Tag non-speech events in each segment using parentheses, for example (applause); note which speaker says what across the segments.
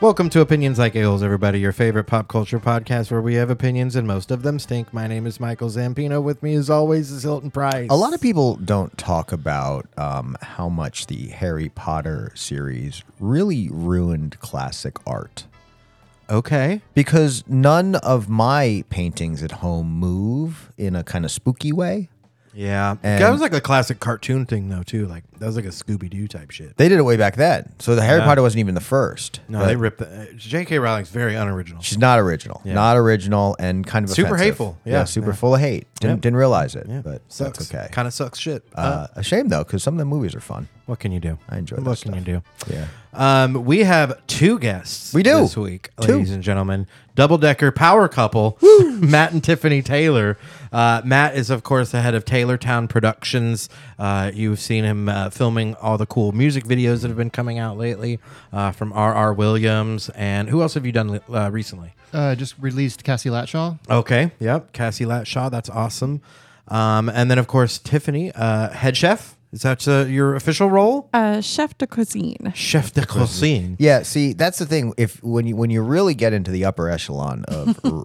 Speaker 1: Welcome to Opinions Like Ales, everybody, your favorite pop culture podcast where we have opinions and most of them stink. My name is Michael Zampino. With me, as always, is Hilton Price.
Speaker 2: A lot of people don't talk about um, how much the Harry Potter series really ruined classic art
Speaker 1: Okay.
Speaker 2: because none of my paintings at home move in a kind of spooky way.
Speaker 1: Yeah.
Speaker 2: And-
Speaker 1: that was like a classic cartoon thing, though, too. Like, that was like a Scooby Doo type shit.
Speaker 2: They did it way back then. So the Harry
Speaker 1: Yeah.
Speaker 2: Potter wasn't even the first.
Speaker 1: No,
Speaker 2: But
Speaker 1: they ripped the. J.K. Rowling's very unoriginal.
Speaker 2: She's not original.
Speaker 1: Yeah.
Speaker 2: Not original and kind of
Speaker 1: Super
Speaker 2: offensive.
Speaker 1: hateful. Yeah.
Speaker 2: super
Speaker 1: Yeah.
Speaker 2: full of hate. Didn't,
Speaker 1: Yeah.
Speaker 2: didn't realize it,
Speaker 1: Yeah.
Speaker 2: but that's okay.
Speaker 1: Kind of sucks shit.
Speaker 2: uh, a shame though, because some of the movies are fun.
Speaker 1: what can you do?
Speaker 2: I enjoy
Speaker 1: What
Speaker 2: that
Speaker 1: can
Speaker 2: stuff.
Speaker 1: you do?
Speaker 2: Yeah.
Speaker 1: Um, we have two guests.
Speaker 2: We do.
Speaker 1: this week,
Speaker 2: Two.
Speaker 1: ladies and gentlemen. Double decker power couple, (laughs) Matt and Tiffany Taylor. Uh, Matt is, of course, the head of Taylortown Productions. Uh, you've seen him uh, filming all the cool music videos that have been coming out lately uh, from R.R. Williams. And who else have you done uh, recently?
Speaker 3: uh, just released Cassie Latshaw.
Speaker 1: Okay. Yep. Cassie Latshaw. That's awesome. Um, and then, of course, Tiffany, uh, head chef. Is that uh, your official role?
Speaker 4: uh, chef de cuisine.
Speaker 1: chef de cuisine.
Speaker 2: Yeah, see, that's the thing. If when you when you really get into the upper echelon
Speaker 1: (laughs)
Speaker 2: of r-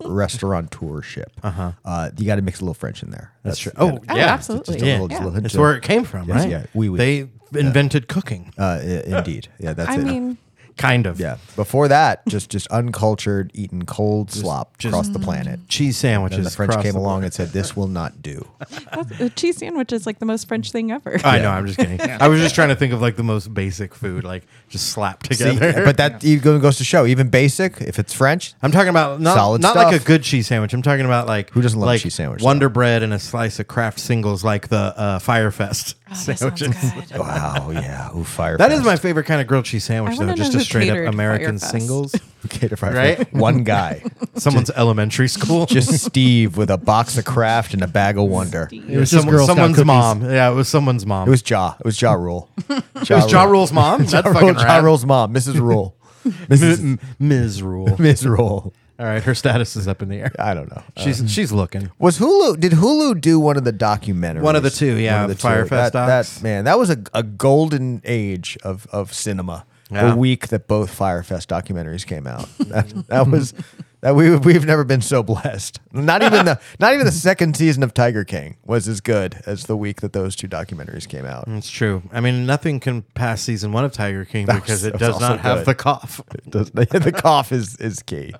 Speaker 2: restauranteurship, uh-huh. you got to mix a little French in there. That's,
Speaker 1: true. Oh,
Speaker 2: yeah.
Speaker 4: Oh,
Speaker 1: yeah.
Speaker 4: absolutely.
Speaker 2: Just a little- just a little-
Speaker 1: That's
Speaker 2: just a-
Speaker 1: where it came from,
Speaker 2: Yes,
Speaker 1: right?
Speaker 2: yeah, oui, oui.
Speaker 1: They invented cooking,
Speaker 2: uh, i- indeed. Yeah, that's
Speaker 4: I
Speaker 2: it.
Speaker 4: mean,
Speaker 1: kind of.
Speaker 2: yeah, before that, just just uncultured, eating cold slop
Speaker 1: just-
Speaker 2: across the planet.
Speaker 1: Cheese sandwiches.
Speaker 2: And the French
Speaker 1: across
Speaker 2: came
Speaker 1: the
Speaker 2: along
Speaker 1: board.
Speaker 2: and said, "This will not do."
Speaker 4: that's, a cheese sandwich is like the most French thing ever.
Speaker 1: I know. I'm just
Speaker 4: (laughs)
Speaker 1: kidding. I was just trying to think of like the most basic food, like just slapped (laughs)
Speaker 2: See,
Speaker 1: together.
Speaker 2: but that even goes to show, even basic, if it's French,
Speaker 1: (laughs) I'm talking about not,
Speaker 2: Solid
Speaker 1: not like a
Speaker 2: stuff.
Speaker 1: good cheese sandwich. I'm talking about like
Speaker 2: Who doesn't love
Speaker 1: like
Speaker 2: cheese sandwich,
Speaker 1: Wonder bread and a slice of Kraft singles, like the uh, Firefest
Speaker 4: Oh, that sounds
Speaker 1: sandwiches.
Speaker 4: good.
Speaker 2: wow, yeah, ooh, fire.
Speaker 1: That is my favorite kind of grilled cheese sandwich,
Speaker 4: I
Speaker 1: though.
Speaker 4: wanna
Speaker 1: Just
Speaker 4: know
Speaker 1: a
Speaker 4: who
Speaker 1: straight
Speaker 4: catered
Speaker 1: up American
Speaker 2: (laughs)
Speaker 4: Firefest. (laughs)
Speaker 1: singles.
Speaker 2: cater fire,
Speaker 1: Right?
Speaker 2: One guy,
Speaker 1: Someone's elementary school.
Speaker 2: just
Speaker 1: (laughs)
Speaker 2: Steve with a box of craft and a bag of wonder.
Speaker 3: It was just
Speaker 1: Someone-
Speaker 3: Girl Scout
Speaker 1: someone's
Speaker 3: cookies.
Speaker 1: mom. Yeah, it was someone's mom.
Speaker 2: It was Jaw. It was Jaw Rule.
Speaker 1: It was (laughs) Ja Rule's
Speaker 2: (laughs)
Speaker 1: mom. That's
Speaker 2: Ja, Rule,
Speaker 1: fucking
Speaker 2: ja
Speaker 1: rad.
Speaker 2: Rule's mom,
Speaker 1: (laughs)
Speaker 2: Mrs. Rule.
Speaker 1: M-
Speaker 2: Mrs.
Speaker 1: M- Ms. Rule.
Speaker 2: Ms. Rule.
Speaker 1: (laughs) All right, her status is up in the air.
Speaker 2: I don't know. Uh,
Speaker 1: She's she's looking.
Speaker 2: was Hulu? Did Hulu do one of the documentaries?
Speaker 1: One of the two, yeah,
Speaker 2: One of
Speaker 1: the Firefest
Speaker 2: That,
Speaker 1: docs.
Speaker 2: that- man, that was a, a golden age of of cinema.
Speaker 1: Yeah.
Speaker 2: The week that both Firefest documentaries
Speaker 1: (laughs)
Speaker 2: came out, that, that was that we we've never been so blessed. Not
Speaker 1: (laughs)
Speaker 2: even the not even the second season of Tiger King was as good as the week that those two documentaries came out.
Speaker 1: It's true. I mean, nothing can pass season one of Tiger King
Speaker 2: That was-
Speaker 1: because it
Speaker 2: that was
Speaker 1: does
Speaker 2: also
Speaker 1: not have
Speaker 2: good.
Speaker 1: the (laughs) cough.
Speaker 2: Does- (laughs) the cough is is key.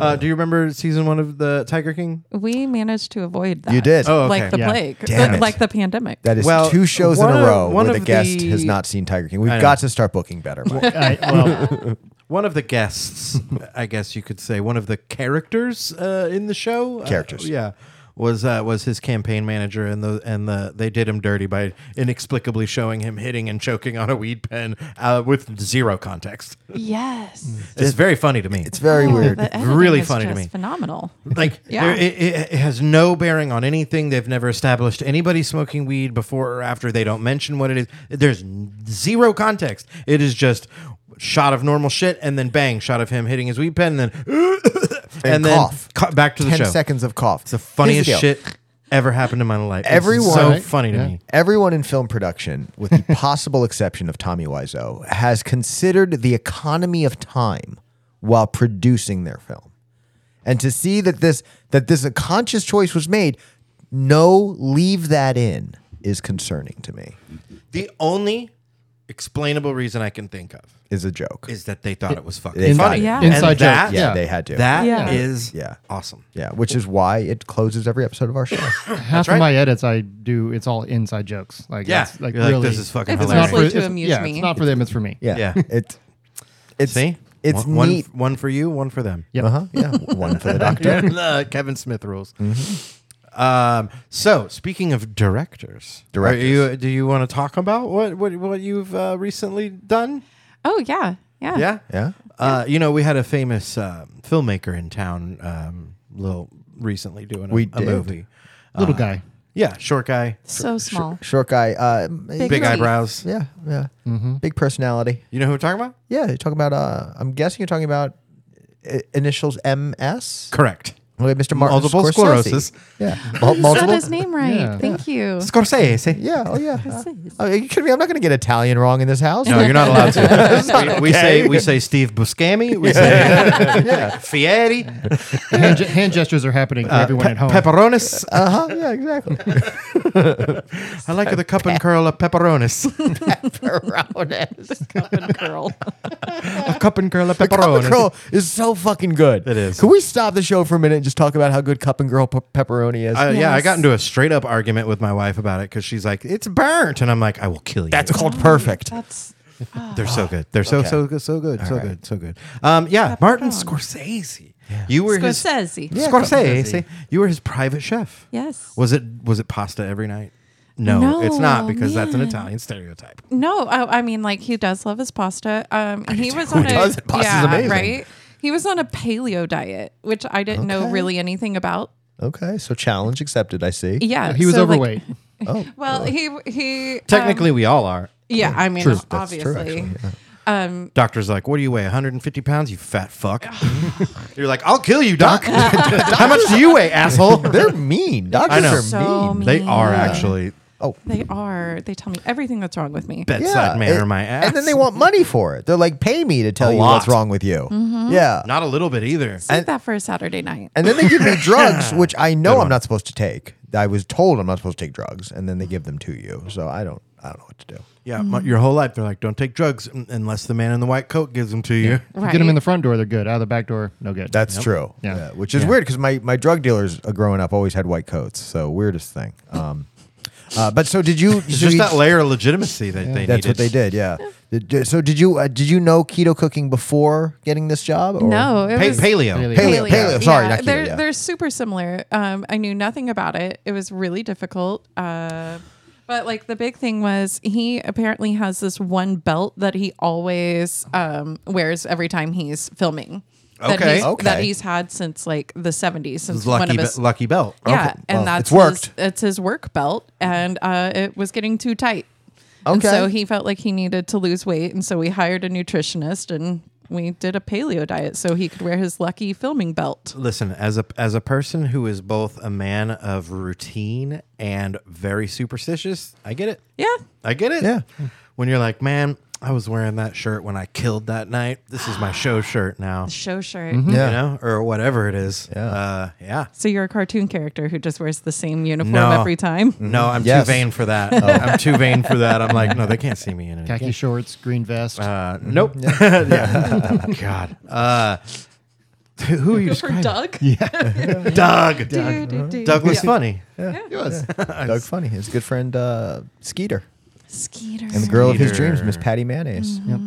Speaker 1: Uh, do you remember season one of the Tiger King?
Speaker 4: We managed to avoid that.
Speaker 2: You did.
Speaker 1: Oh, okay.
Speaker 4: like the
Speaker 1: Yeah.
Speaker 4: plague,
Speaker 2: Damn
Speaker 4: like,
Speaker 2: it.
Speaker 4: like the pandemic.
Speaker 2: That is
Speaker 1: Well,
Speaker 2: two shows in
Speaker 1: one
Speaker 2: a
Speaker 1: of-
Speaker 2: row
Speaker 1: one
Speaker 2: where the
Speaker 1: of
Speaker 2: guest has
Speaker 1: the-
Speaker 2: not seen Tiger King.
Speaker 1: I
Speaker 2: We've
Speaker 1: know.
Speaker 2: got to start booking better. Mike.
Speaker 3: All right, well,
Speaker 1: One of the (laughs) guests, I guess you could say, one of the characters uh, in the show. uh,
Speaker 2: Characters.
Speaker 1: yeah. Was uh, was his campaign manager and the and the they did him dirty by inexplicably showing him hitting and choking on a weed pen uh, with zero context.
Speaker 4: yes.
Speaker 1: It's very funny to me. It's
Speaker 2: Mm. It's
Speaker 4: (laughs)
Speaker 2: very
Speaker 4: Yeah,
Speaker 2: weird.
Speaker 4: the editing
Speaker 1: Really
Speaker 4: is
Speaker 1: funny to
Speaker 4: just
Speaker 1: me.
Speaker 4: Phenomenal.
Speaker 1: Like,
Speaker 4: (laughs) Yeah.
Speaker 1: there, it, it, it has no bearing on anything. They've never established anybody smoking weed before or after. They don't mention what it is. There's n- zero context. It is just shot of normal shit and then bang, shot of him hitting his weed pen and then (laughs) and, then
Speaker 2: cough.
Speaker 1: cu- back to the
Speaker 2: Ten
Speaker 1: show.
Speaker 2: seconds of cough.
Speaker 1: It's the funniest shit ever happened in my life. It's
Speaker 2: Everyone-
Speaker 1: so
Speaker 2: Right.
Speaker 1: funny to
Speaker 3: Yeah.
Speaker 1: me.
Speaker 2: Everyone in film production, with the (laughs) possible exception of Tommy Wiseau, has considered the economy of time while producing their film, and to see that this that this a conscious choice was made, no, leave that in is concerning to me.
Speaker 1: The only explainable reason I can think of
Speaker 2: Is a joke.
Speaker 1: is that they thought it was fucking
Speaker 2: Inside-
Speaker 1: funny.
Speaker 4: Yeah.
Speaker 3: Inside
Speaker 1: and
Speaker 3: joke.
Speaker 1: that,
Speaker 2: yeah,
Speaker 3: Yeah.
Speaker 2: they had to.
Speaker 1: that
Speaker 4: Yeah.
Speaker 1: is
Speaker 2: Yeah.
Speaker 1: awesome.
Speaker 2: yeah, which is why it closes every episode of our show.
Speaker 3: half
Speaker 1: right.
Speaker 3: of my edits I do. It's all inside jokes. Like
Speaker 1: Yeah.
Speaker 3: that's, like
Speaker 1: You're like,
Speaker 3: really.
Speaker 1: this is fucking
Speaker 4: If it's
Speaker 1: hilarious.
Speaker 4: not Mostly to
Speaker 3: it's-
Speaker 4: amuse
Speaker 3: yeah,
Speaker 4: me.
Speaker 3: It's not for them. It's for me.
Speaker 2: Yeah. (laughs)
Speaker 1: Yeah.
Speaker 2: It's it's
Speaker 1: See,
Speaker 2: it's
Speaker 1: one,
Speaker 2: neat.
Speaker 1: One, one for you, one for them. (laughs)
Speaker 3: Yep.
Speaker 2: Uh-huh. Yeah. One for the doctor.
Speaker 1: Uh, Kevin Smith rules. Um, so, speaking of directors, are
Speaker 2: Directors.
Speaker 1: you, do you want to talk about what what, what you've uh, recently done?
Speaker 4: Oh yeah, yeah.
Speaker 1: Yeah,
Speaker 2: Yeah.
Speaker 1: Uh, you know, we had a famous um, filmmaker in town, um, little recently doing a,
Speaker 2: We
Speaker 1: a
Speaker 2: did.
Speaker 1: movie. Uh,
Speaker 3: Little
Speaker 1: Uh-huh.
Speaker 3: guy.
Speaker 1: Yeah, short guy,
Speaker 4: So small.
Speaker 2: Short guy. Uh,
Speaker 4: Big
Speaker 1: big
Speaker 4: teeth.
Speaker 1: eyebrows.
Speaker 2: Yeah. Yeah.
Speaker 1: Mm-hmm.
Speaker 2: Big personality.
Speaker 1: You know who we're talking about?
Speaker 2: Yeah. You're talking about. Uh, I'm guessing you're talking about i- initials uh, M S.
Speaker 1: Correct.
Speaker 2: We have Mr. Martin
Speaker 1: Multiple
Speaker 2: Scorsese.
Speaker 1: sclerosis. (laughs)
Speaker 2: Yeah. Mul-
Speaker 4: Got
Speaker 2: multiple.
Speaker 4: (laughs) his name right.
Speaker 3: Yeah.
Speaker 4: Thank
Speaker 2: (laughs)
Speaker 4: you.
Speaker 1: Scorsese.
Speaker 2: Yeah. Oh yeah. Uh, oh, are you kidding me? I'm not going to get Italian wrong in this house.
Speaker 1: No, you're not allowed to. we, we say we say Steve Buscemi. We (laughs) say Fieri.
Speaker 3: hand, ge- hand gestures are happening for
Speaker 1: Uh,
Speaker 3: everyone at home.
Speaker 1: Pepperonis.
Speaker 2: Uh huh. Yeah.
Speaker 1: (laughs)
Speaker 2: Exactly.
Speaker 1: I like the cup and curl of pepperonis.
Speaker 4: Cup and curl.
Speaker 1: A cup and curl of
Speaker 2: Cup and
Speaker 1: pepperonis.
Speaker 2: Girl is so fucking good.
Speaker 1: It is.
Speaker 2: Can we stop the show for a minute and just talk about how good Cup and Girl pe- pepperoni is?
Speaker 1: I- Uh, Yeah, I got
Speaker 4: Yes.
Speaker 1: into a straight up argument with my wife about it because she's like, "It's burnt," and I'm like, "I will kill you."
Speaker 2: That's called perfect.
Speaker 4: That's
Speaker 1: (gasps) They're so good. They're so
Speaker 2: Okay.
Speaker 1: so good. So good. so
Speaker 2: right.
Speaker 1: good. So good. Um, yeah, Martin
Speaker 4: Pepperoni.
Speaker 1: Scorsese. You were his
Speaker 4: Scorsese.
Speaker 2: Yeah,
Speaker 1: Scorsese. You were his private chef.
Speaker 4: Yes.
Speaker 1: Was it was it pasta every night? No,
Speaker 4: No,
Speaker 1: it's not because that's an
Speaker 4: man.
Speaker 1: Italian stereotype.
Speaker 4: No, I, I mean like he does love his pasta. Um, he was
Speaker 2: Who
Speaker 4: on a
Speaker 2: doesn't? Pasta's
Speaker 4: yeah,
Speaker 2: amazing.
Speaker 4: right. He was on a paleo diet, which I didn't know
Speaker 2: Okay.
Speaker 4: really anything about.
Speaker 2: Okay, so challenge accepted. I see.
Speaker 4: Yeah,
Speaker 3: He was
Speaker 4: so, like-
Speaker 3: overweight.
Speaker 2: Oh,
Speaker 4: well, he he um,
Speaker 1: Technically, we all are.
Speaker 4: yeah. I mean,
Speaker 2: True, that's true,
Speaker 4: obviously,
Speaker 2: actually,
Speaker 4: um,
Speaker 1: Doctor's like, "What do you weigh? 150 pounds? You fat (laughs) fuck." You're like, "I'll kill you, doc." (laughs) How much do you weigh, asshole? (laughs)
Speaker 2: they're mean. Doctors
Speaker 1: know.
Speaker 2: are
Speaker 4: So
Speaker 2: mean.
Speaker 4: mean.
Speaker 1: They are
Speaker 4: Yeah.
Speaker 1: actually
Speaker 2: Oh,
Speaker 4: they are. They tell me everything that's wrong with me.
Speaker 1: bedside
Speaker 2: yeah.
Speaker 1: manner
Speaker 2: And-
Speaker 1: my ass.
Speaker 2: And then they want money for it. They're like, pay me to tell
Speaker 1: A
Speaker 2: you what's
Speaker 1: lot. Mm-hmm.
Speaker 2: wrong with you. Yeah.
Speaker 1: not a little bit either.
Speaker 4: Save
Speaker 2: and-
Speaker 4: that for a Saturday night.
Speaker 2: And then they give
Speaker 1: (laughs)
Speaker 2: me drugs, which I know I'm not supposed to take. I was told I'm not supposed to take drugs, and then they give them to you. So I don't, I don't know what to do.
Speaker 1: Yeah, my, your whole life they're like, "Don't take drugs un- unless the man in the white coat gives them to you."
Speaker 3: You get them in the front door, they're good. Out of the back door, no good.
Speaker 2: That's true.
Speaker 3: Yeah.
Speaker 2: which is weird because my, my drug dealers uh, growing up always had white coats. So weirdest thing. Um, uh, but so did you?
Speaker 1: It's
Speaker 2: so
Speaker 1: just
Speaker 2: you-
Speaker 1: that layer of legitimacy that they
Speaker 2: That's
Speaker 1: needed.
Speaker 2: what they did. Yeah. Did- did- So did you? Uh, did you know keto cooking before getting this job? Or?
Speaker 4: no, it
Speaker 1: Pa-
Speaker 4: was
Speaker 1: paleo.
Speaker 3: Paleo.
Speaker 2: Paleo. Paleo. Sorry, not keto,
Speaker 4: they're
Speaker 2: yeah.
Speaker 4: they're super similar. Um, I knew nothing about it. It was really difficult. Uh, but like the big thing was he apparently has this one belt that he always um, wears every time he's filming. That
Speaker 1: Okay.
Speaker 4: he's,
Speaker 2: Okay.
Speaker 4: That he's had since like the 70s, since one
Speaker 1: Lucky,
Speaker 4: of
Speaker 1: be-
Speaker 4: his.
Speaker 1: lucky belt.
Speaker 4: Yeah,
Speaker 2: Okay.
Speaker 4: and
Speaker 2: Well,
Speaker 4: that's
Speaker 2: it's worked.
Speaker 4: His, it's his work belt, and uh, it was getting too tight. And
Speaker 2: Okay.
Speaker 4: so he felt like he needed to lose weight, and so we hired a nutritionist, and we did a paleo diet so he could wear his lucky filming belt.
Speaker 1: Listen, as a as a person who is both a man of routine and very superstitious, I get it.
Speaker 4: Yeah,
Speaker 1: I get it.
Speaker 2: Yeah.
Speaker 1: When you're like, man, I was wearing that shirt when I killed that night. This is my show shirt now.
Speaker 4: show shirt.
Speaker 2: Yeah.
Speaker 1: You know, or whatever it is.
Speaker 2: Yeah.
Speaker 1: Uh, yeah.
Speaker 4: So you're a cartoon character who just wears the same uniform
Speaker 1: No.
Speaker 4: every time.
Speaker 1: No, I'm
Speaker 2: Yes.
Speaker 1: too vain for that. (laughs) I'm too vain for that. I'm like, no, they can't see me in it.
Speaker 3: Khaki shorts, green vest.
Speaker 1: Uh, nope. (laughs) Yeah. Oh, God. Uh, who are you?
Speaker 4: Go for Doug.
Speaker 1: Doug.
Speaker 4: Do, do, do.
Speaker 1: Doug was funny.
Speaker 3: It was.
Speaker 2: Doug Funny, his good friend uh, Skeeter,
Speaker 4: Skeeter.
Speaker 2: and the girl of his dreams, Miss
Speaker 1: Skeeter.
Speaker 2: Patty Mayonnaise,
Speaker 3: Yep.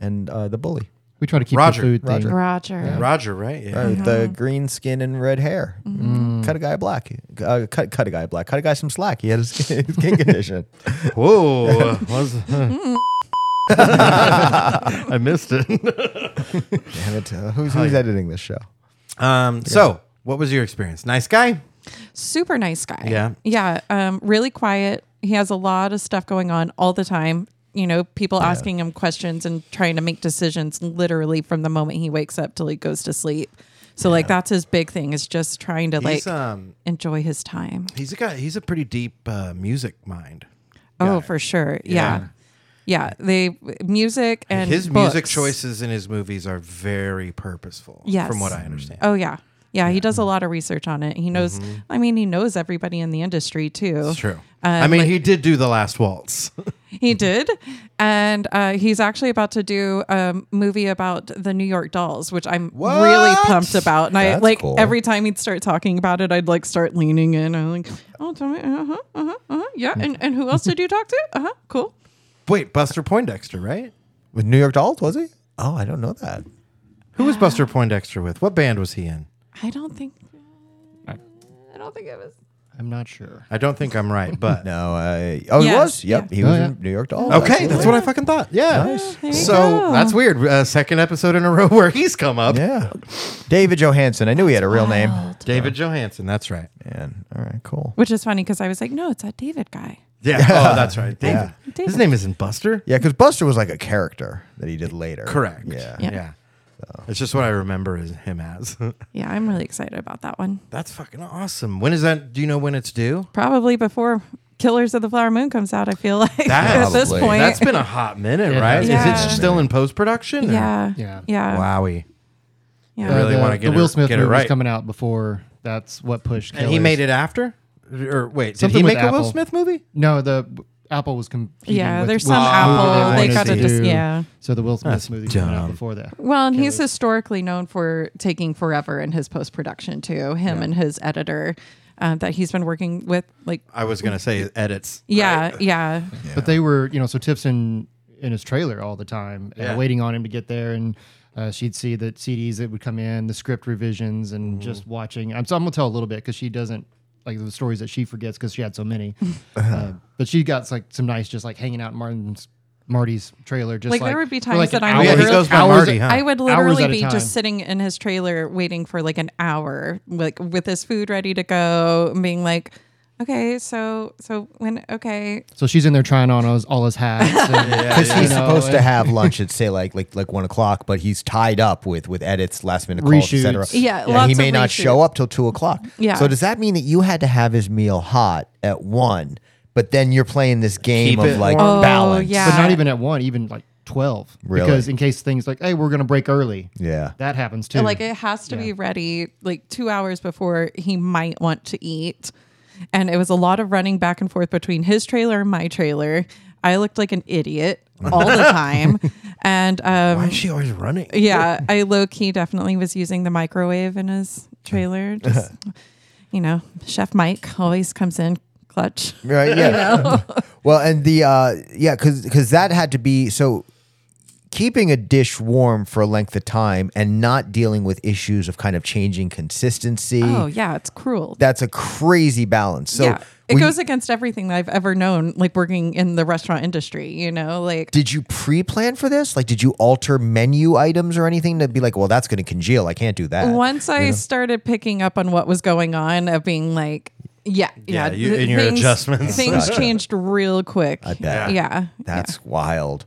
Speaker 2: and uh, the bully,
Speaker 3: We try to keep
Speaker 1: Roger.
Speaker 3: the food
Speaker 2: Roger.
Speaker 3: thing.
Speaker 4: Roger.
Speaker 1: Roger, right? Yeah.
Speaker 2: uh, with
Speaker 4: Uh-huh.
Speaker 2: the green skin and red hair.
Speaker 4: Mm-hmm.
Speaker 2: Cut a guy black. Uh, cut cut a guy black. Cut a guy some slack. He had a (laughs) skin, skin condition.
Speaker 1: Whoa. uh, (laughs) was- I missed it.
Speaker 2: Damn it! Uh, who's who's editing this show?
Speaker 1: Um, So, what was your experience? Nice guy?
Speaker 4: Super nice guy.
Speaker 1: Yeah.
Speaker 4: Yeah. Um, really quiet. He has a lot of stuff going on all the time. You know, people asking him questions and trying to make decisions literally from the moment he wakes up till he goes to sleep. So like that's his big thing is just trying to
Speaker 1: He's
Speaker 4: like
Speaker 1: um
Speaker 4: enjoy his time.
Speaker 1: he's a guy. He's a pretty deep uh, music mind.
Speaker 4: Oh, for sure. Yeah. Yeah. They music and
Speaker 1: his music
Speaker 4: books.
Speaker 1: choices in his movies are very purposeful.
Speaker 4: Yes.
Speaker 1: From what I understand.
Speaker 4: Oh yeah. Yeah, he does a lot of research on it. He knows I mean, he knows everybody in the industry too.
Speaker 1: Mm-hmm. It's true.
Speaker 4: Um,
Speaker 1: I mean,
Speaker 4: like-
Speaker 1: he did do the last waltz. (laughs)
Speaker 4: He did. And uh, he's actually about to do a movie about the New York dolls, which I'm really
Speaker 1: What?
Speaker 4: pumped about. And I
Speaker 2: That's
Speaker 4: like
Speaker 2: cool.
Speaker 4: every time he'd start talking about it, I'd like start leaning in. I'm like, oh tell me, uh-huh, uh-huh, uh-huh. Yeah. And and who else did you talk to? Uh-huh. Cool.
Speaker 1: Wait, Buster Poindexter, right?
Speaker 2: With New York Dolls, was he? Oh, I don't know that.
Speaker 1: Who was Buster Poindexter with? What band was he in?
Speaker 4: I don't think I don't think it was
Speaker 3: I'm not sure.
Speaker 1: I don't think I'm right, but (laughs)
Speaker 4: (laughs)
Speaker 2: No, I. Oh, he
Speaker 4: Yeah.
Speaker 2: was. Yep,
Speaker 4: Yeah.
Speaker 2: he was
Speaker 3: Oh, yeah.
Speaker 2: in New York Dolls.
Speaker 1: okay,
Speaker 2: absolutely.
Speaker 1: that's what I fucking thought. Yeah,
Speaker 2: Nice.
Speaker 4: There you
Speaker 1: so
Speaker 4: go.
Speaker 1: that's weird. Uh, second episode in a row (laughs) where he's come up.
Speaker 2: Yeah, David Johansen. I knew he had a real name.
Speaker 1: David Johansen, that's right.
Speaker 2: Man, all right, cool.
Speaker 4: Which is funny because I was like, no, it's that David guy.
Speaker 1: Yeah, (laughs) oh, that's right. David.
Speaker 4: David.
Speaker 1: His name isn't Buster.
Speaker 2: Yeah, because Buster was like a character that he did later.
Speaker 1: Correct.
Speaker 2: Yeah.
Speaker 1: yeah.
Speaker 4: Yeah.
Speaker 2: So
Speaker 1: It's just what I remember is him as. (laughs)
Speaker 4: Yeah, I'm really excited about that one.
Speaker 1: That's fucking awesome. When is that? Do you know when it's due?
Speaker 4: Probably before Killers of the Flower Moon comes out, I feel like (laughs) at this
Speaker 2: Probably.
Speaker 4: point.
Speaker 1: That's been a hot minute,
Speaker 3: Yeah.
Speaker 1: right?
Speaker 4: Yeah.
Speaker 1: Is it still in post production?
Speaker 4: yeah.
Speaker 3: Yeah.
Speaker 4: Yeah.
Speaker 1: Wowie.
Speaker 4: Yeah.
Speaker 1: I really
Speaker 3: Uh, the,
Speaker 1: wanna get
Speaker 3: the Will
Speaker 1: it-
Speaker 3: Smith
Speaker 1: get it
Speaker 3: movie
Speaker 1: right.
Speaker 3: coming out before that's what pushed.
Speaker 1: And he
Speaker 3: Killers.
Speaker 1: made it after? Or wait, did
Speaker 3: Something
Speaker 1: he
Speaker 3: with
Speaker 1: make a Will
Speaker 3: Apple.
Speaker 1: Smith movie?
Speaker 3: No, the Apple was competing.
Speaker 4: Yeah,
Speaker 3: with-
Speaker 4: there's
Speaker 3: with
Speaker 4: some
Speaker 3: the movie
Speaker 4: Apple,
Speaker 1: they
Speaker 3: wanted
Speaker 1: gotta
Speaker 3: to
Speaker 1: just-
Speaker 3: do.
Speaker 4: yeah.
Speaker 3: So the Will
Speaker 1: That's
Speaker 3: Smith movie coming out
Speaker 1: dumb.
Speaker 3: before that.
Speaker 4: Well, and he's historically known for taking forever in his post production too. Him and his editor um, that he's been working with, like
Speaker 1: I was going to say edits.
Speaker 4: yeah, yeah,
Speaker 3: But they were, you know, so Tipson in his trailer all the time, uh,
Speaker 1: Yeah.
Speaker 3: waiting on him to get there, and uh, she'd see the CDs that would come in, the script revisions, and
Speaker 1: Mm-hmm.
Speaker 3: just watching. I'm, so I'm gonna tell a little bit because she doesn't like the stories that she forgets because she had so
Speaker 4: (laughs)
Speaker 3: many.
Speaker 1: Uh-huh.
Speaker 3: uh, but she got like some nice, just like hanging out in Martin's Marty's trailer. Just
Speaker 4: Like,
Speaker 3: like,
Speaker 4: there would be
Speaker 3: for, like,
Speaker 4: times that
Speaker 3: an
Speaker 4: I
Speaker 3: hour-
Speaker 4: would Yeah, he literally-
Speaker 1: goes by
Speaker 3: hours-
Speaker 1: Marty, huh?
Speaker 4: I would
Speaker 3: Hours at
Speaker 4: literally
Speaker 3: a
Speaker 4: be
Speaker 3: time.
Speaker 4: just sitting in his trailer waiting for like an hour, like with his food ready to go, and being like, okay, so so when okay,
Speaker 3: So she's in there trying on all his, all
Speaker 1: (laughs)
Speaker 3: his hats. and-
Speaker 2: because
Speaker 3: you
Speaker 2: he's
Speaker 3: know,
Speaker 2: supposed to
Speaker 3: and-
Speaker 4: (laughs)
Speaker 2: have lunch at say like like like one o'clock, but he's tied up with with edits, last minute calls, etc.
Speaker 3: Reshoots.
Speaker 4: Yeah,
Speaker 2: and he
Speaker 4: lots
Speaker 2: may
Speaker 4: of
Speaker 2: not
Speaker 4: reshoots.
Speaker 2: show up till two o'clock.
Speaker 4: Yeah.
Speaker 2: So does that mean that you had to have his meal hot at one? But then you're playing this game
Speaker 1: Keep
Speaker 2: of
Speaker 1: it
Speaker 2: like
Speaker 1: warm.
Speaker 4: Oh,
Speaker 2: balance.
Speaker 4: yeah.
Speaker 3: But not even at one, even like twelve.
Speaker 2: Really?
Speaker 3: Because in case things like, hey, we're gonna break early.
Speaker 2: Yeah.
Speaker 3: That happens too.
Speaker 4: Like it has to be ready like two hours before he might want to eat. And it was a lot of running back and forth between his trailer and my trailer. I looked like an idiot all
Speaker 2: (laughs)
Speaker 4: the time. And
Speaker 1: Why
Speaker 4: um
Speaker 1: is she always running?
Speaker 4: yeah, I low key definitely was using the microwave in his
Speaker 2: (laughs)
Speaker 4: trailer. Just you know, Chef Mike always comes in clutch. (laughs)
Speaker 2: Right. Yeah. (laughs) well, and the uh, yeah, because that had to be so keeping a dish warm for a length of time and not dealing with issues of kind of changing consistency.
Speaker 4: Oh yeah, it's cruel.
Speaker 2: That's a crazy balance. Mm. So
Speaker 4: yeah. It
Speaker 2: when-
Speaker 4: goes against everything that I've ever known, like working in the restaurant industry, you know, like
Speaker 2: did you pre-plan for this? Like, did you alter menu items or anything to be like, well, that's going to congeal. I can't do that.
Speaker 4: once I started picking up on what was going on, of being like, yeah, yeah,
Speaker 1: Yeah, you-
Speaker 4: th-
Speaker 1: in your adjustments.
Speaker 4: things changed real quick. I
Speaker 2: bet.
Speaker 4: Yeah,
Speaker 2: That's wild.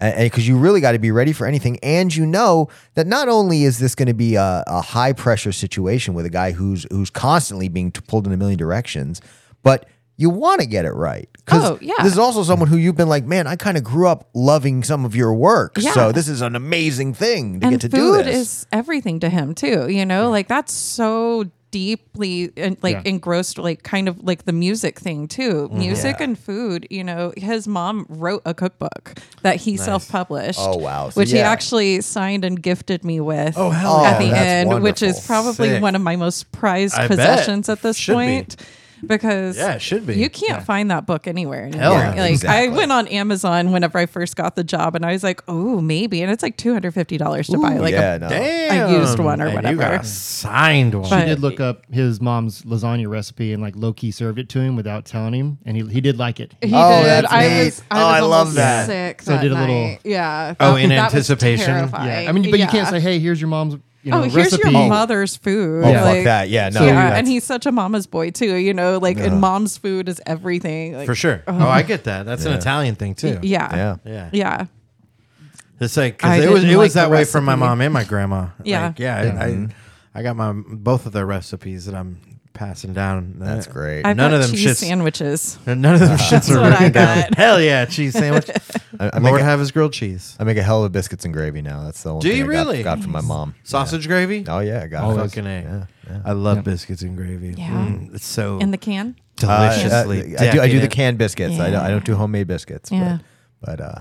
Speaker 2: Because you really got to be ready for anything. And you know that not only is this going to be a, a high pressure situation with a guy who's who's constantly being t- pulled in a million directions, but you want to get it right. 'Cause
Speaker 4: Oh, yeah.
Speaker 2: This is also someone who you've been like, man, I kind of grew up loving some of your work.
Speaker 4: Yeah.
Speaker 2: So this is an amazing thing to
Speaker 4: and
Speaker 2: get to do
Speaker 4: food
Speaker 2: this.
Speaker 4: is everything to him too. You know, like that's so deeply and like
Speaker 3: Yeah.
Speaker 4: engrossed, like kind of like the music thing too. Music and food. You know, his mom wrote a cookbook that he self published.
Speaker 2: Oh, wow. So,
Speaker 4: which he
Speaker 2: yeah.
Speaker 4: actually signed and gifted me with.
Speaker 1: Oh, hell
Speaker 4: At
Speaker 2: yeah.
Speaker 4: the
Speaker 2: Oh, that's
Speaker 4: end, which is
Speaker 2: wonderful.
Speaker 4: probably
Speaker 1: Sick.
Speaker 4: one of my most prized
Speaker 1: I bet.
Speaker 4: possessions at this
Speaker 1: Should be.
Speaker 4: point. Because
Speaker 1: Yeah, it should be.
Speaker 4: You can't find that book anywhere anymore.
Speaker 1: Hell,
Speaker 4: like
Speaker 2: exactly.
Speaker 4: I went on Amazon whenever I first got the job, and I was like, "Oh, maybe," and it's like two hundred fifty dollars to buy
Speaker 2: Ooh,
Speaker 4: like
Speaker 2: yeah,
Speaker 4: a
Speaker 1: Oh.
Speaker 2: no.
Speaker 1: Damn.
Speaker 4: used one or
Speaker 1: And You
Speaker 4: whatever.
Speaker 1: got a signed one.
Speaker 4: But-
Speaker 3: She did look up his mom's lasagna recipe and like low key served it to him without telling him, and he, he did like it.
Speaker 4: He
Speaker 2: Oh,
Speaker 4: did.
Speaker 2: that's
Speaker 4: I
Speaker 2: neat.
Speaker 4: was.
Speaker 2: Oh,
Speaker 4: I,
Speaker 2: I
Speaker 4: was
Speaker 2: love
Speaker 4: almost
Speaker 2: that.
Speaker 4: Sick
Speaker 3: So I
Speaker 4: that
Speaker 3: did a little-
Speaker 4: night. Yeah.
Speaker 1: Oh,
Speaker 4: that-
Speaker 1: in
Speaker 4: that was
Speaker 1: anticipation? Yeah.
Speaker 4: terrifying.
Speaker 3: I mean, but you can't
Speaker 4: Yeah.
Speaker 3: say, "Hey, here's your mom's you know
Speaker 4: oh, here's
Speaker 3: recipe."
Speaker 4: your mother's food.
Speaker 2: Oh, fuck that. Yeah, no,
Speaker 4: Yeah,
Speaker 2: that's-
Speaker 4: uh, and he's such a mama's boy too. You know, like and mom's food is everything. Like,
Speaker 1: for sure. Oh, I get that. That's an Italian thing too.
Speaker 4: uh, Yeah.
Speaker 2: Yeah.
Speaker 1: Yeah.
Speaker 4: Yeah.
Speaker 1: It's like 'cause
Speaker 4: I
Speaker 1: it was it
Speaker 4: didn't
Speaker 1: was
Speaker 4: like
Speaker 1: that
Speaker 4: the
Speaker 1: way for my
Speaker 4: recipe.
Speaker 1: mom and my
Speaker 4: (laughs)
Speaker 1: grandma.
Speaker 4: Yeah.
Speaker 1: Like, yeah. I,
Speaker 2: Mm-hmm.
Speaker 1: I, I got my both of their recipes that I'm passing down.
Speaker 2: That's
Speaker 1: Uh,
Speaker 2: great.
Speaker 4: I've
Speaker 1: None
Speaker 4: got
Speaker 1: of them
Speaker 4: cheese
Speaker 1: shits-
Speaker 4: sandwiches.
Speaker 1: (laughs) None of
Speaker 2: (laughs)
Speaker 1: them shits are
Speaker 4: what I
Speaker 1: written down.
Speaker 4: got.
Speaker 1: (laughs) Hell yeah,
Speaker 4: (laughs)
Speaker 1: cheese sandwich.
Speaker 2: I, I make
Speaker 1: Lord
Speaker 2: a,
Speaker 1: have his grilled cheese,
Speaker 2: I make a hell of a biscuits and gravy now. That's the one
Speaker 1: Do
Speaker 2: thing
Speaker 1: you
Speaker 2: I got-
Speaker 1: really?
Speaker 2: got, from my mom.
Speaker 1: sausage gravy.
Speaker 2: Oh yeah, I got it.
Speaker 1: Fucking a. I love biscuits and gravy.
Speaker 4: Yeah.
Speaker 1: Mm, it's so
Speaker 4: In the can?
Speaker 2: Uh,
Speaker 1: deliciously.
Speaker 2: uh, I do. I do the
Speaker 1: decadent.
Speaker 2: canned biscuits. I, don't, I
Speaker 4: Yeah.
Speaker 2: don't do homemade biscuits.
Speaker 4: Yeah.
Speaker 2: But, but uh,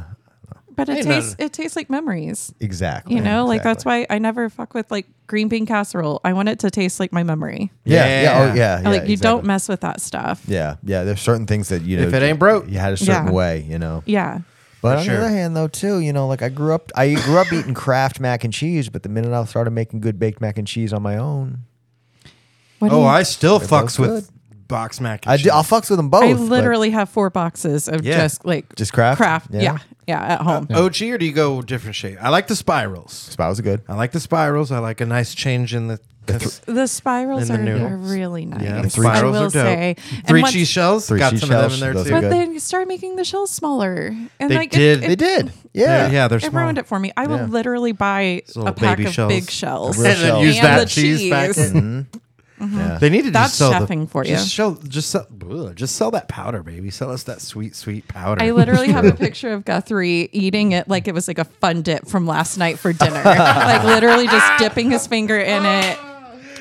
Speaker 4: But it
Speaker 1: Hey, no.
Speaker 4: tastes it tastes like memories.
Speaker 2: exactly.
Speaker 4: You know, like
Speaker 2: exactly.
Speaker 4: that's why I never fuck with like green bean casserole. I want it to taste like my memory.
Speaker 2: Yeah. Yeah.
Speaker 1: Uh, Yeah.
Speaker 2: Oh yeah. yeah
Speaker 4: like you don't
Speaker 2: exactly.
Speaker 4: mess with that stuff.
Speaker 2: Yeah. Yeah. There's certain things that you know.
Speaker 1: If it ain't broke.
Speaker 2: you had a certain
Speaker 4: Yeah.
Speaker 2: way. You know.
Speaker 4: Yeah.
Speaker 2: But
Speaker 1: For
Speaker 2: on
Speaker 1: sure.
Speaker 2: the other hand, though, too, you know, like I grew up, I grew up eating Kraft mac and cheese, but the minute I started making good baked mac and cheese on my own,
Speaker 4: What do
Speaker 1: Oh,
Speaker 4: you-
Speaker 1: I still fucks
Speaker 2: both
Speaker 1: with box mac. And
Speaker 2: I do, I'll
Speaker 1: cheese.
Speaker 2: fucks with them both.
Speaker 4: I
Speaker 2: but-
Speaker 4: literally have four boxes of
Speaker 1: Yeah.
Speaker 4: just like
Speaker 2: Just Kraft?
Speaker 4: Craft. Yeah.
Speaker 2: Yeah.
Speaker 4: yeah. at home.
Speaker 1: OG or do you go different shape? I like the spirals.
Speaker 2: Spouts are good.
Speaker 1: I like the spirals. I like a nice change in the
Speaker 4: The spirals
Speaker 1: And
Speaker 4: are,
Speaker 1: the noodles.
Speaker 4: are really nice.
Speaker 1: Yeah,
Speaker 2: three
Speaker 4: I
Speaker 1: spirals
Speaker 4: will
Speaker 1: are dope.
Speaker 4: say. And
Speaker 1: Three
Speaker 4: once-
Speaker 1: cheese shells.
Speaker 2: Three
Speaker 1: got
Speaker 2: cheese
Speaker 1: some of
Speaker 2: shells,
Speaker 1: them in there
Speaker 2: those
Speaker 1: too.
Speaker 2: are
Speaker 4: But
Speaker 2: good.
Speaker 4: they started making the shells smaller, and
Speaker 1: They
Speaker 4: like
Speaker 1: did.
Speaker 4: It,
Speaker 1: They
Speaker 2: They did.
Speaker 1: They're-
Speaker 2: Yeah.
Speaker 1: yeah, they're
Speaker 4: It
Speaker 1: small.
Speaker 4: ruined it for me. I
Speaker 2: Yeah.
Speaker 4: will literally buy
Speaker 1: little
Speaker 4: a pack
Speaker 1: baby
Speaker 4: of
Speaker 1: shells.
Speaker 4: big shells.
Speaker 2: real
Speaker 1: and then
Speaker 2: shells.
Speaker 1: use
Speaker 4: And
Speaker 1: that
Speaker 4: the
Speaker 1: cheese,
Speaker 4: cheese. Mm-hmm.
Speaker 1: packet.
Speaker 2: Yeah.
Speaker 1: They need to
Speaker 4: That's
Speaker 1: just sell the-
Speaker 4: chefing for
Speaker 1: Just
Speaker 4: you.
Speaker 1: show, just sell, ugh, just sell that powder, baby. Sell us that sweet, sweet powder.
Speaker 4: I literally have
Speaker 1: (laughs)
Speaker 4: a (laughs) picture of Guthrie eating it like it was like a fun dip from last night for dinner. (laughs) like literally just dipping his finger in it.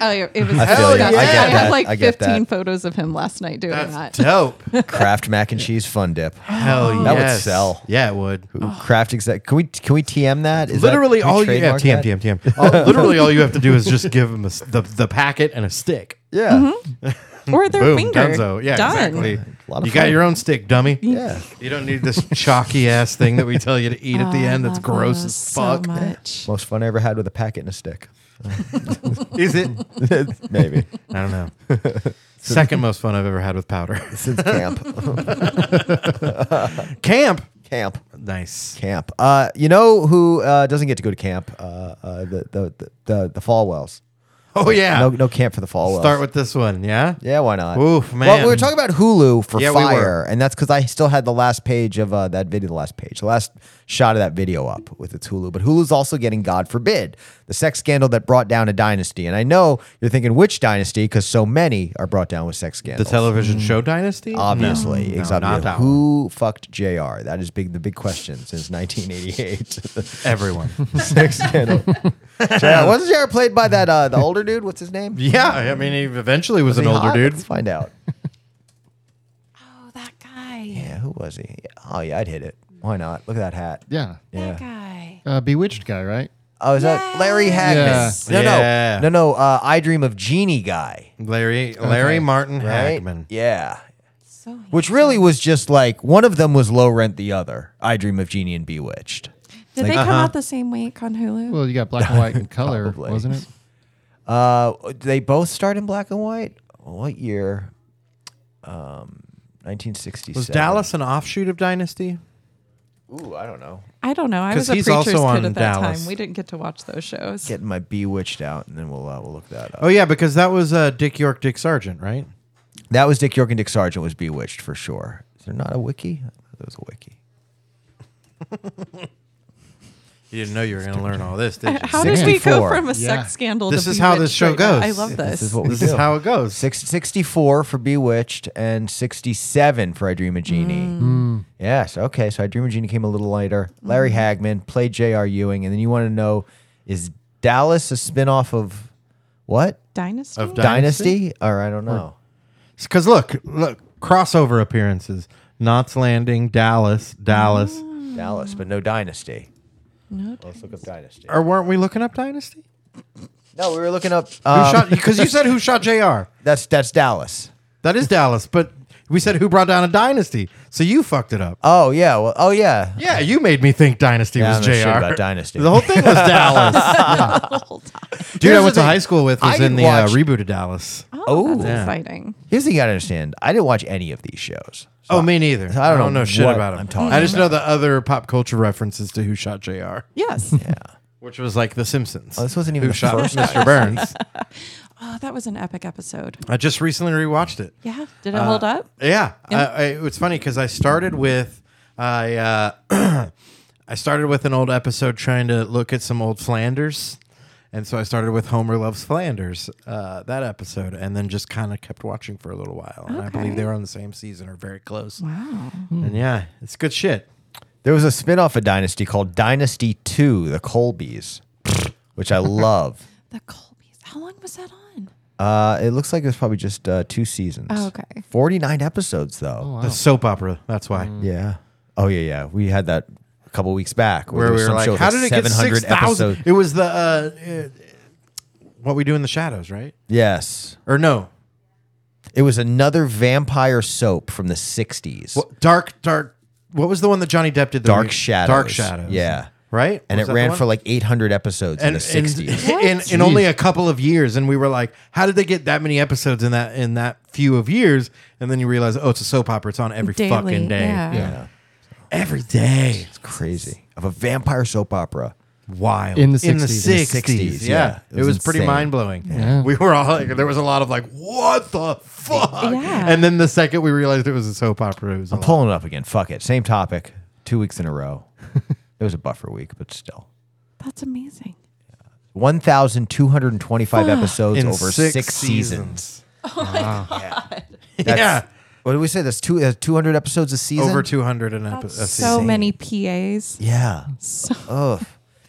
Speaker 4: Oh, it was
Speaker 2: feel you. I
Speaker 4: disgusting.
Speaker 2: get
Speaker 4: have
Speaker 2: that.
Speaker 4: like
Speaker 2: I get
Speaker 4: 15
Speaker 2: that.
Speaker 4: photos of him last night doing (laughs) that.
Speaker 1: That's dope.
Speaker 2: Kraft mac and cheese fun
Speaker 4: (gasps)
Speaker 2: dip.
Speaker 1: Hell
Speaker 2: That would
Speaker 1: yes.
Speaker 2: sell.
Speaker 1: Yeah, it would.
Speaker 2: Kraft exec. Can we can we TM that? Is that-
Speaker 1: literally
Speaker 2: can we
Speaker 1: all you have
Speaker 2: trademark
Speaker 1: TM,
Speaker 2: that?
Speaker 1: TM, TM. All- literally all you have to do is just give them a s the, the packet and a stick.
Speaker 2: Yeah.
Speaker 4: Mm-hmm. Or their
Speaker 1: Boom,
Speaker 4: finger.
Speaker 1: Dunzo. Yeah,
Speaker 4: Done.
Speaker 1: exactly.
Speaker 2: lot of
Speaker 1: You
Speaker 2: fun.
Speaker 1: got your own stick, dummy.
Speaker 2: Yeah.
Speaker 1: You don't need this chalky ass thing that we tell you to eat at the
Speaker 4: Oh, I
Speaker 1: end. That's
Speaker 4: love
Speaker 1: gross
Speaker 4: those
Speaker 1: as fuck.
Speaker 2: (laughs)
Speaker 4: So much.
Speaker 2: Most fun I ever had with a packet and a stick.
Speaker 1: (laughs)
Speaker 2: (laughs)
Speaker 1: Is it?
Speaker 2: Maybe
Speaker 1: I don't know.
Speaker 4: (laughs)
Speaker 1: Second most fun I've ever had with powder. (laughs)
Speaker 2: since camp,
Speaker 1: Camp.
Speaker 2: camp,
Speaker 1: Nice.
Speaker 2: camp. Uh, you know who uh, doesn't get to go to camp? Uh, uh, the, the the the the Falwells.
Speaker 1: Oh yeah.
Speaker 2: No no camp for the Falwells.
Speaker 1: Start with this one, yeah?
Speaker 2: Yeah, why not?
Speaker 1: Oof,
Speaker 2: Well, we were
Speaker 1: man.
Speaker 2: talking about Hulu for
Speaker 1: Yeah, we
Speaker 2: Fire,
Speaker 1: were.
Speaker 2: and that's because I still had the last page of uh, that video, the last page, the last shot of that video up with its Hulu. But Hulu's also getting God Forbid, the sex scandal that brought down a dynasty. And I know you're thinking which dynasty, because so many are brought down with sex
Speaker 1: The
Speaker 2: scandals.
Speaker 1: television show Dynasty?
Speaker 2: Mm. Obviously,
Speaker 1: No, no,
Speaker 2: exactly.
Speaker 1: not that one.
Speaker 2: Who fucked Jr. That is big. The big question since
Speaker 1: (laughs)
Speaker 2: (laughs) 1988.
Speaker 1: Everyone.
Speaker 2: sex scandal. JR, wasn't Jr. played by that uh, the older dude? What's his name?
Speaker 1: yeah, I mean, he eventually was,
Speaker 2: Was
Speaker 1: an
Speaker 2: he
Speaker 1: older
Speaker 2: hot?
Speaker 1: dude.
Speaker 2: Let's find out.
Speaker 4: Oh, that guy.
Speaker 2: Yeah, who was he? Oh yeah, I'd hit it. Why not? Look at that hat.
Speaker 3: Yeah.
Speaker 4: That
Speaker 2: Yeah.
Speaker 4: guy.
Speaker 3: Uh, Bewitched guy, right?
Speaker 2: Oh, is that Larry Hagman?
Speaker 4: Yes.
Speaker 2: No,
Speaker 1: Yeah.
Speaker 2: no, no, no. Uh, I dream of Genie guy,
Speaker 1: Larry Larry
Speaker 3: Okay.
Speaker 1: Martin
Speaker 2: right?
Speaker 1: Hagman.
Speaker 2: Yeah.
Speaker 4: So
Speaker 2: Which really was just like one of them was low rent, the other. I dream of Genie and Bewitched.
Speaker 4: Did they come out the same week on Hulu?
Speaker 3: Well, you got black
Speaker 2: (laughs)
Speaker 3: and white and color,
Speaker 2: Probably.
Speaker 3: wasn't it?
Speaker 2: Uh, they both start in black and white. What year? Um, 1967.
Speaker 1: Was Dallas an offshoot of Dynasty?
Speaker 2: Ooh, I don't know.
Speaker 4: I don't know. I
Speaker 1: 'Cause
Speaker 4: was a
Speaker 1: he's
Speaker 4: preacher's
Speaker 1: also
Speaker 4: kid
Speaker 1: on
Speaker 4: at that
Speaker 1: Dallas.
Speaker 4: time. We didn't get to watch those shows.
Speaker 2: Getting my Bewitched out, and then we'll uh, we'll look that up.
Speaker 1: Oh yeah, because that was uh, Dick York, Dick Sargent, right?
Speaker 2: That was Dick York and Dick Sargent was Bewitched for sure. Is there not a wiki? I thought there was a wiki.
Speaker 1: You didn't know you were going to learn all (laughs) this, did you?
Speaker 4: how did we go
Speaker 2: 64.
Speaker 4: from
Speaker 3: Yeah.
Speaker 4: a sex scandal?
Speaker 1: This
Speaker 4: to
Speaker 1: is how this
Speaker 4: Bewitched
Speaker 1: show
Speaker 4: right now?
Speaker 1: goes.
Speaker 4: I love this.
Speaker 2: This is what we
Speaker 1: this
Speaker 2: do.
Speaker 1: is how it goes.
Speaker 2: Six, 64 for Bewitched and 67 for I Dream of Genie.
Speaker 1: Hmm.
Speaker 2: Yes. Okay. So I Dream of Genie came a little later. Larry Hagman played J.R. Ewing. And then you want to know is Dallas a spinoff of what?
Speaker 4: Dynasty.
Speaker 1: Of Dy- Dynasty?
Speaker 2: Dynasty? Or I don't know.
Speaker 1: Because look, look, crossover appearances: Knots Landing, Dallas, Dallas.
Speaker 2: Dallas, but no Dynasty.
Speaker 4: No
Speaker 2: Let's look up Dynasty.
Speaker 1: Or weren't we looking up Dynasty? Uh,
Speaker 2: No, we were looking up.
Speaker 1: Who
Speaker 2: um,
Speaker 1: shot? Because you (laughs) said who shot Jr.
Speaker 2: (laughs) that's, that's Dallas.
Speaker 1: That is Dallas, but we said who brought down a dynasty. So you fucked it up.
Speaker 2: Oh, yeah. Well, oh, yeah.
Speaker 1: Yeah, you made me think Dynasty
Speaker 2: Yeah, I
Speaker 1: was
Speaker 2: don't know shit
Speaker 1: Jr.
Speaker 2: about Dynasty.
Speaker 1: The whole thing
Speaker 2: (laughs)
Speaker 1: was Dallas. Dude,
Speaker 2: Here's
Speaker 1: I went
Speaker 2: the
Speaker 1: to
Speaker 2: thing.
Speaker 1: high school with
Speaker 2: I
Speaker 1: was in
Speaker 2: didn't
Speaker 1: the uh,
Speaker 2: watch-
Speaker 1: reboot of Dallas.
Speaker 4: (laughs) Oh,
Speaker 2: Oh.
Speaker 4: that's
Speaker 1: Yeah.
Speaker 4: exciting.
Speaker 2: Here's the thing you got to understand I didn't watch any of these shows.
Speaker 1: Oh, me neither.
Speaker 2: I don't know
Speaker 1: know, shit
Speaker 2: what
Speaker 1: about him.
Speaker 2: I'm talking
Speaker 1: I just know the other pop culture references to Who Shot Jr.,
Speaker 4: Yes.
Speaker 1: which was like The Simpsons.
Speaker 2: Oh, this wasn't even
Speaker 1: Who
Speaker 2: the
Speaker 1: shot
Speaker 2: first
Speaker 1: Mr.
Speaker 2: (laughs)
Speaker 1: Burns.
Speaker 4: Oh, that was an epic episode.
Speaker 1: I just recently rewatched it.
Speaker 4: Yeah. Did it hold
Speaker 1: Uh,
Speaker 4: up?
Speaker 1: Yeah, I, I, it's funny because I started with I uh, (clears throat) I started with an old episode trying to look at some old Flanders, and so I started with Homer loves Flanders uh, that episode, and then just kind of kept watching for a little while. And I believe
Speaker 4: Okay.
Speaker 1: they were on the same season or very close.
Speaker 4: Wow.
Speaker 1: And yeah, it's good shit.
Speaker 2: There was a spin-off of Dynasty called Dynasty 2, The Colbys, which I love.
Speaker 4: The Colbys. How long was that on?
Speaker 2: Uh, it looks like it was probably just uh, two seasons.
Speaker 4: Oh, okay.
Speaker 2: 49 episodes,
Speaker 3: Oh,
Speaker 2: though.
Speaker 1: The
Speaker 3: wow.
Speaker 1: soap opera. That's why.
Speaker 2: Yeah. Oh, yeah, yeah. We had that a couple weeks back.
Speaker 1: Where
Speaker 2: there
Speaker 1: we
Speaker 2: was
Speaker 1: were
Speaker 2: some
Speaker 1: like,
Speaker 2: show with,
Speaker 1: how did it get six
Speaker 2: 700
Speaker 1: thousand?
Speaker 2: episodes.
Speaker 1: It was the uh, uh, what we do in the shadows, right?
Speaker 2: Yes.
Speaker 1: Or no,
Speaker 2: It was another vampire soap from the 60s.
Speaker 1: What, dark, dark. What was the one that Johnny Depp did? the
Speaker 2: Dark
Speaker 1: re-
Speaker 2: Shadows.
Speaker 1: Dark Shadows.
Speaker 2: Yeah.
Speaker 1: Right.
Speaker 2: And
Speaker 1: Was
Speaker 2: it
Speaker 1: that the
Speaker 2: ran
Speaker 1: one?
Speaker 2: for like 800 episodes
Speaker 1: and,
Speaker 2: in the
Speaker 1: (laughs)
Speaker 2: 60s.
Speaker 1: in, in, in only a couple of years, and we were like, "How did they get that many episodes in that in that few of years?" And then you realize, oh, it's a soap opera. It's on every
Speaker 4: Daily,
Speaker 1: fucking day,
Speaker 4: yeah.
Speaker 1: every day.
Speaker 2: It's crazy. Of a vampire soap opera.
Speaker 1: wild
Speaker 3: In the
Speaker 1: 60s.
Speaker 3: 60s.
Speaker 1: yeah. It was, pretty
Speaker 2: insane.
Speaker 1: mind blowing.
Speaker 3: Yeah.
Speaker 1: We were all like, there was a lot of like, what the fuck?
Speaker 4: Yeah.
Speaker 1: And then the second we realized it was a soap opera, it was a lot.
Speaker 2: Pulling it up again. Fuck it. Same topic. Two weeks in a (laughs) row. it was a buffer week, but still.
Speaker 4: That's amazing.
Speaker 2: 1,225 episodes over six, seasons.
Speaker 4: Oh
Speaker 1: (laughs) Yeah. yeah.
Speaker 2: What did we say? That's two. That's 200 episodes a season.
Speaker 1: Over 200 an episode.
Speaker 4: That's so many PAs.
Speaker 2: Yeah. Ugh.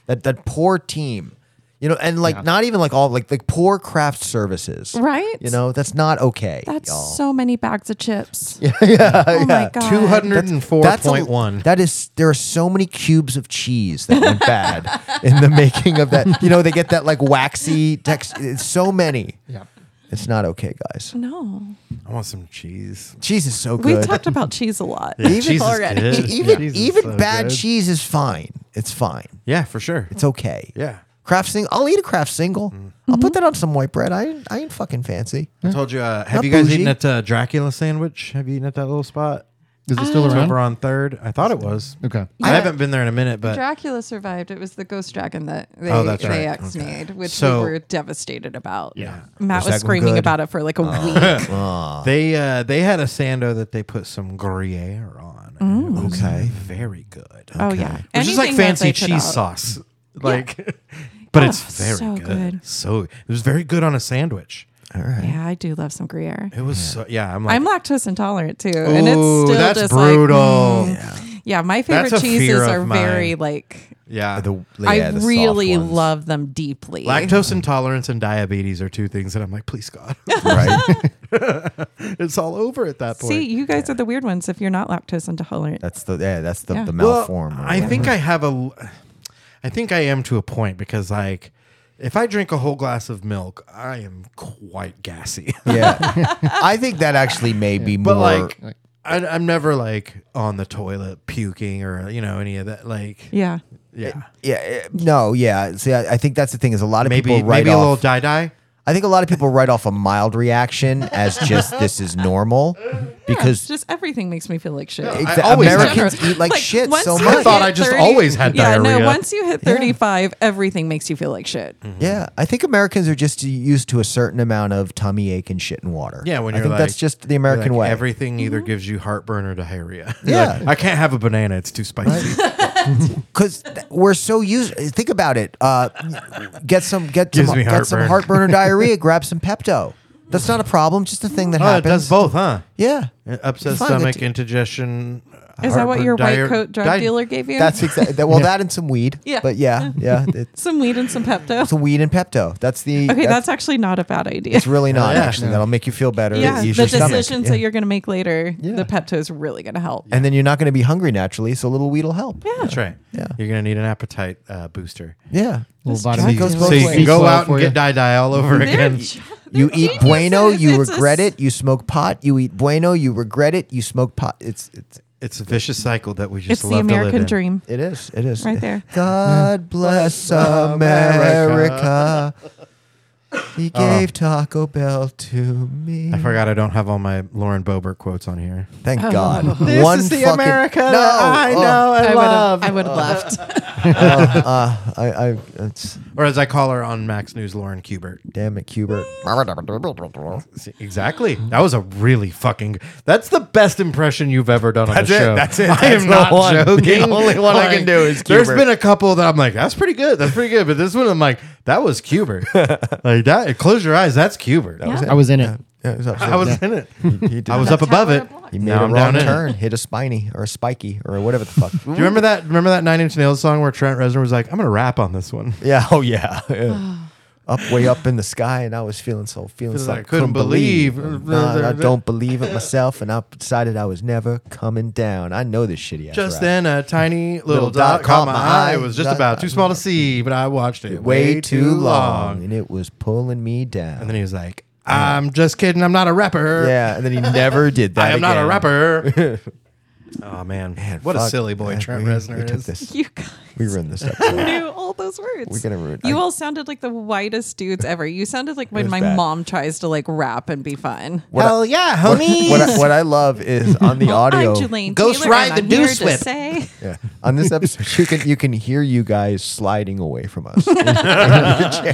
Speaker 2: That that poor team. You know, and like not even like all like like poor craft services.
Speaker 4: Right?
Speaker 2: You know, that's not okay.
Speaker 4: That's
Speaker 2: y'all.
Speaker 4: so many bags
Speaker 1: (laughs)
Speaker 4: of chips. Yeah. oh my god.
Speaker 1: 204.1.
Speaker 2: That is, there are so many cubes of cheese that
Speaker 4: (laughs)
Speaker 2: went bad in the making of that. You know, they get that like waxy text. It's so many.
Speaker 3: Yeah.
Speaker 2: It's not okay, guys.
Speaker 4: No.
Speaker 1: I want some cheese.
Speaker 2: Cheese is so
Speaker 4: We
Speaker 2: good. E-,
Speaker 4: talked about cheese a lot.
Speaker 1: cheese is
Speaker 4: already.
Speaker 1: good.
Speaker 2: even
Speaker 3: Cheese is
Speaker 2: even
Speaker 3: so
Speaker 2: bad
Speaker 3: good.
Speaker 2: cheese is fine. It's fine.
Speaker 1: Yeah, for sure.
Speaker 2: It's okay.
Speaker 1: yeah.
Speaker 2: Craft single. I'll eat a craft single.
Speaker 1: Mm.
Speaker 2: I'll put that on some white bread. I ain't- I ain't fucking fancy.
Speaker 1: I told you. Uh, have
Speaker 2: Not
Speaker 1: you guys
Speaker 2: bougie.
Speaker 1: eaten at uh, Dracula Sandwich? Have you eaten at that little spot?
Speaker 3: Is it
Speaker 4: Oh.
Speaker 3: still
Speaker 1: It's
Speaker 3: around?
Speaker 1: over on Third. I thought it was.
Speaker 3: Okay.
Speaker 1: I
Speaker 4: Yeah.
Speaker 1: haven't been there in a minute, but
Speaker 4: Dracula survived. It was the ghost dragon that they,
Speaker 1: Oh, that's
Speaker 4: they
Speaker 1: right.
Speaker 4: ex-made, which
Speaker 1: So-
Speaker 4: we were devastated about.
Speaker 3: Yeah.
Speaker 4: Matt
Speaker 2: Was
Speaker 4: was
Speaker 2: that one
Speaker 4: screaming
Speaker 2: good?
Speaker 4: about it for like a
Speaker 1: Oh. (laughs)
Speaker 4: week.
Speaker 1: they uh, they had a sando that they put some Gruyere on. and it was
Speaker 2: Okay.
Speaker 1: very good.
Speaker 4: Mm. Oh yeah.
Speaker 1: Which is like
Speaker 4: Anything that
Speaker 1: fancy
Speaker 4: they put
Speaker 1: cheese
Speaker 4: out.
Speaker 1: sauce, like. (laughs) But it's
Speaker 4: Oh,
Speaker 1: very
Speaker 4: so
Speaker 1: good.
Speaker 4: good.
Speaker 1: So it was very good on a sandwich.
Speaker 4: Yeah, I do love some Gruyere.
Speaker 1: It was so yeah. I'm like
Speaker 4: I'm lactose intolerant too, and it's
Speaker 1: Ooh,
Speaker 4: still
Speaker 1: that's
Speaker 4: just
Speaker 1: brutal.
Speaker 4: like mm. yeah. My favorite
Speaker 1: That's a
Speaker 4: cheeses
Speaker 1: fear of
Speaker 4: are very
Speaker 1: mine.
Speaker 4: like
Speaker 1: yeah.
Speaker 2: The,
Speaker 4: I really love them deeply.
Speaker 1: Lactose intolerance and diabetes are two things that I'm like, please
Speaker 4: (laughs)
Speaker 1: God,
Speaker 2: Right.
Speaker 1: (laughs) it's all over at that point.
Speaker 4: See, you guys are the weird ones if you're not lactose intolerant.
Speaker 2: That's the yeah. That's the
Speaker 4: Yeah.
Speaker 2: the
Speaker 1: Well,
Speaker 2: malform. or
Speaker 1: I think I have a, I think I am to a point because like, if I drink a whole glass of milk, I am quite gassy. (laughs)
Speaker 2: whatever. yeah. (laughs) I think that actually may be more.
Speaker 1: but like, I, I'm never like on the toilet puking or you know any of that. Like,
Speaker 4: yeah,
Speaker 1: yeah,
Speaker 2: yeah, eh, no, yeah. See, I, I think that's the thing is a lot of
Speaker 1: maybe
Speaker 2: people write
Speaker 1: maybe a little
Speaker 2: off.
Speaker 1: die die.
Speaker 2: I think a lot of people write off a mild reaction as just this is normal because
Speaker 4: just everything makes me feel like shit.
Speaker 2: exa-
Speaker 1: always do.
Speaker 2: Americans eat like
Speaker 4: Like,
Speaker 2: shit
Speaker 4: once
Speaker 2: so
Speaker 4: you
Speaker 2: much.
Speaker 1: I thought
Speaker 4: hit
Speaker 1: I just always had
Speaker 4: yeah,
Speaker 1: diarrhea. Mm.
Speaker 4: no, once you hit 35, everything makes you feel like shit.
Speaker 2: Yeah, I think Americans are just used to a certain amount of tummy ache and shit and water.
Speaker 1: Yeah, when
Speaker 2: I
Speaker 1: you're
Speaker 2: think
Speaker 1: like,
Speaker 2: that's just the American
Speaker 1: like,
Speaker 2: way. Mm-hmm.
Speaker 1: Everything either gives you heartburn or diarrhea. (laughs)
Speaker 2: Yeah.
Speaker 1: Like, I can't have a banana; it's too spicy.
Speaker 2: because we're so used. Think about it. Uh, get some, get
Speaker 1: Gives
Speaker 2: some,
Speaker 1: me
Speaker 2: get some
Speaker 1: heartburn. (laughs)
Speaker 2: heartburn or diarrhea. Grab some Pepto. That's not a problem. Just a thing that
Speaker 1: oh, it
Speaker 2: happens.
Speaker 1: does both, huh?
Speaker 2: Yeah,
Speaker 1: It upset
Speaker 2: Fine, that
Speaker 1: stomach,
Speaker 2: d-
Speaker 1: indigestion.
Speaker 4: Is that what
Speaker 1: heartburn,
Speaker 4: your
Speaker 1: diar-
Speaker 4: white coat drug
Speaker 1: di-
Speaker 4: dealer gave you?
Speaker 1: (laughs)
Speaker 2: that's exactly. Well, that and some weed.
Speaker 4: Yeah.
Speaker 2: but yeah, yeah, it's
Speaker 4: some weed and some Pepto.
Speaker 2: some weed and Pepto. That's the.
Speaker 4: Okay, that's, actually not a bad idea.
Speaker 2: it's really not
Speaker 1: Yeah.
Speaker 2: actually. That'll make you feel better.
Speaker 4: yeah, the
Speaker 2: Ease your
Speaker 4: decisions
Speaker 2: stomach.
Speaker 4: that
Speaker 2: Yeah.
Speaker 4: you're going to make later,
Speaker 2: Yeah.
Speaker 4: the Pepto is really going to help.
Speaker 2: And then you're not going to be hungry naturally, so a little weed will help. Yeah,
Speaker 1: That's right.
Speaker 2: Yeah.
Speaker 1: You're gonna need an appetite uh, booster.
Speaker 2: yeah.
Speaker 3: Little
Speaker 4: So
Speaker 3: vitamin
Speaker 4: you-
Speaker 2: goes
Speaker 3: C.
Speaker 2: both
Speaker 1: So you can
Speaker 2: Speaks
Speaker 1: go
Speaker 3: well
Speaker 1: out and
Speaker 3: for
Speaker 1: get
Speaker 3: you.
Speaker 1: die die all over again.
Speaker 2: You eat bueno, you
Speaker 4: It's a
Speaker 2: regret
Speaker 4: s-
Speaker 2: it. You smoke pot, you eat bueno, you regret it. You smoke pot. It's it's
Speaker 1: It's a vicious cycle that we just
Speaker 4: It's
Speaker 1: love
Speaker 4: the
Speaker 1: to live
Speaker 4: American
Speaker 1: in.
Speaker 4: dream.
Speaker 2: it is it is
Speaker 4: Right there.
Speaker 2: (laughs) God bless America. He gave Taco Bell to me.
Speaker 1: I forgot I don't have all my Lauren Boebert quotes on here.
Speaker 2: Thank God.
Speaker 1: Oh. (laughs) This
Speaker 2: One
Speaker 1: is the
Speaker 2: fucking-
Speaker 1: America
Speaker 2: no,
Speaker 1: that I
Speaker 2: oh,
Speaker 1: know and
Speaker 4: I would have.
Speaker 1: love.
Speaker 4: I would
Speaker 1: (laughs)
Speaker 4: have left. (laughs)
Speaker 2: (laughs) uh, uh, I, I, it's,
Speaker 1: or as I call her on Max News, Lauren Kubert.
Speaker 2: damn it, Hubert.
Speaker 1: See, Exactly. That was a really fucking. That's the best impression you've ever done on
Speaker 2: That's
Speaker 1: the
Speaker 2: it,
Speaker 1: show.
Speaker 2: that's
Speaker 1: (laughs)
Speaker 2: it,
Speaker 1: I
Speaker 2: that's
Speaker 1: am
Speaker 2: the
Speaker 1: not
Speaker 2: one. The
Speaker 1: joking.
Speaker 2: only one I can do is
Speaker 1: There's
Speaker 2: Kubert.
Speaker 1: been a couple that I'm like, that's pretty good. That's pretty good. But this one, I'm like, that was (laughs) Cubert. like that. Close your eyes. That's Cubert.
Speaker 3: I was in it.
Speaker 2: Yeah, it was
Speaker 1: I was in it.
Speaker 2: He
Speaker 1: (laughs)
Speaker 2: did
Speaker 1: I was up
Speaker 2: that.
Speaker 1: above
Speaker 4: how I
Speaker 1: it.
Speaker 4: blocked.
Speaker 2: He made
Speaker 1: Now
Speaker 2: a
Speaker 1: I'm
Speaker 2: wrong
Speaker 1: down in it.
Speaker 2: turn, hit a spiny or a spiky or whatever the (laughs) fuck.
Speaker 1: Do you remember that? Remember that Nine Inch Nails song where Trent Reznor was like, "I'm gonna rap on this (laughs) one."
Speaker 2: Yeah. (laughs) Oh yeah. Yeah. up way up in the sky, and I was feeling so
Speaker 1: Feeling
Speaker 2: feeling so
Speaker 1: I couldn't believe.
Speaker 2: No,
Speaker 1: (laughs)
Speaker 2: I don't believe it myself, and I decided I was never coming down. I know this shitty ass.
Speaker 1: Just
Speaker 2: rap.
Speaker 1: then, a tiny little, dot, caught my eye. It was just
Speaker 2: Dot-
Speaker 1: about too small to see, but I watched it
Speaker 2: way too long, and it was pulling me down.
Speaker 1: And then he was like, "I'm just kidding. I'm not a rapper.
Speaker 2: yeah, and then he
Speaker 1: (laughs)
Speaker 2: never did that.
Speaker 1: I am not a (laughs)
Speaker 2: again.
Speaker 1: rapper." oh man, what a
Speaker 2: Fuck,
Speaker 1: silly boy
Speaker 2: man,
Speaker 1: Trent
Speaker 2: we-
Speaker 1: Reznor
Speaker 2: we took
Speaker 1: is.
Speaker 2: this.
Speaker 4: You guys
Speaker 2: We ruined this episode.
Speaker 4: knew all those those words.
Speaker 2: We're gonna ruin-
Speaker 4: You
Speaker 2: I-
Speaker 4: all sounded like the whitest dudes ever. You sounded like when
Speaker 2: was
Speaker 4: my
Speaker 2: bad.
Speaker 4: mom tries to like rap and be fun.
Speaker 2: What I-
Speaker 1: Hell yeah,
Speaker 2: (laughs) What,
Speaker 1: homies.
Speaker 2: what I, what I love is on (laughs) the audio.
Speaker 4: I'm Jelaine
Speaker 1: Ghost
Speaker 4: Taylor,
Speaker 1: Ride
Speaker 4: and
Speaker 1: the
Speaker 4: I'm here
Speaker 1: Deuce
Speaker 4: to
Speaker 1: Whip.
Speaker 4: say-
Speaker 2: Yeah. On this episode, you can you can hear you guys sliding away from
Speaker 1: (laughs)
Speaker 2: (laughs) us in your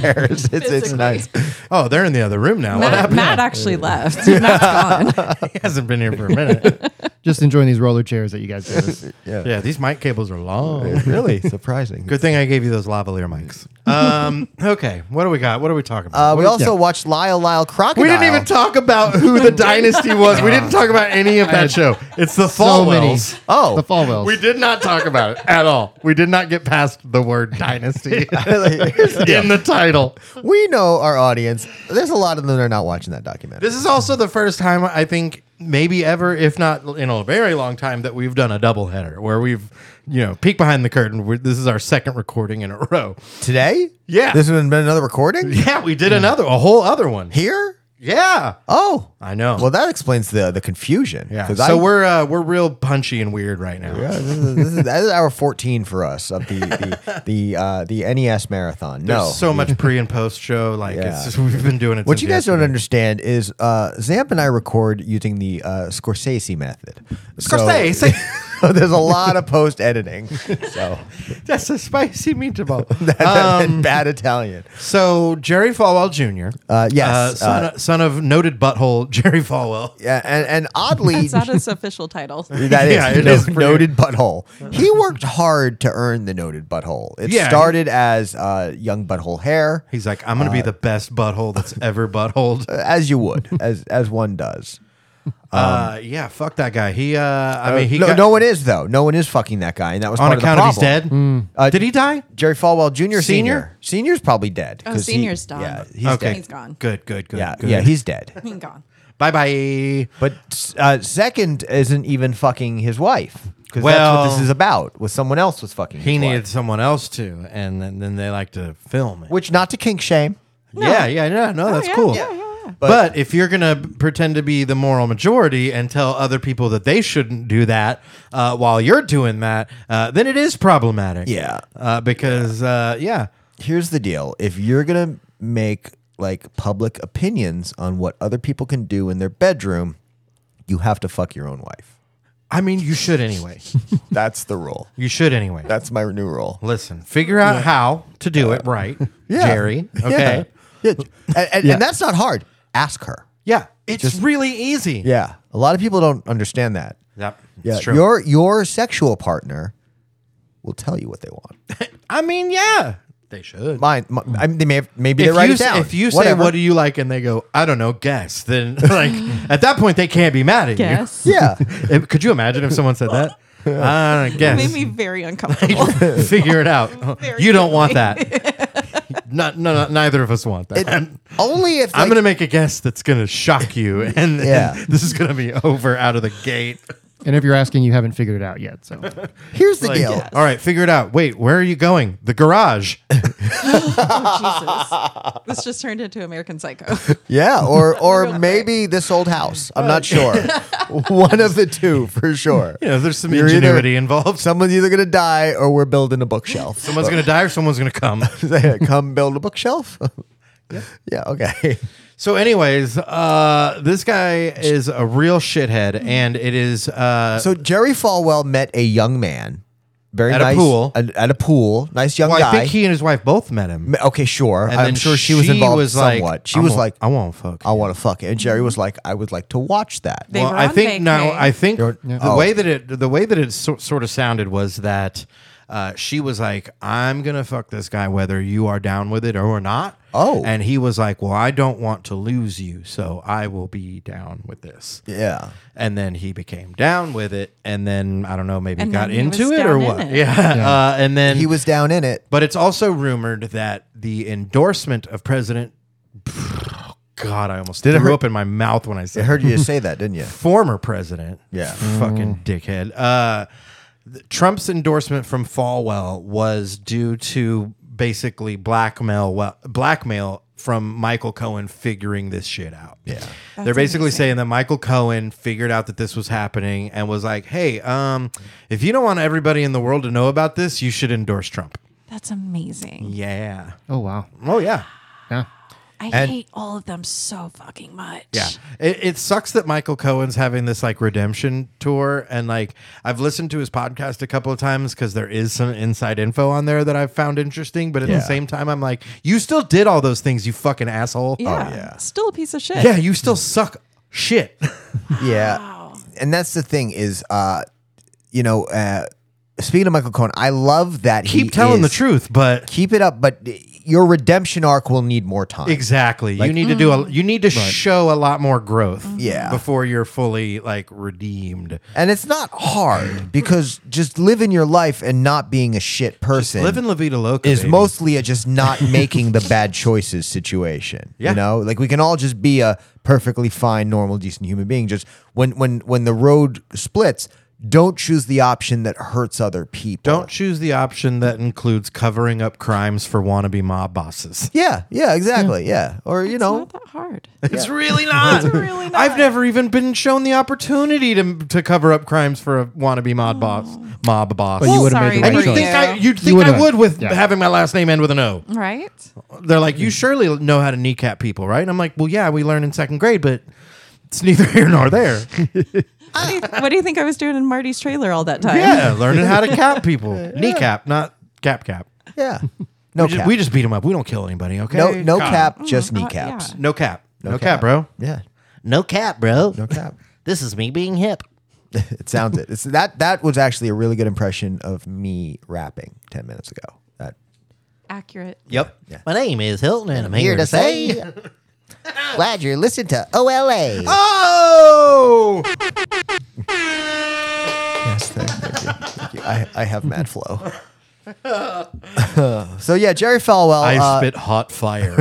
Speaker 2: chairs. It's, it's
Speaker 4: Physically.
Speaker 2: nice.
Speaker 1: oh, they're in the other room now. What
Speaker 4: Matt,
Speaker 1: happened?
Speaker 4: Matt actually left. Matt's gone.
Speaker 1: He hasn't been here for a (laughs) minute.
Speaker 3: Just enjoying these roller chairs that you guys
Speaker 2: (laughs)
Speaker 3: gave us.
Speaker 2: Yeah.
Speaker 1: yeah, these mic cables are long. (laughs)
Speaker 2: It's really (laughs) surprising.
Speaker 1: Good thing I gave you those lavalier mics. (laughs) Um, okay, what do we got? What are we talking about?
Speaker 2: Uh, we also watched Lyle Lyle Crocodile.
Speaker 1: we didn't even talk about who the dynasty was. (laughs) We didn't talk about any of (laughs) that show. It's the
Speaker 3: So many.
Speaker 1: Falwells.
Speaker 2: (laughs) Oh. (laughs)
Speaker 3: the Falwells.
Speaker 1: We did not talk about it at all. We did not get past the word (laughs) dynasty (laughs) in the title.
Speaker 2: We know our audience. There's a lot of them that are not watching that documentary.
Speaker 1: This is also the first time I think maybe ever, if not in a very long time, that we've done a doubleheader where we've, you know, peek behind the curtain. We're, this is our second recording in a (laughs) row.
Speaker 2: Today?
Speaker 1: Yeah.
Speaker 2: This has been another recording?
Speaker 1: Yeah, we did another, a whole other one.
Speaker 2: Here?
Speaker 1: Yeah,
Speaker 2: Oh.
Speaker 1: I know.
Speaker 2: Well, that explains the the confusion.
Speaker 1: yeah.
Speaker 2: 'Cause
Speaker 1: So
Speaker 2: I-
Speaker 1: we're uh, we're real punchy and weird right now.
Speaker 2: Yeah, (laughs) this is, this is, that is hour 14 for us
Speaker 1: (laughs)
Speaker 2: of the the the, uh, the NES marathon.
Speaker 1: There's
Speaker 2: no.
Speaker 1: so much pre and post
Speaker 2: (laughs)
Speaker 1: show. Like
Speaker 2: Yeah.
Speaker 1: it's just, we've been doing it.
Speaker 2: What
Speaker 1: since
Speaker 2: you guys don't
Speaker 1: yesterday.
Speaker 2: understand is uh, Zamp and I record using the uh, Scorsese method. So-
Speaker 1: Scorsese.
Speaker 2: So (laughs) there's a lot of post editing. So
Speaker 1: (laughs)
Speaker 2: (laughs)
Speaker 1: That's a spicy meatball. Um,
Speaker 2: bad Italian.
Speaker 1: So Jerry Falwell Jr.
Speaker 2: Uh, yes,
Speaker 1: uh, son, son of noted butthole (laughs) Jerry Falwell.
Speaker 2: Yeah, and, and oddly,
Speaker 4: That's not his official title.
Speaker 2: (laughs) That is,
Speaker 1: Yeah, it
Speaker 2: no-
Speaker 1: is pretty-
Speaker 2: noted butthole. He worked hard to earn the noted butthole. It
Speaker 1: Yeah.
Speaker 2: started as uh, young butthole hair,
Speaker 1: He's like, I'm gonna be
Speaker 2: Uh,
Speaker 1: the best butthole
Speaker 2: (laughs)
Speaker 1: that's ever buttholed.
Speaker 2: as you would,
Speaker 1: (laughs)
Speaker 2: as as one does.
Speaker 1: uh, yeah, fuck that guy. He, uh, I mean, he
Speaker 2: no,
Speaker 1: got,
Speaker 2: no one is though. No one is fucking that guy, and that was
Speaker 1: on
Speaker 2: part
Speaker 1: account
Speaker 2: of,
Speaker 1: of,
Speaker 2: the
Speaker 1: he's dead.
Speaker 2: Uh,
Speaker 1: Did he die?
Speaker 2: Jerry Falwell Jr. Senior,
Speaker 1: Senior?
Speaker 2: senior's probably dead.
Speaker 4: Oh,
Speaker 2: 'cause he-
Speaker 4: senior's done.
Speaker 2: Yeah, he's
Speaker 1: okay,
Speaker 2: dead.
Speaker 4: He's gone.
Speaker 1: Good, good, good.
Speaker 2: Yeah,
Speaker 1: good.
Speaker 2: yeah, he's dead.
Speaker 4: He's gone.
Speaker 1: bye bye.
Speaker 2: But uh, second isn't even fucking his wife because
Speaker 1: Well-
Speaker 2: that's what this is about. Was someone else was fucking.
Speaker 1: He
Speaker 2: his wife.
Speaker 1: needed someone else to, and then, then they like to film it.
Speaker 2: which not to kink shame.
Speaker 1: Yeah, yeah, yeah. No, that's
Speaker 4: Oh, yeah,
Speaker 1: cool.
Speaker 4: yeah, yeah, yeah.
Speaker 1: But, if you're gonna pretend to be the moral majority and tell other people that they shouldn't do that uh, while you're doing that, uh, then it is problematic.
Speaker 2: Yeah.
Speaker 1: uh, because uh, yeah,
Speaker 2: here's the deal if you're gonna make like public opinions on what other people can do in their bedroom you have to fuck your own wife
Speaker 1: I mean you should anyway.
Speaker 2: that's the rule
Speaker 1: you should anyway.
Speaker 2: that's my new rule
Speaker 1: Listen, figure out how to do it
Speaker 2: (laughs)
Speaker 1: right, Jerry. Okay.
Speaker 2: Uh, yeah. And, and, and that's not hard ask her
Speaker 1: Yeah, it's really easy.
Speaker 2: yeah a lot of people don't understand that
Speaker 1: Yep.
Speaker 2: yeah
Speaker 1: It's true.
Speaker 2: your your sexual partner will tell you what they want
Speaker 1: I mean, yeah, they should.
Speaker 2: mine my, I mean, they may have, maybe
Speaker 1: if
Speaker 2: they write
Speaker 1: you,
Speaker 2: it
Speaker 1: say-
Speaker 2: down
Speaker 1: if you
Speaker 2: Whatever.
Speaker 1: say what do you like and they go I don't know guess then (laughs) like at that point they can't be mad at (laughs)
Speaker 4: Guess.
Speaker 2: yeah
Speaker 1: you. If- Could you imagine if someone said
Speaker 4: (laughs)
Speaker 1: that? I don't know,
Speaker 4: Made
Speaker 1: guess. (laughs)
Speaker 4: me very uncomfortable. (laughs)
Speaker 1: Figure it out.
Speaker 4: Very
Speaker 1: You don't want that. (laughs) Not, no, no, neither of us want that.
Speaker 2: It- only if
Speaker 1: I'm
Speaker 2: like,
Speaker 1: gonna make a guess that's gonna shock you, (laughs) and, then
Speaker 2: Yeah.
Speaker 1: this is gonna be over out of the gate.
Speaker 3: and if you're asking, you haven't figured it out yet. So
Speaker 2: (laughs) here's (laughs) the
Speaker 1: Like,
Speaker 2: deal
Speaker 1: All right, figure it out. Wait, where are you going? The garage. (laughs)
Speaker 4: oh, Jesus. This just turned into American Psycho.
Speaker 2: (laughs) Yeah,
Speaker 1: (laughs)
Speaker 2: or or
Speaker 4: gonna
Speaker 2: maybe this old house. I'm not sure. One of the two
Speaker 1: (laughs)
Speaker 2: for sure.
Speaker 1: You know, there's some
Speaker 2: You're either-
Speaker 1: ingenuity involved. (laughs)
Speaker 2: Someone's either gonna die or we're building a bookshelf. (laughs)
Speaker 1: Someone's gonna die or someone's gonna come.
Speaker 2: gonna come build a bookshelf. (laughs) yeah. Okay.
Speaker 1: So, anyways, uh, this guy is a real shithead, and it is uh,
Speaker 2: So Jerry Falwell met a young man, very
Speaker 1: At a
Speaker 2: nice
Speaker 1: pool.
Speaker 2: at, at a pool. Nice young
Speaker 1: well, I
Speaker 2: guy.
Speaker 1: think he and his wife both met him.
Speaker 2: Ma- okay, sure.
Speaker 1: And
Speaker 2: I'm
Speaker 1: then
Speaker 2: sure she was involved somewhat.
Speaker 1: Like,
Speaker 2: she
Speaker 1: I
Speaker 2: was
Speaker 1: won't-
Speaker 2: like,
Speaker 1: "I won't fuck."
Speaker 2: I want to fuck it, and Jerry was like, I would like to watch that.
Speaker 4: They
Speaker 1: well,
Speaker 4: were
Speaker 1: I
Speaker 4: on
Speaker 1: think now.
Speaker 4: vacay.
Speaker 1: I think
Speaker 2: They were-
Speaker 1: the
Speaker 2: Oh.
Speaker 1: way that it the way that it so, sort of sounded was that uh, she was like, "I'm gonna fuck this guy whether you are down with it or not."
Speaker 2: Oh.
Speaker 1: and he was like, "Well, I don't want to lose you, so I will be down with this."
Speaker 2: Yeah.
Speaker 1: And then he became down with it, and then I don't know, maybe
Speaker 4: And
Speaker 1: got
Speaker 4: then he
Speaker 1: into
Speaker 4: was
Speaker 1: it or
Speaker 4: down in
Speaker 1: what?
Speaker 4: it.
Speaker 1: Yeah, Uh, and then
Speaker 2: He was down in it.
Speaker 1: But it's also rumored that the endorsement of President (sighs) God, I almost
Speaker 2: Did it
Speaker 1: threw
Speaker 2: hurt-
Speaker 1: up in my mouth when I
Speaker 2: I
Speaker 1: said
Speaker 2: heard you say that, didn't you?
Speaker 1: former president.
Speaker 2: Yeah.
Speaker 1: Fucking dickhead. Uh, th- Trump's endorsement from Falwell was due to basically blackmail well, blackmail from Michael Cohen figuring this shit out. Yeah. They're basically saying that Michael Cohen figured out that this was happening and was like, "Hey, um, if you don't want everybody in the world to know about this, you should endorse Trump."
Speaker 4: That's amazing.
Speaker 1: Yeah.
Speaker 3: Oh wow.
Speaker 2: Oh yeah.
Speaker 3: Yeah.
Speaker 4: I
Speaker 2: And-
Speaker 4: hate all of them so fucking much.
Speaker 1: Yeah. It, it sucks that Michael Cohen's having this like redemption tour. And like, I've listened to his podcast a couple of times because there is some inside info on there that I've found interesting. But at the
Speaker 2: Yeah.
Speaker 1: same time, I'm like, you still did all those things, you fucking asshole.
Speaker 4: Yeah.
Speaker 2: yeah.
Speaker 4: Still a piece of shit.
Speaker 1: Yeah. You still suck shit.
Speaker 2: Yeah. And that's the thing is, uh, you know, uh, speaking of Michael Cohen, I love that he
Speaker 1: Keep telling the
Speaker 2: is-
Speaker 1: truth, but
Speaker 2: Keep it up, but your redemption arc will need more time.
Speaker 1: exactly. you need to do a, you need to show a lot more growth.
Speaker 2: Yeah.
Speaker 1: Before you're fully like redeemed.
Speaker 2: And it's not hard because just living your life and not being a shit person
Speaker 1: Live in La Vida Loca.
Speaker 2: is
Speaker 1: baby.
Speaker 2: mostly a
Speaker 1: (laughs)
Speaker 2: just not making the bad choices situation.
Speaker 1: Yeah.
Speaker 2: You know, like we can all just be a perfectly fine, normal, decent human being. Just when when when the road splits, don't choose the option that hurts other people.
Speaker 1: Don't choose the option that includes covering up crimes for wannabe mob bosses. (laughs)
Speaker 2: Yeah, yeah, exactly. Yeah. Or you
Speaker 4: It's
Speaker 2: know,
Speaker 4: not that hard.
Speaker 1: It's
Speaker 4: (laughs)
Speaker 1: really not.
Speaker 4: really not.
Speaker 1: I've never even been shown the opportunity to, to cover up crimes for a wannabe mob
Speaker 4: Oh.
Speaker 1: boss. Mob boss.
Speaker 3: But you would've made
Speaker 4: sorry
Speaker 3: the
Speaker 1: and
Speaker 3: right
Speaker 1: you
Speaker 4: for
Speaker 3: choice.
Speaker 1: think I, you'd think
Speaker 3: would've.
Speaker 1: I would with
Speaker 3: Yeah. Mm.
Speaker 1: having my last name end with an O.
Speaker 4: right?
Speaker 1: They're like, you surely know how to kneecap people, right? And I'm like, well, yeah, we learned in second grade, but it's neither here nor there.
Speaker 4: What do, you, what do you think I was doing in Marty's trailer all that time?
Speaker 1: yeah, learning how to cap people. Kneecap, not cap cap.
Speaker 2: yeah. No
Speaker 1: we, just,
Speaker 2: cap.
Speaker 1: we just beat them up. We don't kill anybody, okay?
Speaker 2: no no
Speaker 1: God.
Speaker 2: cap, just
Speaker 4: uh,
Speaker 2: kneecaps.
Speaker 1: No cap. No, cap.
Speaker 2: cap.
Speaker 1: bro.
Speaker 2: Mm-hmm. Yeah.
Speaker 1: No cap, bro.
Speaker 2: No cap.
Speaker 1: This is me being hip.
Speaker 2: It sounds it. It's that that was actually a really good impression of me rapping 10 minutes ago. That
Speaker 4: Accurate.
Speaker 1: Yep. My name is Hilton, and I'm (laughs)
Speaker 2: glad you're listening to OLA.
Speaker 1: Oh!
Speaker 2: Yes, thank thank you. Thank you. I, I have
Speaker 1: (laughs)
Speaker 2: mad flow. so yeah, Jerry Falwell.
Speaker 1: I
Speaker 2: uh,
Speaker 1: spit hot (laughs) fire.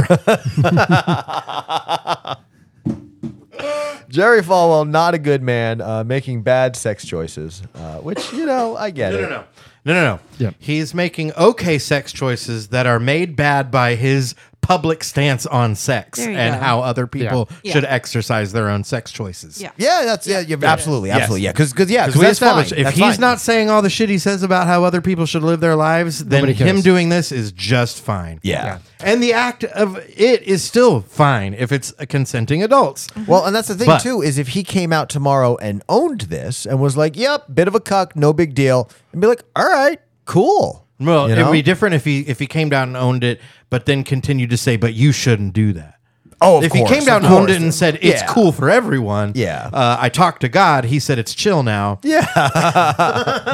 Speaker 2: Jerry Falwell, not a good man, uh, making bad sex choices, uh, which you know I get it.
Speaker 1: no. No, no, no.
Speaker 3: Yep.
Speaker 1: He's making okay sex choices that are made bad by his public stance on sex
Speaker 4: There you
Speaker 1: and
Speaker 4: go.
Speaker 1: how other people
Speaker 4: Yeah.
Speaker 1: should
Speaker 4: Yeah.
Speaker 1: exercise their own sex choices.
Speaker 4: Yeah.
Speaker 2: Yeah, that's yeah, yeah, absolutely,
Speaker 1: Yes.
Speaker 2: absolutely, yeah, because because yeah,
Speaker 1: Because
Speaker 2: because
Speaker 1: we
Speaker 2: that's fine.
Speaker 1: established if
Speaker 2: That's
Speaker 1: he's
Speaker 2: fine.
Speaker 1: not saying all the shit he says about how other people should live their lives, then
Speaker 3: Nobody cares.
Speaker 1: him doing this is just fine.
Speaker 2: Yeah. Yeah.
Speaker 1: And the act of it is still fine if it's a consenting adults.
Speaker 2: well, and that's the thing
Speaker 1: But-
Speaker 2: too is if he came out tomorrow and owned this and was like, "Yep, bit of a cuck, no big deal," and be like, "All right, cool."
Speaker 1: Well,
Speaker 2: You
Speaker 1: it
Speaker 2: know?
Speaker 1: would be different if he if he came down and owned it, but then continued to say, "But you shouldn't do that."
Speaker 2: Oh, of
Speaker 1: if
Speaker 2: course,
Speaker 1: he came down
Speaker 2: of
Speaker 1: and owned
Speaker 2: course.
Speaker 1: it and said it's
Speaker 2: Yeah.
Speaker 1: cool for everyone,
Speaker 2: Yeah.
Speaker 1: Uh, I talked to God. He said it's chill now.
Speaker 2: Yeah.
Speaker 1: (laughs)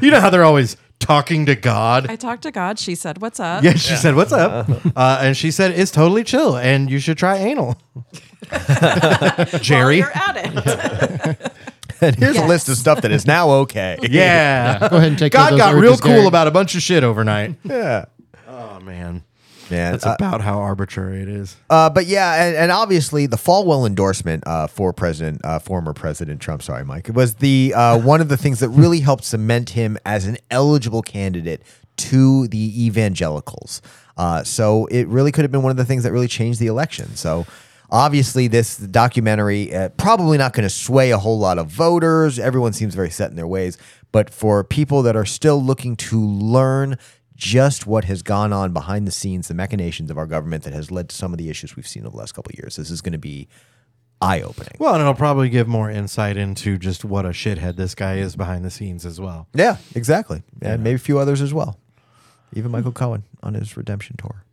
Speaker 1: You know how they're always talking to God.
Speaker 4: I talked to God. She said, "What's up?"
Speaker 1: yeah, she said, "What's up?" Uh, and she said, "It's totally chill, and you should try anal."
Speaker 4: While
Speaker 1: Jerry,
Speaker 4: you're at it.
Speaker 2: and (laughs) here's a
Speaker 4: Yes.
Speaker 2: list of stuff that is now okay.
Speaker 1: (laughs) yeah.
Speaker 3: Go ahead and take
Speaker 1: God
Speaker 3: those
Speaker 1: got real
Speaker 3: urges,
Speaker 1: cool
Speaker 3: Gary.
Speaker 1: about a bunch of shit overnight.
Speaker 2: yeah.
Speaker 1: oh man,
Speaker 2: Man,
Speaker 1: that's
Speaker 2: uh,
Speaker 1: about how arbitrary it is.
Speaker 2: Uh, but yeah, and, and obviously the Falwell endorsement uh, for President, uh, former President Trump, sorry, Mike, was the uh, one of the things that really helped cement him as an eligible candidate to the evangelicals. Uh, so it really could have been one of the things that really changed the election. So obviously, this documentary uh, probably not going to sway a whole lot of voters. Everyone seems very set in their ways, but for people that are still looking to learn just what has gone on behind the scenes, the machinations of our government that has led to some of the issues we've seen over the last couple of years. This is going to be eye opening.
Speaker 1: Well, and it'll probably give more insight into just what a shithead this guy is behind the scenes as well.
Speaker 2: Yeah, Hmm. exactly. And maybe a few others as well. Even Michael Cohen on his redemption tour.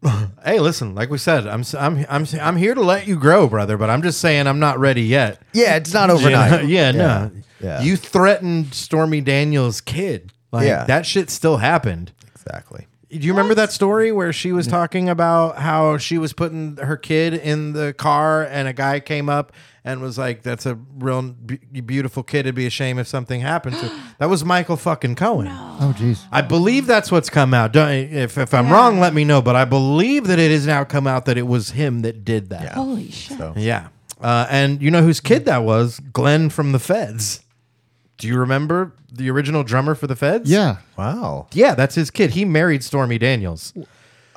Speaker 1: Hey, listen, like we said, I'm s- I'm I'm s- I'm here to let you grow, brother, but I'm just saying I'm not ready yet.
Speaker 2: (laughs) (laughs) Yeah, it's not
Speaker 1: You know?
Speaker 2: overnight.
Speaker 1: yeah, no.
Speaker 2: Yeah.
Speaker 1: You threatened Stormy Daniels' kid. Like
Speaker 2: Yeah.
Speaker 1: that shit still happened.
Speaker 2: Exactly.
Speaker 1: Do you remember that story where she was talking about how she was putting her kid in the car and a guy came up and was like, "That's a real be- beautiful kid. It'd be a shame if something happened (gasps) to." that was Michael fucking Cohen.
Speaker 3: Oh jeez.
Speaker 1: I believe that's what's come out. Don't, if, if I'm wrong, let me know. But I believe that it has now come out that it was him that did that. Yeah.
Speaker 4: Holy shit!
Speaker 1: Uh, and you know whose kid that was? Glenn from the Feds. Do you remember the original drummer for the Feds?
Speaker 3: Yeah.
Speaker 2: Wow.
Speaker 1: Yeah, that's his kid. He married Stormy Daniels.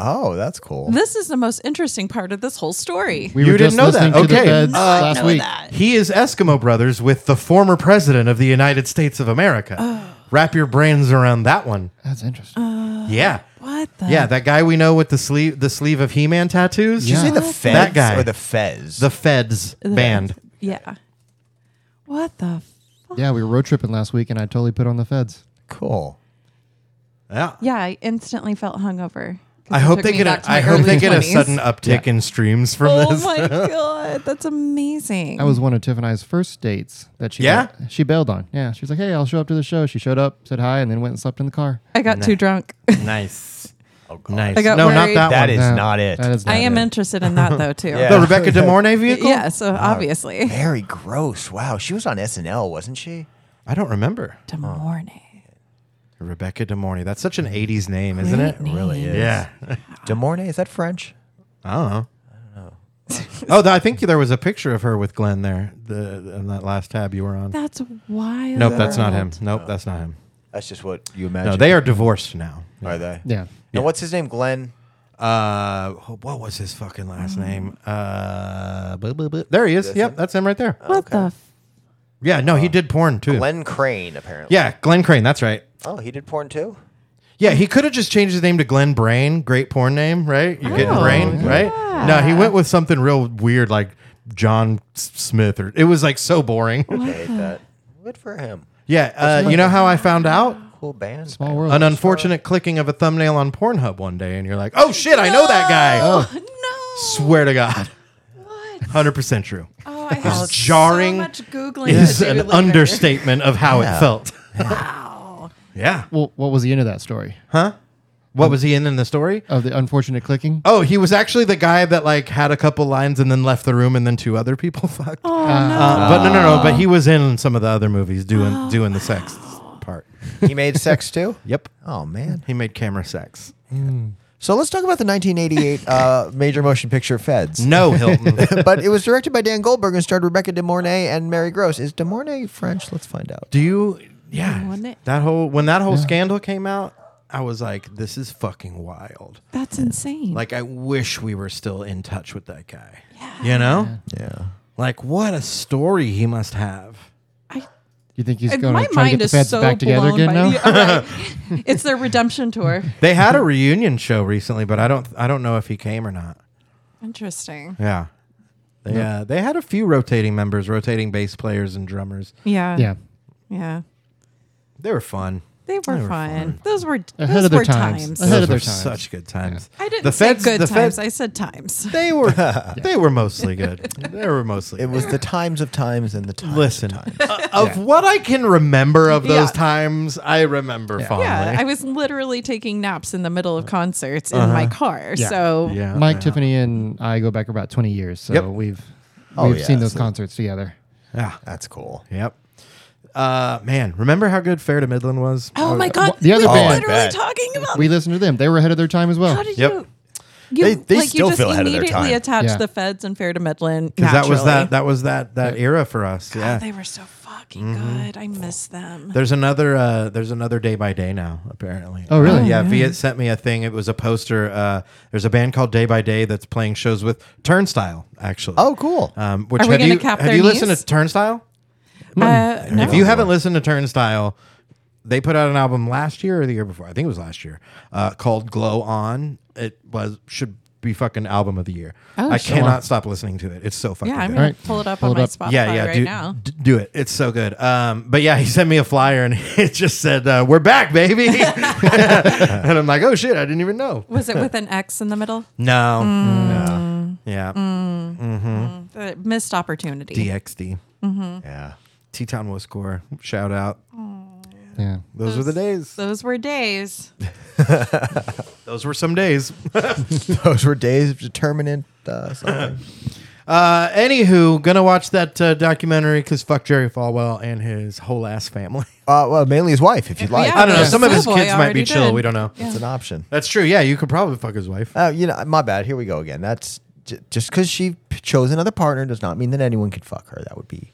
Speaker 2: Oh, that's cool.
Speaker 4: This is the most interesting part of this whole story.
Speaker 3: We
Speaker 1: You
Speaker 3: were
Speaker 1: didn't
Speaker 3: just
Speaker 1: know that.
Speaker 3: listening to the
Speaker 1: Okay.
Speaker 3: Feds
Speaker 1: Uh,
Speaker 3: last week.
Speaker 1: He is Eskimo Brothers with the former president Oh. of the United States of America. Wrap your brains around that one.
Speaker 3: That's interesting.
Speaker 1: Yeah.
Speaker 4: What the?
Speaker 1: Yeah, that guy we know with the sleeve the sleeve of He-Man tattoos.
Speaker 2: Did you say the
Speaker 4: That
Speaker 2: Fez
Speaker 1: guy.
Speaker 2: or the Fez?
Speaker 1: The Feds band.
Speaker 4: Yeah. What the? Fuck?
Speaker 3: Yeah, we were road tripping last week, and I totally put on the feds.
Speaker 2: cool.
Speaker 1: Yeah.
Speaker 4: Yeah, I instantly felt hungover. 'Cause
Speaker 1: I
Speaker 4: it
Speaker 1: hope
Speaker 4: took
Speaker 1: they
Speaker 4: me
Speaker 1: get
Speaker 4: back
Speaker 1: a,
Speaker 4: to my
Speaker 1: I hope
Speaker 4: early
Speaker 1: they get a
Speaker 4: 20s.
Speaker 1: sudden uptick in streams from
Speaker 4: Oh
Speaker 1: this.
Speaker 4: my god, that's amazing.
Speaker 3: That was one of Tiff and I's first dates that she
Speaker 1: Yeah?
Speaker 3: she bailed on. Yeah, she was like, "Hey, I'll show up to the show." She showed up, said hi, and then went and slept in the car.
Speaker 4: I got too drunk.
Speaker 1: nice. Oh god. Nice.
Speaker 4: I got
Speaker 1: no,
Speaker 4: worried.
Speaker 1: not that,
Speaker 2: That
Speaker 1: one.
Speaker 2: is not it.
Speaker 3: That is not
Speaker 4: I am
Speaker 3: it.
Speaker 4: interested in that
Speaker 1: (laughs)
Speaker 4: though too.
Speaker 2: Yeah.
Speaker 1: (laughs) the Rebecca De Mornay vehicle?
Speaker 4: (laughs) Yeah, so obviously.
Speaker 2: Very gross. Wow, she was on SNL, wasn't she?
Speaker 1: I don't remember.
Speaker 4: To morning.
Speaker 1: Rebecca De Mornay. That's such an 80s name, isn't
Speaker 4: Great
Speaker 1: it?
Speaker 4: name.
Speaker 2: Really is.
Speaker 1: Yeah.
Speaker 2: De Mornay is that French?
Speaker 1: I don't
Speaker 4: (laughs)
Speaker 1: know. oh, th- I think there was a picture of her with Glenn there the, on that last tab you were on.
Speaker 4: That's wild.
Speaker 1: nope, that's not him. Nope, that's not him.
Speaker 2: That's just what you
Speaker 4: Oh.
Speaker 2: imagine.
Speaker 1: No, they are divorced now.
Speaker 2: Are they?
Speaker 3: Yeah,
Speaker 2: And what's his name? Glenn.
Speaker 1: Uh, wh- what was his fucking last
Speaker 4: Mm.
Speaker 1: name? Uh, blah, blah, blah. there he is. yep, that's him right there.
Speaker 4: What the? F-
Speaker 1: Yeah, no, he
Speaker 4: Uh,
Speaker 1: did porn too.
Speaker 2: Glenn Crane, apparently.
Speaker 1: Yeah, Glenn Crane. That's right.
Speaker 2: Oh, he did porn too.
Speaker 1: Yeah, he could have just changed his name to Glenn Brain. Great porn name, right? You're getting
Speaker 4: Oh,
Speaker 1: brain, right? No, he went with something real weird like John S- Smith or it was like so boring. (laughs)
Speaker 2: I hate that. Good for him.
Speaker 1: yeah, uh, you know how I found out?
Speaker 2: Cool band.
Speaker 3: small world.
Speaker 1: An unfortunate clicking of a thumbnail on Pornhub one day, and you're like, oh shit, I know that guy. Oh,
Speaker 4: (gasps) no.
Speaker 1: Swear to God.
Speaker 4: What?
Speaker 1: 100% true.
Speaker 4: Oh, I have
Speaker 1: jarring
Speaker 4: so much googling.
Speaker 1: Is
Speaker 4: to do
Speaker 1: an
Speaker 4: later.
Speaker 1: understatement of how it felt.
Speaker 4: Wow.
Speaker 1: Yeah.
Speaker 3: Well, what was the end of that story
Speaker 1: What was he in in the story?
Speaker 3: of the unfortunate clicking?
Speaker 1: Oh, he was actually the guy that like had a couple lines and then left the room, and then two other people (laughs) fucked.
Speaker 4: Oh
Speaker 1: Uh, but no, no, no. But he was in some of the other movies doing
Speaker 4: (gasps)
Speaker 1: doing the sex part.
Speaker 2: (laughs) He made sex too.
Speaker 1: Yep,
Speaker 2: Oh man.
Speaker 1: he made camera sex.
Speaker 2: So let's talk about the 1988 uh, major motion picture Feds.
Speaker 1: (laughs) No, Hilton.
Speaker 2: but it was directed by Dan Goldberg and starred Rebecca De Mornay and Mary Gross. Is De Mornay French? Let's find out.
Speaker 1: Do you? Yeah,
Speaker 4: Wasn't it?
Speaker 1: that whole when that whole scandal came out, I was like, this is fucking wild.
Speaker 4: no. That's insane.
Speaker 1: Like, I wish we were still in touch with that guy. You know,
Speaker 2: Yeah.
Speaker 1: like what a story he must have.
Speaker 4: I,
Speaker 3: You think he's
Speaker 4: and
Speaker 3: going
Speaker 4: Uh, my
Speaker 3: to try to get
Speaker 4: mind
Speaker 3: the
Speaker 4: is
Speaker 3: feds
Speaker 4: so
Speaker 3: back together
Speaker 4: blown
Speaker 3: again
Speaker 4: by
Speaker 3: now?
Speaker 4: the- uh, right. it's their redemption tour.
Speaker 1: They had (laughs) a reunion show recently, but I don't I don't know if he came or not.
Speaker 4: Interesting.
Speaker 1: Yeah. They, uh, they had a few rotating members, rotating bass players and drummers.
Speaker 4: Yeah.
Speaker 3: (laughs) yeah,
Speaker 4: Yeah.
Speaker 1: They were fun.
Speaker 4: They were,
Speaker 1: were
Speaker 4: fun. Those were
Speaker 3: Ahead
Speaker 4: those
Speaker 3: of their
Speaker 4: were
Speaker 3: times.
Speaker 4: times.
Speaker 3: Ahead
Speaker 1: Those
Speaker 3: of their
Speaker 1: were
Speaker 3: times.
Speaker 1: Such good times.
Speaker 4: I didn't
Speaker 1: The feds-
Speaker 4: say good
Speaker 1: the
Speaker 4: times.
Speaker 1: feds-
Speaker 4: I said times.
Speaker 1: They
Speaker 2: (laughs)
Speaker 1: were they were mostly good. They were mostly.
Speaker 2: It was the times of times and the times.
Speaker 1: Listen,
Speaker 2: Of times.
Speaker 1: uh, of what I can remember of those
Speaker 4: Yeah.
Speaker 1: times, I remember fondly.
Speaker 4: Yeah, I was literally taking naps in the middle of concerts in my car.
Speaker 3: Uh-huh. Yeah.
Speaker 4: So
Speaker 1: Oh, Yeah.
Speaker 3: Mike, Tiffany, and I go back about 20 years, so
Speaker 1: Yep.
Speaker 3: we've
Speaker 2: Oh,
Speaker 3: we've
Speaker 2: yeah,
Speaker 3: seen those
Speaker 2: so-
Speaker 3: concerts together.
Speaker 1: Yeah.
Speaker 2: That's cool.
Speaker 1: Yep. Uh, man, remember how good Fair to Midland was?
Speaker 4: Oh my god,
Speaker 3: Uh, the other band-
Speaker 4: we were
Speaker 2: Oh, I
Speaker 4: literally
Speaker 2: bet.
Speaker 4: talking about
Speaker 3: We listened to them; they were ahead of their time as well.
Speaker 4: how did
Speaker 1: Yep.
Speaker 4: you you
Speaker 2: They- they
Speaker 4: like
Speaker 2: still
Speaker 4: you just
Speaker 2: feel ahead of their
Speaker 4: immediately
Speaker 2: time.
Speaker 4: attach
Speaker 3: Yeah.
Speaker 4: the feds and fair to Midland.
Speaker 1: Because that was
Speaker 4: naturally.
Speaker 1: that that was that that era for us.
Speaker 4: God,
Speaker 1: yeah. Mm-hmm.
Speaker 4: they were so fucking good. I miss them.
Speaker 1: There's another uh, there's another day by day now apparently.
Speaker 3: Oh, really?
Speaker 1: Uh, yeah, Viet sent me a thing. It was a poster. Uh, there's a band called Day by Day that's playing shows with Turnstile actually.
Speaker 2: Oh,
Speaker 1: (laughs)
Speaker 2: cool.
Speaker 1: Um, which
Speaker 4: Are we
Speaker 1: have
Speaker 4: gonna
Speaker 1: you
Speaker 4: cap
Speaker 1: have
Speaker 4: their
Speaker 1: you listened
Speaker 4: knees?
Speaker 1: to Turnstile?
Speaker 4: Uh, no.
Speaker 1: If you haven't listened to Turnstile, they put out an album last year or the year before. I think it was last year uh, called Glow On. It was should be fucking album of the year.
Speaker 4: Oh,
Speaker 1: I
Speaker 4: sure.
Speaker 1: cannot stop listening to it. It's so fucking
Speaker 4: yeah, I'm
Speaker 1: good.
Speaker 4: gonna
Speaker 3: Alright.
Speaker 4: pull it up
Speaker 3: Pull it
Speaker 4: on my
Speaker 3: up.
Speaker 4: Spotify
Speaker 1: yeah, yeah,
Speaker 4: right
Speaker 1: do,
Speaker 4: now.
Speaker 1: d- do it. It's so good. Um, but yeah, he sent me a flyer and (laughs) it just said, uh, "We're back, baby," (laughs) and I'm like, "Oh shit, I didn't even know." Mm.
Speaker 4: Was it
Speaker 1: (laughs)
Speaker 4: with an X in the middle?
Speaker 1: No, no, yeah,
Speaker 4: Uh, missed opportunity.
Speaker 1: DXD, Mm-hmm.
Speaker 2: yeah.
Speaker 1: Teton was core. Shout out.
Speaker 3: Yeah,
Speaker 1: Those were the days.
Speaker 4: Those were days.
Speaker 1: Those were some days. (laughs) Uh-huh.
Speaker 2: (laughs) Those were days of determinant. Uh, something.
Speaker 1: Uh, anywho, gonna watch that uh, documentary because fuck Jerry Falwell and his whole ass family. (laughs)
Speaker 2: uh, well, mainly his wife, if you'd like.
Speaker 4: Yeah.
Speaker 1: I don't know.
Speaker 4: Yeah.
Speaker 1: Some of his
Speaker 4: Schoolboy
Speaker 1: kids might be
Speaker 4: already
Speaker 1: chill.
Speaker 4: did.
Speaker 1: We don't know.
Speaker 2: It's an option.
Speaker 1: That's true. Yeah, you could probably fuck his wife.
Speaker 2: Uh, you know, my bad. Here we go again. That's j- just because she p- chose another partner does not mean that anyone could fuck her. That would be.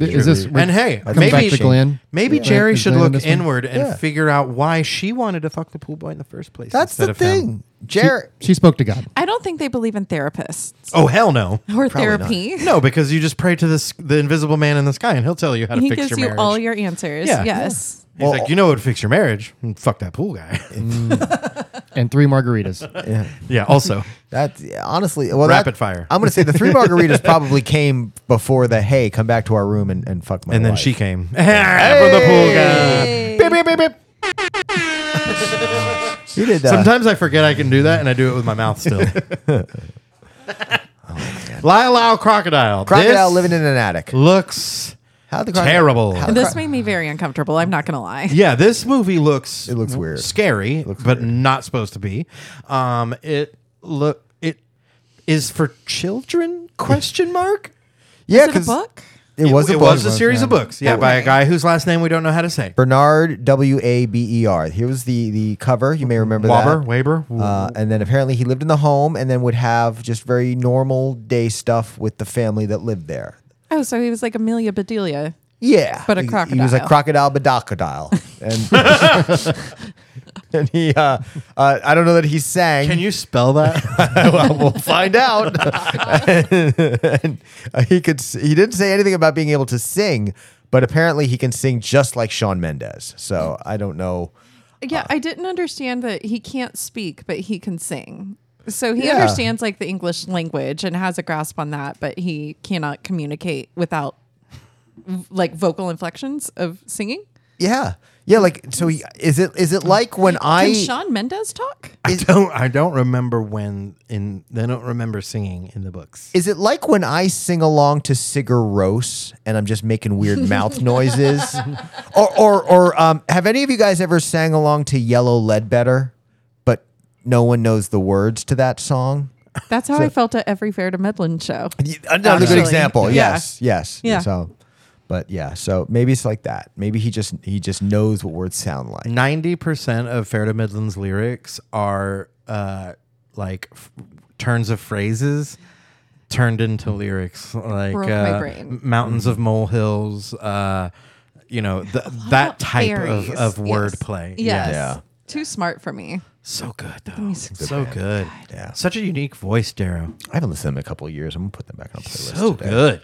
Speaker 3: is this
Speaker 1: and hey,
Speaker 2: Come
Speaker 1: maybe
Speaker 2: back
Speaker 3: to Glenn.
Speaker 1: Maybe
Speaker 3: Yeah.
Speaker 1: Jerry
Speaker 3: Is
Speaker 1: should
Speaker 3: Glenn in
Speaker 1: look
Speaker 3: this one?
Speaker 1: inward and
Speaker 2: Yeah.
Speaker 1: figure out why she wanted to fuck the pool boy in the first place.
Speaker 2: That's
Speaker 1: instead
Speaker 2: the
Speaker 1: of him.
Speaker 2: thing.
Speaker 1: (laughs)
Speaker 2: Jared.
Speaker 3: she spoke to God.
Speaker 4: I don't think they believe in therapists
Speaker 1: Oh hell no,
Speaker 2: Probably
Speaker 4: or
Speaker 2: not.
Speaker 4: therapy.
Speaker 1: no, because you just pray to this the invisible man in the sky and he'll tell you how to
Speaker 4: (laughs) He
Speaker 1: fix
Speaker 4: gives
Speaker 1: your
Speaker 4: you
Speaker 1: marriage.
Speaker 4: all your answers.
Speaker 1: Yeah.
Speaker 4: Yes.
Speaker 2: (laughs) Mm-hmm.
Speaker 1: He's like, you know what would fix your marriage? Mm, Fuck that pool guy.
Speaker 3: and three margaritas.
Speaker 1: Yeah. Also,
Speaker 2: That honestly, well,
Speaker 1: Rapid
Speaker 2: that-
Speaker 1: fire.
Speaker 2: I'm gonna say the
Speaker 1: (laughs)
Speaker 2: three margaritas probably came before the hey, come back to our room and, and fuck my.
Speaker 1: and then
Speaker 2: wife."
Speaker 1: she came (laughs) from the pool guy.
Speaker 3: Beep, beep, beep, beep.
Speaker 2: You did uh, that.
Speaker 1: Sometimes I forget I can do that, and I do it with my mouth
Speaker 2: (laughs)
Speaker 1: still.
Speaker 2: Oh,
Speaker 1: (laughs) Lyle Lyle crocodile.
Speaker 2: crocodile
Speaker 1: This
Speaker 2: living in an attic.
Speaker 1: looks.
Speaker 2: How the
Speaker 1: Terrible.
Speaker 2: How
Speaker 4: This
Speaker 2: cro-
Speaker 4: made me very uncomfortable. I'm not gonna lie.
Speaker 1: Yeah, this movie looks.
Speaker 2: It looks weird.
Speaker 1: scary, but not supposed to be. Um, it look it is for children? Question mark.
Speaker 2: yeah,
Speaker 4: Is it a
Speaker 2: 'cause
Speaker 4: book?
Speaker 2: It was.
Speaker 1: it,
Speaker 2: a
Speaker 1: it
Speaker 2: book. Oh,
Speaker 1: was a series of books. Yeah, by a guy whose last name we don't know how to say.
Speaker 2: Bernard W A B E R. Here was the the cover. You may remember
Speaker 1: Waber,
Speaker 2: that.
Speaker 1: Waber.
Speaker 2: Uh,
Speaker 1: Mm-hmm.
Speaker 2: and then apparently he lived in the home, and then would have just very normal day stuff with the family that lived there.
Speaker 4: Oh, so he was like Amelia Bedelia.
Speaker 2: Yeah.
Speaker 4: But a
Speaker 2: He- He was a crocodile
Speaker 4: (laughs)
Speaker 2: badocodile. And, (laughs) and he, uh, uh, I don't know that he sang.
Speaker 1: Can you spell that?
Speaker 2: (laughs) well, we'll find out.
Speaker 1: (laughs)
Speaker 2: and, uh, he could. s- He didn't say anything about being able to sing, but apparently he can sing just like Sean Mendez. So I don't know.
Speaker 4: Yeah,
Speaker 2: Uh.
Speaker 4: I didn't understand that he can't speak, but he can sing. So he
Speaker 2: Yeah.
Speaker 4: understands like the English language and has a grasp on that, but he cannot communicate without like vocal inflections of singing.
Speaker 2: Yeah, yeah. Like so. He, is it is it like when I
Speaker 4: Can Sean Mendez talk?
Speaker 1: I don't. I don't remember when in. I don't remember singing in the books.
Speaker 2: Is it like when I sing along to Sigur Rós and I'm just making weird mouth noises? Or, or, or um, have any of you guys ever sang along to Yellow Ledbetter, but no one knows the words to that song?
Speaker 4: That's how I felt at every Fair to Midland show.
Speaker 2: Another good
Speaker 4: Actually,
Speaker 2: example.
Speaker 4: yeah.
Speaker 2: Yes, yes.
Speaker 4: Yeah.
Speaker 2: So, but yeah, so maybe it's like that. Maybe he just he just knows what words sound like.
Speaker 1: Ninety percent of Fair to Midland's lyrics are uh, like f- turns of phrases turned into lyrics, like
Speaker 4: Broke my
Speaker 1: uh,
Speaker 4: brain.
Speaker 1: mountains of molehills. Uh, you know th- that type of,
Speaker 4: Fairies.
Speaker 1: of
Speaker 4: Yes.
Speaker 1: wordplay.
Speaker 4: Yes.
Speaker 2: Yeah.
Speaker 4: Too smart for me.
Speaker 1: so good though. So good.
Speaker 2: Yeah.
Speaker 1: Such a unique voice, Darrow.
Speaker 2: I haven't listened to them in a couple of years. I'm gonna put them back on a playlist.
Speaker 1: So
Speaker 2: today.
Speaker 1: good.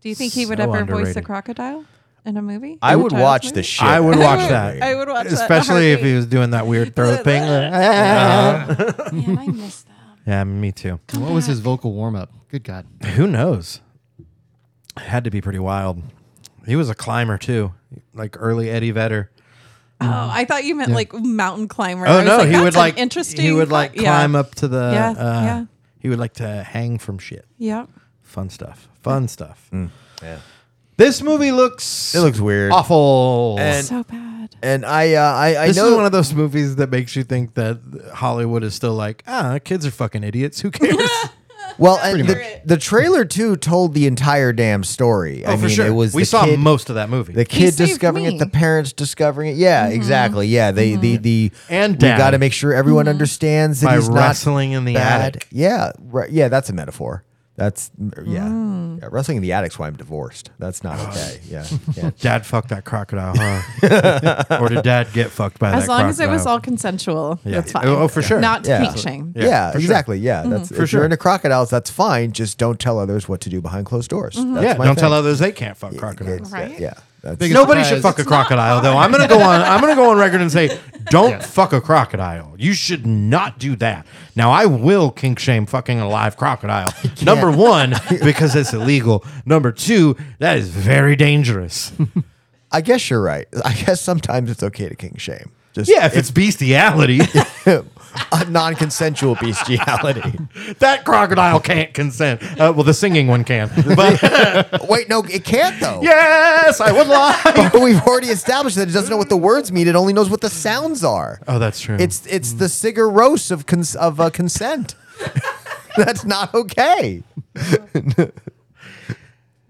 Speaker 4: Do you think he would
Speaker 1: So
Speaker 4: ever voice a
Speaker 1: underrated.
Speaker 4: crocodile in a movie?
Speaker 2: I
Speaker 4: In a
Speaker 2: would
Speaker 4: child's
Speaker 2: watch
Speaker 4: movie?
Speaker 2: the shit.
Speaker 1: I would
Speaker 4: I
Speaker 1: watch
Speaker 4: would-
Speaker 1: that.
Speaker 4: I would watch that in a
Speaker 1: especially if he
Speaker 4: heartbeat.
Speaker 1: was doing that weird
Speaker 4: (laughs)
Speaker 1: throw thing. Uh,
Speaker 4: Man, I miss that.
Speaker 1: yeah, me too.
Speaker 3: What was his vocal warm up? Good God.
Speaker 1: Who knows? It had to be pretty wild. He was a climber too, like early Eddie Vedder.
Speaker 4: Oh, I thought you meant like mountain climber. I
Speaker 1: Oh
Speaker 4: was
Speaker 1: no, he
Speaker 4: "That's
Speaker 1: would
Speaker 4: an
Speaker 1: like
Speaker 4: interesting.
Speaker 1: He would
Speaker 4: cli-
Speaker 1: like
Speaker 4: yeah.
Speaker 1: climb up to the.
Speaker 4: Yeah,
Speaker 1: uh,
Speaker 4: yeah.
Speaker 1: He would like to hang from shit.
Speaker 4: Yeah.
Speaker 1: Fun stuff. Fun stuff. This movie looks.
Speaker 2: Mm. It looks weird.
Speaker 1: awful.
Speaker 2: And-
Speaker 4: so bad.
Speaker 2: And I, uh, I, I
Speaker 1: this
Speaker 2: know
Speaker 1: is one of those movies that makes you think that Hollywood is still like, ah, kids are fucking idiots. Who
Speaker 2: (laughs)
Speaker 1: cares?
Speaker 2: Well, and
Speaker 4: Pretty
Speaker 2: the,
Speaker 4: much.
Speaker 2: the trailer too told the entire damn story. I
Speaker 1: oh, for
Speaker 2: mean,
Speaker 1: sure.
Speaker 2: it was
Speaker 1: we
Speaker 2: the
Speaker 1: saw
Speaker 2: kid,
Speaker 1: most of that movie.
Speaker 2: the kid
Speaker 4: saved
Speaker 2: discovering
Speaker 4: me. Mm-hmm.
Speaker 2: it, the parents discovering it. Yeah, exactly. Yeah, they the the
Speaker 1: And
Speaker 2: we
Speaker 1: dad.
Speaker 2: got to make sure everyone
Speaker 4: Mm-hmm.
Speaker 2: understands that
Speaker 1: By
Speaker 2: he's not
Speaker 1: wrestling in the
Speaker 2: bad.
Speaker 1: attic.
Speaker 2: Yeah, right, yeah, that's a metaphor. That's yeah.
Speaker 4: Mm.
Speaker 2: Yeah, wrestling in the attic's why I'm divorced. That's
Speaker 1: (sighs)
Speaker 2: not okay. Yeah, yeah.
Speaker 1: Dad fucked that crocodile, huh? (laughs) or did Dad get fucked by that
Speaker 4: As long as it was
Speaker 1: crocodile?
Speaker 4: all consensual, that's fine.
Speaker 1: Oh, for sure.
Speaker 4: Not
Speaker 2: Yeah.
Speaker 4: teaching.
Speaker 1: Yeah,
Speaker 2: Yeah,
Speaker 1: for sure.
Speaker 2: exactly.
Speaker 4: Mm-hmm.
Speaker 2: Yeah, that's if
Speaker 1: sure.
Speaker 2: you're into crocodiles, that's fine. Just don't tell others what to do behind closed doors. That's
Speaker 1: yeah,
Speaker 2: my
Speaker 1: don't tell
Speaker 2: thing.
Speaker 1: others they can't fuck crocodiles.
Speaker 2: It's-
Speaker 4: Mm-hmm. Right?
Speaker 2: Yeah, that's,
Speaker 3: Biggest
Speaker 1: Nobody
Speaker 3: surprise.
Speaker 1: should fuck a crocodile, though. I'm gonna go
Speaker 4: (laughs)
Speaker 1: on. I'm gonna go on record and say, don't fuck a crocodile. You should not do that. Now, I will kink shame fucking a live (laughs) crocodile. Number one, because it's illegal. Number two, that is very dangerous.
Speaker 2: I guess you're right. (laughs) I guess sometimes it's okay to king shame. Just
Speaker 1: Yeah, if it's bestiality,
Speaker 2: (laughs) a non-consensual
Speaker 1: (laughs)
Speaker 2: bestiality.
Speaker 1: (laughs) that crocodile can't consent. Uh, well, the singing one can, (laughs) but
Speaker 2: Wait, no, it can't though.
Speaker 1: yes, I would lie.
Speaker 2: (laughs) But we've already established that it doesn't know what the words mean. It only knows what the sounds are.
Speaker 1: Oh, that's true.
Speaker 2: It's it's the Sigur Rós of cons- of uh, consent. (laughs) That's not okay.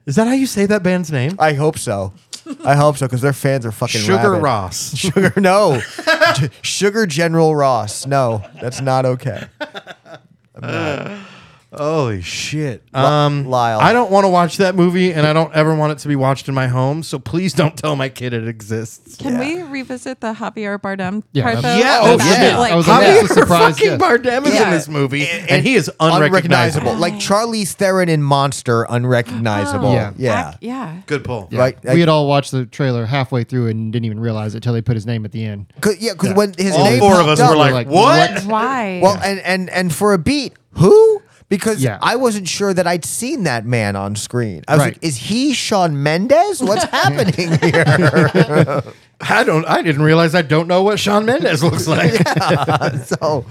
Speaker 1: is that how you say that band's name?
Speaker 2: I hope so. I hope so because their fans are fucking
Speaker 1: Sugar
Speaker 2: rabid.
Speaker 1: Ross.
Speaker 2: (laughs) Sugar no, J- Sugar General Ross. No, that's not okay.
Speaker 1: Holy shit.
Speaker 2: Li-
Speaker 1: Um,
Speaker 2: Lyle.
Speaker 1: I don't want to watch that movie and I don't ever want it to be watched in my home. So please don't tell my kid it exists.
Speaker 4: Can we revisit the Javier Bardem
Speaker 3: Yeah,
Speaker 4: part though?
Speaker 3: that's-
Speaker 1: Yeah,
Speaker 4: About
Speaker 1: oh,
Speaker 4: that,
Speaker 1: yeah.
Speaker 4: like,
Speaker 3: I was
Speaker 4: that-
Speaker 3: like,
Speaker 1: Javier
Speaker 3: that's a surprise,
Speaker 1: fucking
Speaker 3: yeah.
Speaker 1: Bardemus in
Speaker 4: Yeah.
Speaker 1: this movie, and he is unrecognizable.
Speaker 2: Like Charlie Theron in Monster, unrecognizable.
Speaker 3: Oh.
Speaker 2: yeah.
Speaker 3: Yeah.
Speaker 2: Yeah.
Speaker 4: yeah.
Speaker 1: Good pull.
Speaker 3: Yeah.
Speaker 2: Like-
Speaker 3: we had all watched the trailer halfway through and didn't even realize it until they put his name at the end.
Speaker 2: Cause, yeah, 'cause when his
Speaker 1: All
Speaker 2: name
Speaker 1: four of
Speaker 2: popped
Speaker 1: us were
Speaker 2: up-
Speaker 1: like,
Speaker 3: like,
Speaker 1: "What?"
Speaker 4: Why?
Speaker 2: (laughs) Well, and and and for a beat, who? Because
Speaker 3: Yeah.
Speaker 2: I wasn't sure that I'd seen that man on screen. I was
Speaker 3: Right.
Speaker 2: like, is he Sean Mendez? What's happening here?
Speaker 1: I don't. I didn't realize I don't know what Sean Mendez looks like.
Speaker 2: so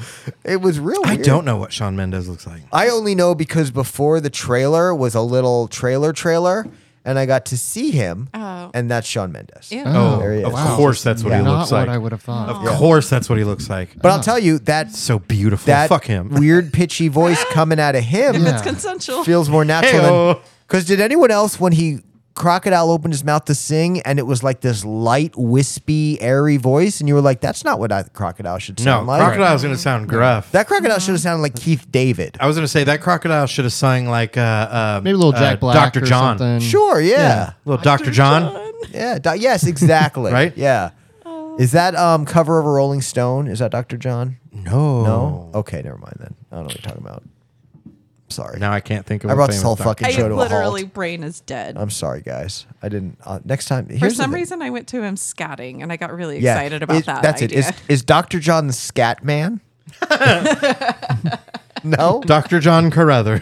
Speaker 2: it was real.
Speaker 1: I
Speaker 2: weird.
Speaker 1: don't know what Sean Mendez looks like.
Speaker 2: I only know because before the trailer was a little trailer trailer, and I got to see him,
Speaker 4: Oh.
Speaker 2: and that's Sean Mendes.
Speaker 4: Ew.
Speaker 1: Oh,
Speaker 2: There he
Speaker 1: of
Speaker 2: is. Wow.
Speaker 1: course that's what he
Speaker 3: Not
Speaker 1: looks
Speaker 3: what
Speaker 1: like.
Speaker 3: I would have thought.
Speaker 1: Of course that's what he looks like.
Speaker 2: But I'll tell you that
Speaker 1: so beautiful.
Speaker 2: that
Speaker 1: Fuck him. (laughs)
Speaker 2: weird pitchy voice coming out of him
Speaker 3: Yeah.
Speaker 4: it's consensual.
Speaker 2: feels more natural.
Speaker 1: Heyo.
Speaker 2: Because did anyone else when he crocodile opened his mouth to sing and it was like this light, wispy, airy voice, and you were like, "That's not what I, crocodile should
Speaker 1: No,
Speaker 2: sound like."
Speaker 1: crocodile's gonna sound gruff.
Speaker 2: That crocodile should have sounded like Keith David.
Speaker 1: I was gonna say that crocodile should have sung like uh, uh
Speaker 3: Maybe a little Jack
Speaker 1: uh,
Speaker 3: Black,
Speaker 1: Dr.
Speaker 3: or
Speaker 1: John,
Speaker 3: something.
Speaker 2: Sure, yeah,
Speaker 1: little Dr. John.
Speaker 2: yeah, Do- yes,
Speaker 1: (laughs)
Speaker 2: exactly,
Speaker 1: Right?
Speaker 2: Yeah. Is that um cover of a Rolling Stone? Is that Dr. John?
Speaker 1: No,
Speaker 2: No. Okay, never mind then. I don't know what you're talking about. Sorry.
Speaker 1: Now I can't think of.
Speaker 2: I
Speaker 1: a
Speaker 2: brought
Speaker 1: famous
Speaker 2: this whole
Speaker 1: doc-
Speaker 2: fucking
Speaker 4: I
Speaker 2: show to a
Speaker 4: literally
Speaker 2: halt.
Speaker 4: brain is dead.
Speaker 2: I'm sorry, guys. I didn't. Uh, next time.
Speaker 4: For
Speaker 2: here's the
Speaker 4: some
Speaker 2: thing.
Speaker 4: reason, I went to him scatting, and I got really
Speaker 2: Yeah,
Speaker 4: excited about
Speaker 2: it-
Speaker 4: that.
Speaker 2: That's
Speaker 4: idea. (laughs)
Speaker 2: it. Is is Doctor John the Scat Man? no.
Speaker 1: Dr. John Carruthers. (laughs)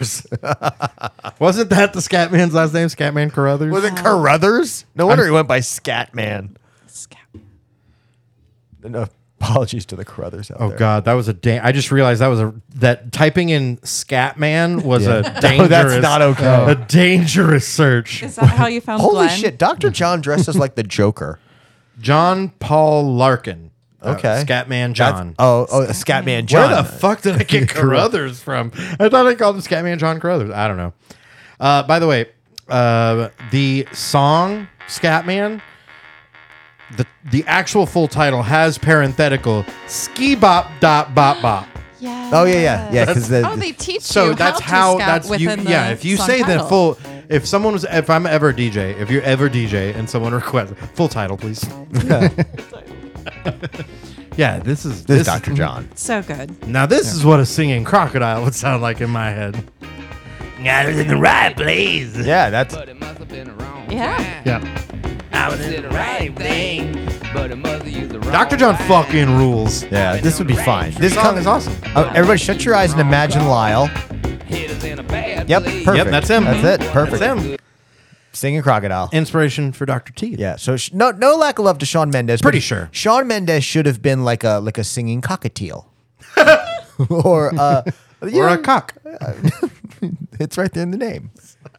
Speaker 1: Wasn't that the Scatman's last name? Scatman Carruthers.
Speaker 2: Was it Carruthers? No wonder he went by Scat Man. No, apologies to the Carruthers out
Speaker 1: Oh
Speaker 2: there.
Speaker 1: God, that was a da- I just realized that was a that typing in Scatman was a dangerous.
Speaker 2: (laughs) No, that's not okay.
Speaker 1: A dangerous search.
Speaker 4: Is that how you found
Speaker 2: Holy
Speaker 4: Glenn?
Speaker 2: shit! Doctor John dresses like the (laughs) Joker.
Speaker 1: John Paul Larkin. Uh,
Speaker 2: Okay.
Speaker 1: Scatman
Speaker 2: That's-
Speaker 1: John.
Speaker 2: oh, oh, Scatman John.
Speaker 1: Where the fuck
Speaker 2: (laughs)
Speaker 1: did I get Carruthers from? I thought I called him Scatman John Carruthers. I don't know. Uh, by the way, uh, the song Scatman, the the actual full title has parenthetical ski bop dot bop bop.
Speaker 4: Yeah.
Speaker 2: oh yeah, yeah, yeah. Because the,
Speaker 4: Oh, they teach
Speaker 1: Uh, So
Speaker 4: you
Speaker 1: that's
Speaker 4: how,
Speaker 1: how,
Speaker 4: to scout
Speaker 1: that's you.
Speaker 4: within the
Speaker 1: Yeah, if you
Speaker 4: song
Speaker 1: say
Speaker 4: title.
Speaker 1: that full, if someone was, if I'm ever DJ, if you're ever DJ and someone (laughs) requests full title,
Speaker 4: (laughs)
Speaker 1: please. (laughs) yeah, this is
Speaker 2: this is Doctor John.
Speaker 4: so good.
Speaker 1: Now this is what a singing crocodile would sound like in my head. I was in the right place.
Speaker 2: Yeah, that's
Speaker 5: But it must have been the wrong
Speaker 4: Yeah.
Speaker 5: time.
Speaker 3: Yeah.
Speaker 1: I was
Speaker 5: Did the right thing, but it must have used the wrong
Speaker 1: Dr. John
Speaker 5: line.
Speaker 1: fucking rules.
Speaker 2: yeah. This would be fine. This
Speaker 1: song is awesome.
Speaker 4: Oh,
Speaker 2: Uh, everybody, shut your eyes and imagine Lyle.
Speaker 5: Hit us in a bad
Speaker 2: Yep,
Speaker 5: place.
Speaker 2: perfect.
Speaker 1: Yep, that's him.
Speaker 2: That's it. Perfect.
Speaker 1: That's him.
Speaker 2: Singing crocodile.
Speaker 1: Inspiration for Dr. T.
Speaker 2: Yeah, so sh- no no lack of love to Sean Mendes.
Speaker 1: Pretty
Speaker 2: but
Speaker 1: sure.
Speaker 2: Sean Mendes should have been like a like a singing
Speaker 1: (laughs)
Speaker 2: cockatiel, or uh, you
Speaker 1: Or a
Speaker 2: know,
Speaker 1: cock.
Speaker 2: It's right there in the name.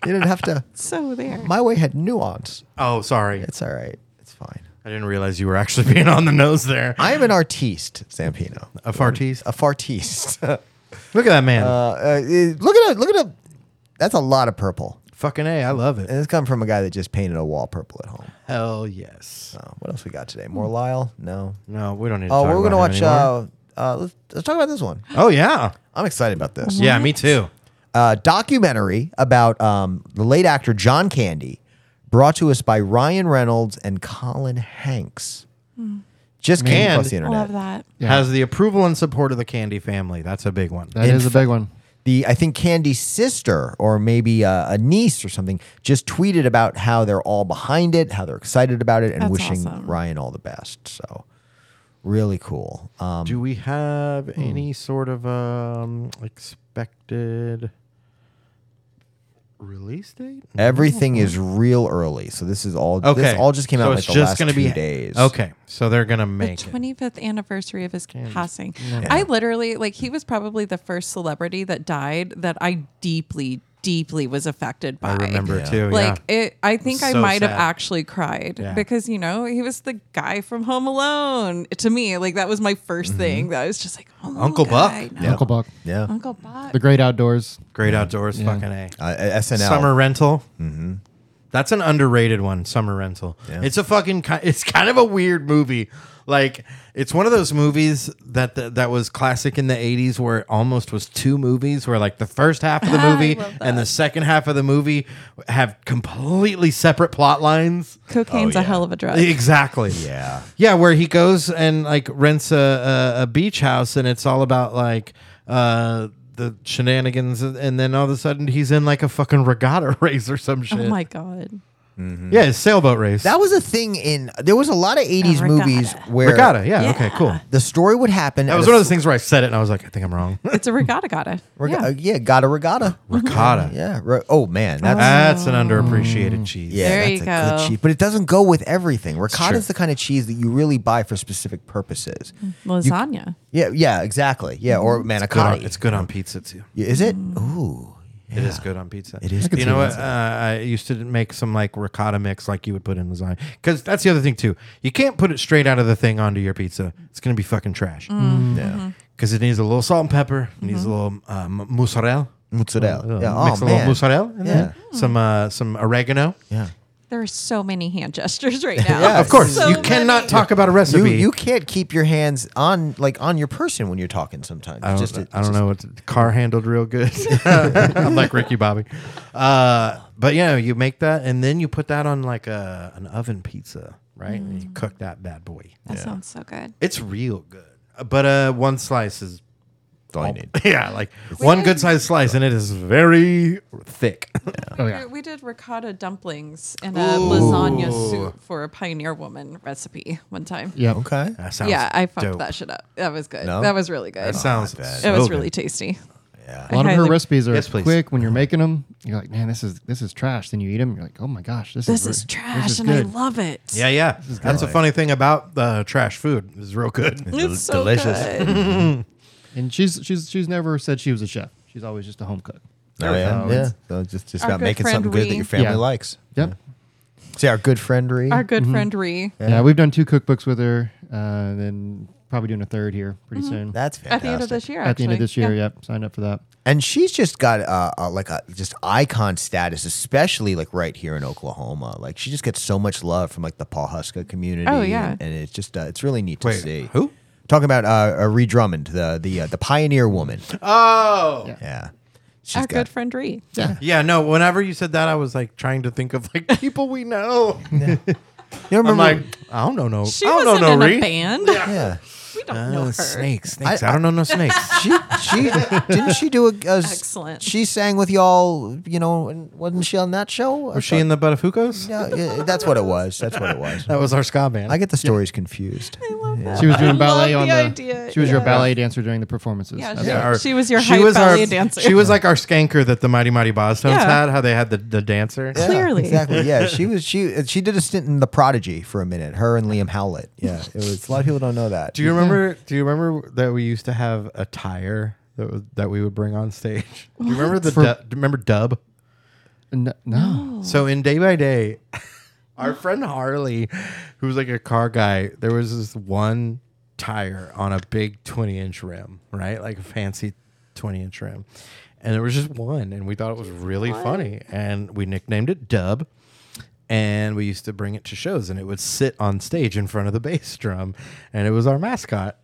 Speaker 2: You didn't have to.
Speaker 4: So there.
Speaker 2: My way had nuance.
Speaker 1: Oh, sorry.
Speaker 2: It's all right. It's fine.
Speaker 1: I didn't realize you were actually (laughs) being on the nose there.
Speaker 2: I am an artiste, Zampino.
Speaker 1: A fartise.
Speaker 2: A fartiste. (laughs) uh,
Speaker 1: Look at that man.
Speaker 2: uh, look at a look at a. That's a lot of purple,
Speaker 1: Fucking A, I love
Speaker 2: and
Speaker 1: it.
Speaker 2: it's come from a guy that just painted a wall purple at home.
Speaker 1: Hell yes.
Speaker 2: Uh, what else we got today? More Lyle? No.
Speaker 1: No, we don't need to
Speaker 2: Oh,
Speaker 1: talk
Speaker 2: we're
Speaker 1: about
Speaker 2: gonna watch.
Speaker 1: him anymore.
Speaker 2: Uh, uh, let's, let's talk about this one.
Speaker 1: Oh, yeah.
Speaker 2: I'm excited about this.
Speaker 1: Yeah, me too.
Speaker 2: uh, documentary about um, the late actor John Candy, brought to us by Ryan Reynolds and Colin Hanks. Just came
Speaker 1: And-
Speaker 2: across the
Speaker 1: Hmm. I
Speaker 4: I love
Speaker 2: internet.
Speaker 4: that.
Speaker 1: Has the approval and support of the Candy family. That's a big one.
Speaker 3: that is
Speaker 2: In
Speaker 3: a big one.
Speaker 2: The I think Candy's sister or maybe uh, a niece or something just tweeted about how they're all behind it, how they're excited about it, and
Speaker 4: That's
Speaker 2: wishing
Speaker 4: awesome.
Speaker 2: Ryan all the best. So really cool. Um,
Speaker 1: Do we have any sort of um, expected release date?
Speaker 2: everything is real early, so this is all. This all just came out
Speaker 1: So
Speaker 2: in, like
Speaker 1: it's
Speaker 2: the
Speaker 1: just
Speaker 2: last
Speaker 1: gonna
Speaker 2: two
Speaker 1: be
Speaker 2: days.
Speaker 1: Okay, so they're gonna
Speaker 4: The
Speaker 1: make it.
Speaker 4: 25th anniversary of his passing. I literally, like, he was probably the first celebrity that died that I deeply, deeply was affected by.
Speaker 1: I remember
Speaker 2: Yeah.
Speaker 1: too.
Speaker 4: Like
Speaker 1: yeah.
Speaker 4: it, I think I
Speaker 1: So
Speaker 4: might have
Speaker 1: sad.
Speaker 4: actually cried
Speaker 1: Yeah.
Speaker 4: because you know he was the guy from Home Alone to me. Like that was my 1st thing that I was just like Home
Speaker 1: Mm-hmm. Uncle
Speaker 4: Alone
Speaker 1: Buck.
Speaker 4: guy, no.
Speaker 3: Uncle Buck.
Speaker 2: Yeah.
Speaker 4: Uncle Buck.
Speaker 3: The Great Outdoors.
Speaker 1: Great outdoors, fucking a.
Speaker 2: Uh, SNL.
Speaker 1: Summer rental. Mm-hmm. That's an underrated one. Summer rental.
Speaker 2: Yeah.
Speaker 1: It's a fucking. ki- It's kind of a weird movie. Like it's one of those movies that the, that was classic in the 80s where it almost was two movies where like the first half
Speaker 4: (laughs)
Speaker 1: of the
Speaker 4: I
Speaker 1: movie
Speaker 4: love
Speaker 1: and
Speaker 4: that.
Speaker 1: the second half of the movie have completely separate plot lines.
Speaker 4: Cocaine's
Speaker 2: Oh,
Speaker 4: a
Speaker 2: yeah.
Speaker 4: hell of a
Speaker 1: (laughs)
Speaker 4: drug.
Speaker 1: Exactly.
Speaker 2: Yeah.
Speaker 1: Yeah, where he goes and like rents a, a, a beach house, and it's all about like uh, the shenanigans, and then all of a sudden he's in like a fucking regatta (laughs) race or some shit.
Speaker 4: Oh my god.
Speaker 1: Yeah, it's sailboat race.
Speaker 2: That was a thing in there was a lot of 80s
Speaker 4: Oh, regatta.
Speaker 2: movies where
Speaker 1: regatta. Yeah, Okay. Cool.
Speaker 2: the story would happen.
Speaker 1: That was one of those things where I said it, and I was like, I think I'm wrong.
Speaker 4: It's a regatta gotta.
Speaker 1: uh,
Speaker 2: yeah. yeah, got a regatta.
Speaker 1: Regatta.
Speaker 2: Yeah. Re- oh man, that's
Speaker 1: That's an underappreciated cheese.
Speaker 2: yeah,
Speaker 4: Uh-huh. There
Speaker 2: that's
Speaker 4: you
Speaker 2: a
Speaker 4: go.
Speaker 2: good cheese. But it doesn't go with everything.
Speaker 1: true.
Speaker 2: Ricotta is the kind of cheese that you really buy for specific purposes.
Speaker 4: Hmm. Lasagna.
Speaker 2: Yeah, yeah, exactly. Yeah, or
Speaker 4: Mm-hmm.
Speaker 1: Good on-
Speaker 2: manicotti.
Speaker 1: it's good on pizza too.
Speaker 2: Yeah, is it? Ooh.
Speaker 1: It is good on pizza.
Speaker 2: It is I could good
Speaker 1: You
Speaker 2: see
Speaker 1: know what?
Speaker 2: that.
Speaker 1: Uh, I used to make some like ricotta mix, like you would put in lasagna. Because that's the other thing too. You can't put it straight out of the thing onto your pizza. It's gonna be fucking trash.
Speaker 2: Mm, Yeah.
Speaker 1: Because it needs a little salt and pepper. It
Speaker 2: Mm-hmm.
Speaker 1: needs a little um, mozzarella.
Speaker 2: Mozzarella.
Speaker 1: Uh,
Speaker 2: yeah. Oh,
Speaker 1: mix a
Speaker 2: man.
Speaker 1: little mozzarella. In there.
Speaker 2: Yeah.
Speaker 1: Some uh, some oregano.
Speaker 2: Yeah.
Speaker 4: There are so many hand
Speaker 1: (laughs)
Speaker 4: gestures right now.
Speaker 2: Yeah,
Speaker 1: Of course,
Speaker 4: So
Speaker 1: you
Speaker 4: many.
Speaker 1: cannot talk about a
Speaker 2: You,
Speaker 1: recipe.
Speaker 2: you can't keep your hands on like on your person when you're talking sometimes.
Speaker 1: I don't,
Speaker 2: Just-
Speaker 1: Oh, I don't know. It's car handled real
Speaker 2: (laughs)
Speaker 1: good. I'm like Ricky Bobby. Uh, but yeah, you make that and then you put that on like a, an oven pizza, right? And
Speaker 4: Mm.
Speaker 1: you cook that bad boy.
Speaker 4: That sounds so good.
Speaker 1: It's real good. Uh, But uh, one slice is
Speaker 2: That's all you need.
Speaker 1: (laughs) yeah, like one good sized slice, and it is very thick. (laughs)
Speaker 3: Oh yeah.
Speaker 4: We did ricotta dumplings and a lasagna soup for a pioneer woman recipe one time.
Speaker 3: Yeah.
Speaker 2: Okay.
Speaker 1: That sounds
Speaker 4: yeah, I fucked
Speaker 1: dope.
Speaker 4: that shit up. That was good.
Speaker 2: No?
Speaker 4: That was really good.
Speaker 2: Oh,
Speaker 1: That sounds.
Speaker 4: it
Speaker 1: so
Speaker 4: was
Speaker 1: good.
Speaker 4: really tasty.
Speaker 3: A lot
Speaker 4: I
Speaker 3: of her
Speaker 4: highly-
Speaker 3: recipes are
Speaker 1: Yes, please.
Speaker 3: quick when you're making them. You're like, man, this is this is trash. Then you eat them. You're like, oh my gosh, this,
Speaker 4: This
Speaker 3: re-
Speaker 4: is trash and
Speaker 3: good.
Speaker 4: I love it.
Speaker 1: Yeah, yeah. That's a funny thing about uh, trash food. It's real good.
Speaker 4: It's so
Speaker 2: delicious.
Speaker 4: good.
Speaker 3: And she's she's she's never said she was a chef. She's always just a home cook.
Speaker 2: Oh, yeah.
Speaker 3: go.
Speaker 2: yeah. So just just
Speaker 4: Our
Speaker 2: about
Speaker 4: good
Speaker 2: making
Speaker 4: friend
Speaker 2: something good that
Speaker 4: Wee.
Speaker 2: your family
Speaker 3: Yeah.
Speaker 2: likes.
Speaker 3: Yep.
Speaker 2: See our good friend Ree.
Speaker 4: Our
Speaker 3: Mm-hmm.
Speaker 4: good friend Ree.
Speaker 3: Yeah. we've done two cookbooks with her, uh, and then probably doing a third here pretty soon.
Speaker 2: That's fantastic.
Speaker 4: At the end of this year,
Speaker 3: At the end of
Speaker 4: actually.
Speaker 3: this year,
Speaker 4: Yeah.
Speaker 3: yep. Signed up for that.
Speaker 2: and she's just got uh, uh, like a just icon status, especially like right here in Oklahoma. Like she just gets so much love from like the Paul Huska community.
Speaker 4: Oh, yeah.
Speaker 2: and, and it's just uh, it's really neat
Speaker 1: (laughs)
Speaker 2: to
Speaker 1: Wait,
Speaker 2: see.
Speaker 1: who?
Speaker 2: Talking about uh, uh, Ree Drummond, the the uh, the pioneer woman.
Speaker 1: Oh.
Speaker 2: Yeah, she's
Speaker 4: Our
Speaker 2: got
Speaker 4: good friend Ree.
Speaker 1: Yeah, no. Whenever you said that, I was like trying to think of like (laughs) people we know. (laughs)
Speaker 2: You
Speaker 1: I'm
Speaker 2: remember?
Speaker 1: like, I don't know no.
Speaker 4: She
Speaker 1: I
Speaker 4: wasn't
Speaker 1: don't know
Speaker 4: in
Speaker 1: no
Speaker 4: a
Speaker 1: Ree. Ah,
Speaker 4: band.
Speaker 2: yeah,
Speaker 4: We don't know her.
Speaker 1: Uh, snakes, snakes.
Speaker 2: I-
Speaker 1: I, don't
Speaker 4: (laughs)
Speaker 1: know no snakes.
Speaker 2: she she didn't she do a, a s-
Speaker 4: Excellent.
Speaker 2: She sang with y'all, you know, and wasn't she on that show?
Speaker 1: Was she in the Buttafuoco's?
Speaker 2: Yeah, yeah, that's what it was. That's what it was.
Speaker 1: That was our ska band.
Speaker 2: I get the stories confused.
Speaker 3: She was doing
Speaker 4: love
Speaker 3: ballet
Speaker 4: the
Speaker 3: on the.
Speaker 4: idea.
Speaker 3: She was your
Speaker 4: Yeah.
Speaker 3: ballet dancer during the performances.
Speaker 4: Yeah,
Speaker 3: That's
Speaker 4: she-
Speaker 3: right.
Speaker 1: our-
Speaker 4: she was your hype ballet dancer.
Speaker 1: She was like our skanker that the Mighty Mighty Boss Tones
Speaker 4: Yeah.
Speaker 1: had. How they had the, the dancer.
Speaker 2: Yeah,
Speaker 4: Clearly.
Speaker 2: exactly. Yeah, she was. She uh, she did a stint in The Prodigy for a minute. Her and Liam Howlett. Yeah, it was. A lot of people don't know that.
Speaker 1: Do you remember? Do you remember that we used to have a tire that was, that we would bring on stage? Do you remember the
Speaker 3: For-
Speaker 1: du- do you remember Dub?
Speaker 3: N-
Speaker 4: (gasps)
Speaker 3: no.
Speaker 1: So in day by day, (laughs) our friend Harley, who was like a car guy, there was this one tire on a big twenty inch rim, right? Like a fancy twenty inch rim. And there was just one, and we thought it was really funny. And we nicknamed it Dub. And we used to bring it to shows, and it would sit on stage in front of the bass drum, and it was our mascot.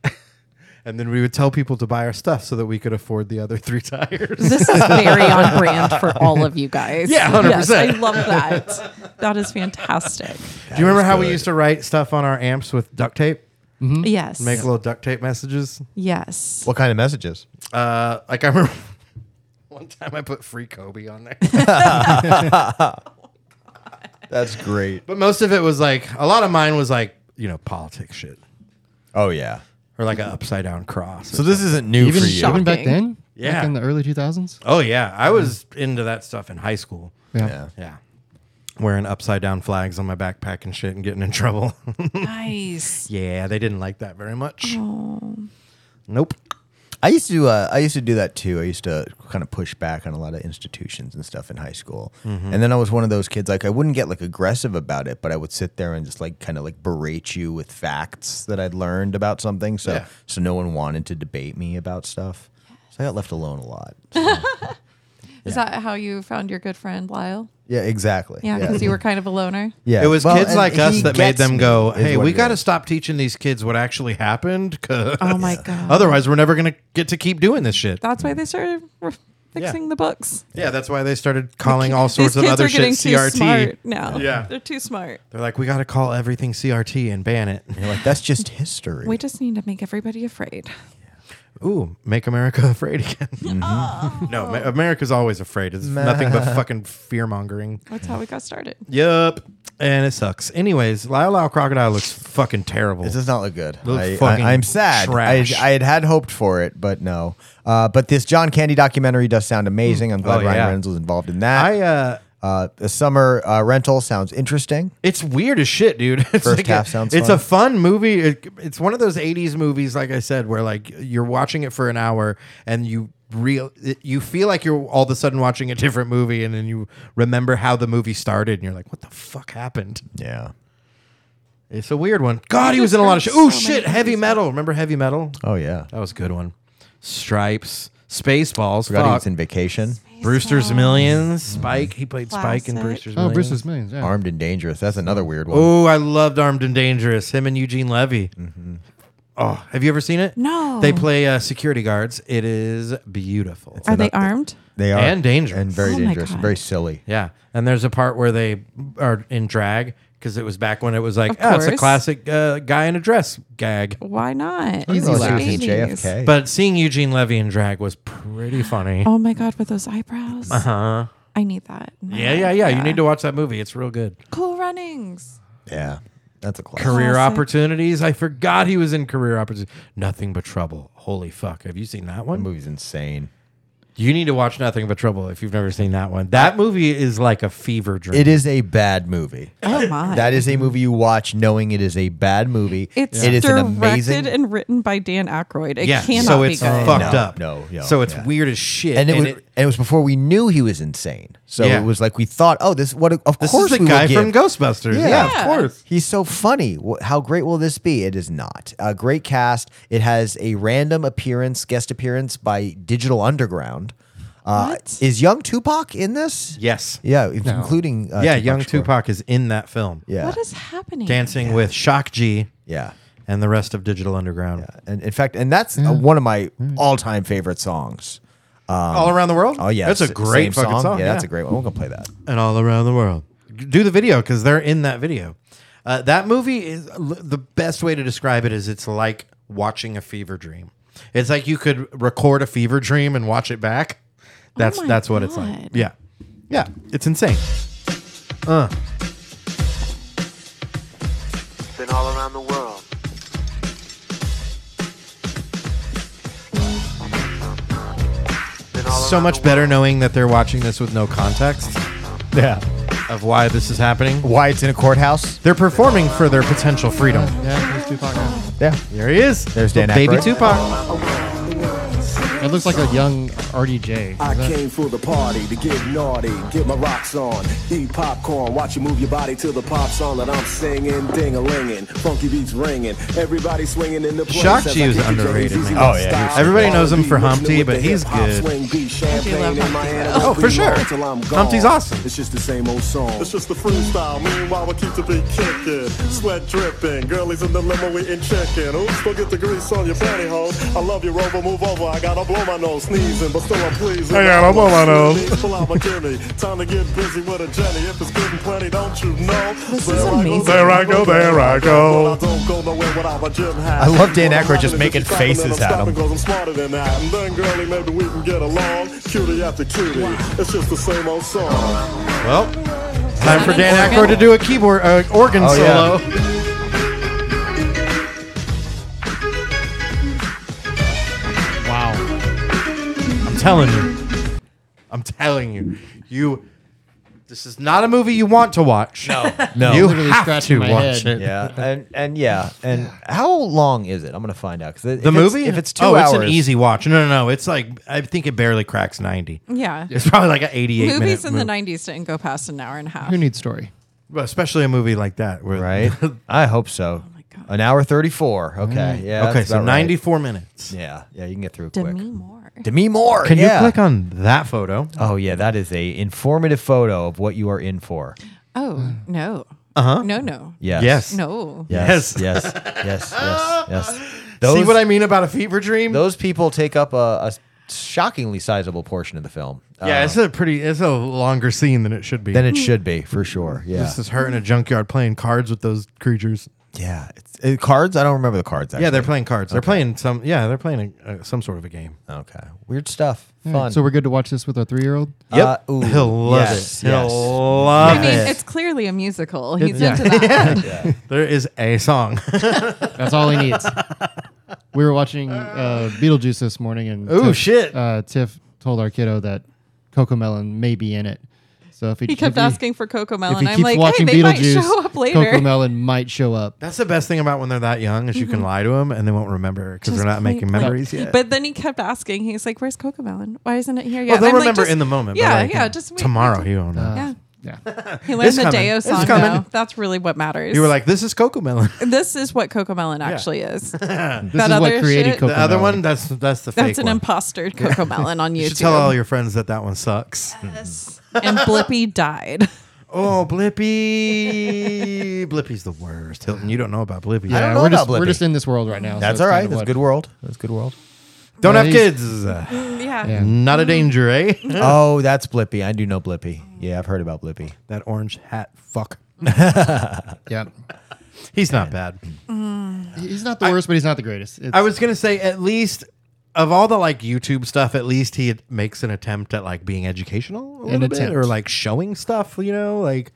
Speaker 1: (laughs) and then we would tell people to buy our stuff so that we could afford the other three (laughs) tires.
Speaker 4: This is very on brand for all of you guys.
Speaker 1: Yeah,
Speaker 4: Yes, I
Speaker 1: 100%.
Speaker 4: love that. That is fantastic.
Speaker 1: Do you remember how we used to write stuff on our amps with duct tape?
Speaker 4: Yes.
Speaker 1: Hmm? make little duct tape messages.
Speaker 4: yes.
Speaker 2: what kind of messages?
Speaker 1: Uh, like I remember (laughs) one time I put free Kobe on there, (laughs)
Speaker 2: That's great.
Speaker 1: but most of it was like a lot of mine was like you know politics shit
Speaker 2: Oh yeah.
Speaker 1: or like an upside down cross.
Speaker 2: So this isn't new
Speaker 3: Even
Speaker 2: for you.
Speaker 3: even back
Speaker 4: Shocking.
Speaker 3: then.
Speaker 1: Yeah.
Speaker 3: Back in the early 2000s.
Speaker 1: oh yeah, I was into that stuff in high school.
Speaker 2: Mm-hmm. Yeah.
Speaker 1: Yeah, wearing upside down flags on my backpack and shit and getting in (laughs) trouble.
Speaker 4: Nice.
Speaker 1: yeah, they didn't like that very much. Nope.
Speaker 2: I used to uh, I used to do that too. I used to kind of push back on a lot of institutions and stuff in high school. And then I was one of those kids like I wouldn't get like aggressive about it, but I would sit there and just like kind of like berate you with facts that I'd learned about something. So
Speaker 1: Yeah.
Speaker 2: so no one wanted to debate me about stuff. So I got left alone a lot.
Speaker 4: Is that how you found your good friend Lyle?
Speaker 2: Yeah, exactly.
Speaker 4: Yeah, because you were kind of a loner.
Speaker 2: Yeah.
Speaker 1: It was
Speaker 2: Well,
Speaker 1: kids
Speaker 2: and
Speaker 1: like us
Speaker 2: he
Speaker 1: that made
Speaker 2: gets
Speaker 1: them
Speaker 2: me,
Speaker 1: go,
Speaker 2: is
Speaker 1: "Hey,
Speaker 2: what
Speaker 1: we
Speaker 2: it
Speaker 1: got to
Speaker 2: is.
Speaker 1: stop teaching these kids what actually happened, 'cause
Speaker 4: Oh my god.
Speaker 1: (laughs) otherwise we're never going to get to keep doing this shit."
Speaker 4: That's why they started re- fixing the books.
Speaker 1: yeah, that's why they started calling all
Speaker 4: These
Speaker 1: sorts of
Speaker 4: kids
Speaker 1: other
Speaker 4: are getting
Speaker 1: shit
Speaker 4: too
Speaker 1: CRT.
Speaker 4: smart now.
Speaker 1: Yeah.
Speaker 4: they're too smart.
Speaker 1: They're like, "We got to call everything CRT and ban it." (laughs)
Speaker 2: You're like, that's just history.
Speaker 4: We just need to make everybody afraid.
Speaker 1: Ooh, make America (laughs) afraid again. no, Ma- America's always afraid. It's nothing
Speaker 4: (laughs)
Speaker 1: but fucking fear mongering.
Speaker 4: That's how we got started.
Speaker 1: Yup. And it sucks. Anyways, Lyle Lyle Crocodile looks fucking terrible.
Speaker 2: This does not look good.
Speaker 1: Look
Speaker 2: I,
Speaker 1: fucking
Speaker 2: am sad.
Speaker 1: trash.
Speaker 2: I, I had had hoped for it, but no. Uh, but this John Candy documentary does sound amazing. I'm glad
Speaker 1: Oh,
Speaker 2: Ryan
Speaker 1: yeah.
Speaker 2: Reynolds was involved in that.
Speaker 1: I uh
Speaker 2: uh, the summer uh, rental sounds interesting.
Speaker 1: It's weird as shit, dude. (laughs) It's
Speaker 2: First
Speaker 1: like
Speaker 2: half
Speaker 1: a,
Speaker 2: sounds
Speaker 1: It's
Speaker 2: fun.
Speaker 1: a fun movie. It- it's one of those '80s movies, like I said, where like you're watching it for an hour and you real it- you feel like you're all of a sudden watching a different movie, and then you remember how the movie started, and you're like, "What the fuck happened?"
Speaker 2: Yeah.
Speaker 1: It's a weird one. God, he was in a lot of shit. Oh shit, heavy metal. Remember heavy metal?
Speaker 2: Oh yeah.
Speaker 1: That was a good one. Stripes, Spaceballs,
Speaker 2: Forgot he was
Speaker 1: fuck.
Speaker 2: in vacation.
Speaker 1: Brewster's Millions, Spike. He played Spike in
Speaker 4: Classic.
Speaker 1: Brewster's
Speaker 3: Oh,
Speaker 1: Millions.
Speaker 3: Bruce's Millions. Yeah.
Speaker 2: Armed and dangerous. That's another weird one.
Speaker 1: Oh, I loved Armed and Dangerous. Him and Eugene Levy. Oh, have you ever seen it?
Speaker 4: No.
Speaker 1: They play uh, security guards. It is beautiful.
Speaker 4: Are they armed?
Speaker 2: They are
Speaker 1: and dangerous.
Speaker 2: and very
Speaker 4: Oh, my
Speaker 2: dangerous and
Speaker 4: God.
Speaker 2: very silly.
Speaker 1: yeah, and there's a part where they are in drag because it was back when it was like,
Speaker 4: Of
Speaker 1: oh, it's a
Speaker 4: course.
Speaker 1: classic uh, guy in a dress gag.
Speaker 4: Why not?
Speaker 2: I didn't
Speaker 4: It's
Speaker 2: realize
Speaker 4: the
Speaker 2: he was in
Speaker 4: 80s.
Speaker 2: JFK.
Speaker 1: But seeing Eugene Levy in drag was
Speaker 4: (laughs)
Speaker 1: pretty funny.
Speaker 4: Oh my god, with those eyebrows. Uh huh. I need that. in my
Speaker 1: Uh-huh. yeah,
Speaker 4: life.
Speaker 1: yeah, yeah. You need to watch that movie. It's real good.
Speaker 4: Cool Runnings.
Speaker 2: yeah, that's a classic.
Speaker 1: Career
Speaker 4: Classic.
Speaker 1: opportunities. I forgot he was in career opportunities. Nothing but trouble. Holy fuck! Have you seen that
Speaker 2: The
Speaker 1: one?
Speaker 2: movie's insane.
Speaker 1: You need to watch Nothing But Trouble if you've never seen that one. That movie is like a fever dream.
Speaker 2: It is a bad movie.
Speaker 4: Oh (laughs) my.
Speaker 2: That is a movie you watch knowing it is a bad movie.
Speaker 4: It's
Speaker 2: it is an
Speaker 4: directed
Speaker 2: amazing
Speaker 4: and written by Dan Aykroyd. It
Speaker 1: yeah,
Speaker 4: cannot
Speaker 1: so
Speaker 4: be
Speaker 1: it's
Speaker 4: good.
Speaker 1: fucked
Speaker 2: No,
Speaker 1: up.
Speaker 2: no, no,
Speaker 1: so it's
Speaker 2: yeah.
Speaker 1: weird as shit.
Speaker 2: and it was and it was before we knew he was insane. So
Speaker 1: Yeah.
Speaker 2: it was like we thought, oh, this what? Of
Speaker 1: this
Speaker 2: course,
Speaker 1: is the
Speaker 2: we will
Speaker 1: guy
Speaker 2: give-
Speaker 1: from Ghostbusters.
Speaker 2: Yeah.
Speaker 1: Yeah,
Speaker 2: Yeah.
Speaker 1: of course.
Speaker 2: He's so funny. Wh- How great will this be? It is not. A great cast. It has a random appearance, guest appearance by Digital Underground. Uh,
Speaker 4: What?
Speaker 2: is young Tupac in this?
Speaker 1: Yes.
Speaker 2: Yeah, if- including uh,
Speaker 1: yeah,
Speaker 2: Tupac
Speaker 1: young
Speaker 2: Shakur.
Speaker 1: Tupac is in that film.
Speaker 2: Yeah,
Speaker 4: What is happening?
Speaker 1: Dancing with Shock G
Speaker 2: yeah.
Speaker 1: and the rest of Digital Underground.
Speaker 2: And in fact, and that's
Speaker 4: Hmm.
Speaker 2: uh, one of my all-time favorite songs.
Speaker 1: All around the world?
Speaker 2: Oh yeah,
Speaker 1: That's a
Speaker 2: s- same
Speaker 1: great fucking song.
Speaker 2: Yeah, that's a great one. We're gonna play that.
Speaker 1: and all around the world. Do the video because they're in that video. Uh, that movie is l- the best way to describe it is it's like watching a fever dream. It's like you could record a fever dream and watch it back. That's
Speaker 4: Oh my
Speaker 1: that's what it's like.
Speaker 4: God.
Speaker 1: Yeah, yeah, it's insane.
Speaker 6: been all around the world. Been all
Speaker 1: So
Speaker 6: around
Speaker 1: much
Speaker 6: the
Speaker 1: better
Speaker 6: world.
Speaker 1: knowing that they're watching this with no context
Speaker 2: Yeah,
Speaker 1: of why this is happening.
Speaker 2: why it's in a courthouse?
Speaker 1: They're performing for their potential freedom.
Speaker 3: yeah, there's Tupac now.
Speaker 2: Yeah,
Speaker 1: There he is.
Speaker 2: There's Dan
Speaker 1: baby
Speaker 2: Aykroyd.
Speaker 1: Tupac.
Speaker 3: It looks like a young RDJ. Is
Speaker 7: I
Speaker 3: that-
Speaker 7: came for the party to get naughty, get my rocks on, eat popcorn, watch you move your body to the pop song that I'm singing, ding a linging, funky beats ringing, everybody swinging in the place.
Speaker 1: Shock
Speaker 7: as
Speaker 1: G
Speaker 7: I
Speaker 1: was
Speaker 7: get you
Speaker 1: underrated,
Speaker 7: Jay-Z's
Speaker 1: man.
Speaker 2: Oh, yeah, he was
Speaker 7: style.
Speaker 1: Everybody knows him for
Speaker 7: R&B,
Speaker 1: Humpty,
Speaker 7: mixing with
Speaker 1: but
Speaker 7: the
Speaker 1: he's
Speaker 7: hip-hop
Speaker 1: good.
Speaker 7: swing beat, champagne
Speaker 4: love
Speaker 7: in my
Speaker 4: Humpty,
Speaker 7: hand,
Speaker 4: though.
Speaker 7: I'll
Speaker 1: Oh, for
Speaker 7: be
Speaker 1: sure.
Speaker 7: on till I'm gone.
Speaker 1: Humpty's awesome.
Speaker 7: It's just the same old song.
Speaker 8: It's just a freestyle. Meanwhile, we keep the beat kicking. Sweat dripping. Girlies in the limo eating chicken. Oops, don't get the grease on your pantyhose. I love you, Rover. Move over. I gotta blow my nose. Sneezing, but still I'm pleasing. I gotta blow my nose. Pull out my guinea. Time to get busy with a Jenny. If it's good and plenty, don't you know?
Speaker 4: This
Speaker 8: There
Speaker 4: is
Speaker 8: I go,
Speaker 4: amazing.
Speaker 8: There I go. There I
Speaker 7: go.
Speaker 8: Well, I don't go nowhere without my gym hat.
Speaker 2: I love Dan Aykroyd
Speaker 8: What I'm
Speaker 2: just
Speaker 8: hopping is
Speaker 2: making
Speaker 8: if you're stopping,
Speaker 2: faces
Speaker 8: then I'm
Speaker 2: at
Speaker 8: stopping
Speaker 2: him.
Speaker 8: 'cause I'm smarter than that. And then, girlie, maybe we can get along. Cutie after cutie. It's just the same old song.
Speaker 1: Well, time for Dan Aykroyd to do a keyboard uh, organ
Speaker 2: Oh, yeah.
Speaker 1: solo.
Speaker 3: Wow.
Speaker 1: I'm telling you. I'm telling you. You. This is not a movie you want to watch. (laughs) No,
Speaker 2: No.
Speaker 1: You
Speaker 3: Literally
Speaker 1: have
Speaker 3: scratching
Speaker 1: to
Speaker 3: my
Speaker 1: watch it.
Speaker 3: head.
Speaker 2: yeah,
Speaker 1: (laughs)
Speaker 2: and and yeah, and how long is it? I'm gonna find out. 'cause if
Speaker 1: The
Speaker 2: it's-
Speaker 1: movie,
Speaker 2: if it's two
Speaker 1: oh,
Speaker 2: hours,
Speaker 1: it's an easy watch. No, no, no. It's like I think it barely cracks ninety.
Speaker 4: Yeah.
Speaker 1: It's probably like an eighty-eight
Speaker 4: Movies
Speaker 1: minute
Speaker 4: in the
Speaker 1: movie.
Speaker 4: '90s didn't go past an hour and a half.
Speaker 3: Who needs story?
Speaker 1: (laughs) But especially a movie like that, where
Speaker 2: right? I hope so.
Speaker 4: Oh my God.
Speaker 2: An hour 34. Okay. Yeah.
Speaker 1: Mm. okay,
Speaker 2: that's
Speaker 1: so
Speaker 2: about right.
Speaker 1: 94 minutes.
Speaker 2: Yeah. Yeah. You can get through it quick.
Speaker 4: Demi Moore.
Speaker 2: Demi Moore.
Speaker 1: Can
Speaker 2: yeah.
Speaker 1: you click on that photo?
Speaker 2: Oh, yeah. That is a informative photo of what you are in for.
Speaker 4: Oh no. Uh
Speaker 1: Uh-huh.
Speaker 4: huh. No, no.
Speaker 2: Yes.
Speaker 1: Yes.
Speaker 4: No.
Speaker 2: Yes.
Speaker 1: Yes.
Speaker 2: Yes. yes. Yes. Yes.
Speaker 1: (laughs)
Speaker 2: Those,
Speaker 1: See what I mean about a fever dream?
Speaker 2: those people take up a, a shockingly sizable portion of the film.
Speaker 1: yeah,
Speaker 2: Uh,
Speaker 1: it's a pretty, it's a longer scene than it should be.
Speaker 2: than it should be for sure. Yeah.
Speaker 1: This is her in a junkyard playing cards with those creatures.
Speaker 2: Yeah. It's, uh, cards? I don't remember the cards. Actually.
Speaker 1: Yeah, they're playing cards. They're playing some. Yeah, they're playing a, uh, some sort of a game.
Speaker 2: Okay. Weird stuff.
Speaker 3: All
Speaker 2: Fun.
Speaker 3: right, so we're good to watch this with our three year old.
Speaker 2: Hmm. Yep. (laughs) Uh, ooh,
Speaker 1: He'll love
Speaker 2: yes,
Speaker 1: it.
Speaker 2: yes.
Speaker 1: He'll love
Speaker 4: I mean,
Speaker 1: it.
Speaker 4: it's clearly a musical. He's
Speaker 1: yeah. (laughs)
Speaker 4: into that.
Speaker 1: There is a song. (laughs)
Speaker 3: That's all he needs. we were watching uh, Beetlejuice this morning, and
Speaker 1: Ooh,
Speaker 3: Tiff,
Speaker 1: shit.
Speaker 3: Uh, Tiff told our kiddo that Coco Melon may be in it. So if he,
Speaker 4: He
Speaker 3: if
Speaker 4: kept
Speaker 3: he-
Speaker 4: asking for Coco
Speaker 3: if
Speaker 4: Melon.
Speaker 3: he
Speaker 4: I'm
Speaker 3: keeps
Speaker 4: like, hey,
Speaker 3: watching
Speaker 4: they might
Speaker 3: Beetlejuice,
Speaker 4: show up
Speaker 3: Coco
Speaker 4: later.
Speaker 3: Melon might show up.
Speaker 1: That's the best thing about when they're that young is you can lie to them and they won't remember because they're
Speaker 4: Just
Speaker 1: not making
Speaker 4: point blank.
Speaker 1: memories yet.
Speaker 4: But then he kept asking. He's like, "Where's Coco Melon? Why isn't it here yet?"
Speaker 1: well, they'll
Speaker 4: I'm like,
Speaker 1: remember
Speaker 4: "Just-
Speaker 1: in the moment. but,
Speaker 4: Yeah,
Speaker 1: like,
Speaker 4: yeah. Just wait.
Speaker 1: tomorrow. He won't know.
Speaker 4: Yeah,
Speaker 1: (laughs)
Speaker 3: Yeah.
Speaker 4: he learned
Speaker 1: It's
Speaker 4: the
Speaker 1: coming.
Speaker 4: Deo
Speaker 1: It's
Speaker 4: song.
Speaker 1: coming.
Speaker 4: Though. That's really what matters.
Speaker 1: you were like, "This is Coco Melon."
Speaker 4: "This is what Coco Melon actually is."
Speaker 3: This is what created
Speaker 1: (laughs)
Speaker 3: Coco
Speaker 1: the other
Speaker 3: Melon.
Speaker 1: one, that's that's the fake
Speaker 4: That's an
Speaker 1: one.
Speaker 4: imposter
Speaker 1: (laughs)
Speaker 4: Coco Melon on
Speaker 1: you
Speaker 4: YouTube.
Speaker 1: should tell all your friends that that one sucks.
Speaker 3: (laughs)
Speaker 4: and
Speaker 1: (laughs)
Speaker 4: Blippy died.
Speaker 1: Oh, (laughs) Blippy! Blippy's the worst. Hilton, you don't know about Blippy.
Speaker 2: I
Speaker 3: Yeah,
Speaker 2: don't know
Speaker 3: we're
Speaker 2: about
Speaker 3: just we're
Speaker 2: Blippi.
Speaker 3: just in this world right now. so
Speaker 2: That's
Speaker 3: it's
Speaker 2: all
Speaker 3: fun
Speaker 2: right.
Speaker 3: to
Speaker 2: That's
Speaker 3: watch.
Speaker 2: good world. That's good world.
Speaker 1: Don't
Speaker 3: Yeah,
Speaker 1: have
Speaker 3: he's-
Speaker 1: kids.
Speaker 4: yeah.
Speaker 3: Yeah.
Speaker 1: Not a danger, eh? (laughs)
Speaker 2: oh, that's Blippi. I do know Blippi. Yeah, I've heard about Blippi.
Speaker 1: that orange hat fuck.
Speaker 3: Yeah.
Speaker 1: He's not bad.
Speaker 3: He's not the worst, but he's not the greatest. It's,
Speaker 1: I was gonna say at least of all the like YouTube stuff, at least he makes an attempt at like being educational a little bit
Speaker 3: attempt.
Speaker 1: or like showing stuff. You know, like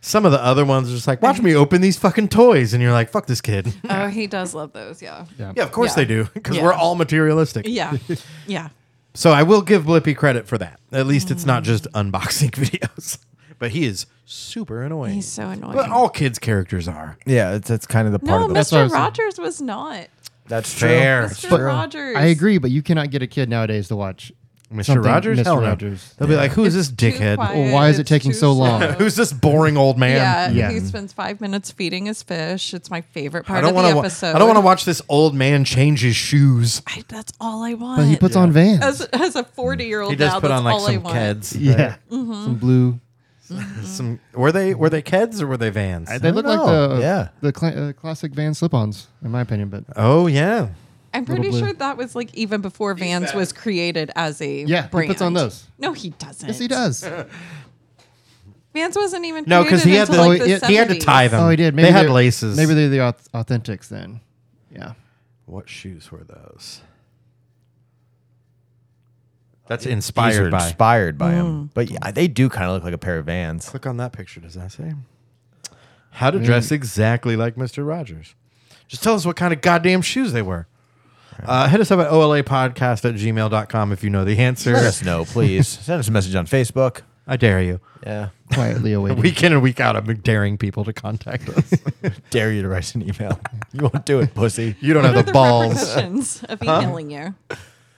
Speaker 1: some of the other ones are just like, watch me open these fucking toys, and you're like, fuck this kid. (laughs)
Speaker 4: Oh, he does love those. Yeah. Yeah.
Speaker 1: yeah, of course
Speaker 4: Yeah.
Speaker 1: they do because
Speaker 4: Yeah.
Speaker 1: we're all materialistic. (laughs)
Speaker 4: Yeah.
Speaker 1: So I will give Blippi credit for that. At least it's not just unboxing (laughs) videos, but he is super annoying.
Speaker 4: He's so annoying.
Speaker 1: but all kids' characters are.
Speaker 2: Yeah, it's, that's kind of the part
Speaker 4: no,
Speaker 2: of the.
Speaker 3: That's what I
Speaker 4: Mr.
Speaker 3: was saying.
Speaker 4: Rogers was not.
Speaker 2: That's
Speaker 1: Fair.
Speaker 4: Mr.
Speaker 2: But-
Speaker 4: Rogers.
Speaker 3: I agree, but you cannot get a kid nowadays to watch
Speaker 1: Mr.
Speaker 3: something
Speaker 1: Rogers?
Speaker 3: Mr.
Speaker 1: Hell no.
Speaker 3: Rogers.
Speaker 1: They'll be like, who is this
Speaker 4: Too
Speaker 1: dickhead?
Speaker 4: quiet.
Speaker 3: Well, why is it
Speaker 4: It's
Speaker 3: taking
Speaker 4: too
Speaker 3: so long?
Speaker 4: slow.
Speaker 1: (laughs) Who's this boring old man?
Speaker 4: Yeah,
Speaker 3: Yeah.
Speaker 4: he spends five minutes feeding his fish. It's my favorite part
Speaker 1: I don't
Speaker 4: of
Speaker 1: want
Speaker 4: the
Speaker 1: to.
Speaker 4: episode.
Speaker 1: I don't want to watch this old man change his shoes.
Speaker 4: I, that's all I want.
Speaker 3: But he puts on Vans.
Speaker 4: as, as a forty year old.
Speaker 1: He does
Speaker 4: now,
Speaker 1: put
Speaker 4: that's
Speaker 1: on like
Speaker 4: all I
Speaker 1: some
Speaker 4: want.
Speaker 1: keds.
Speaker 3: yeah.
Speaker 4: Mm-hmm.
Speaker 3: Some blue.
Speaker 1: Some were they were they keds or were they vans?
Speaker 3: They look like
Speaker 2: know.
Speaker 3: the
Speaker 2: Yeah.
Speaker 3: the cla- uh, classic Van slip-ons, in my opinion. But
Speaker 1: oh yeah,
Speaker 4: I'm
Speaker 3: Little
Speaker 4: pretty
Speaker 3: blue.
Speaker 4: sure that was like even before Vans was created as a
Speaker 3: Yeah, he
Speaker 4: brand.
Speaker 3: puts on those.
Speaker 4: No, he doesn't.
Speaker 3: yes, he does.
Speaker 4: Vans wasn't even
Speaker 1: no, because he had the,
Speaker 4: created until, like,
Speaker 1: he,
Speaker 4: the
Speaker 1: had to
Speaker 4: 70s.
Speaker 1: tie them.
Speaker 3: oh, he did.
Speaker 1: they had
Speaker 3: they're-
Speaker 1: laces.
Speaker 3: Maybe they're the auth- authentics then. Yeah.
Speaker 1: what shoes were those? That's
Speaker 2: These are
Speaker 1: inspired by.
Speaker 2: inspired by him. But yeah, they do kind of look like a pair of vans.
Speaker 1: Mm. Click on that picture. Does that say? Mm. How to dress exactly like Mr. Rogers. Just tell us what kind of goddamn shoes they were. Uh, hit us up at olapodcast at gmail.com if you know the answer.
Speaker 2: Let us know, please. (laughs) Send us a message on Facebook.
Speaker 1: I dare (laughs) you.
Speaker 2: Yeah.
Speaker 1: (laughs)
Speaker 3: Quietly awaiting.
Speaker 1: Week in and week out, I'm daring people to contact us.
Speaker 2: Dare you to write an email. you won't do (laughs) it, pussy.
Speaker 1: (laughs) You don't (laughs)
Speaker 4: What are
Speaker 1: have the
Speaker 4: the
Speaker 1: balls.
Speaker 4: repercussions of emailing you?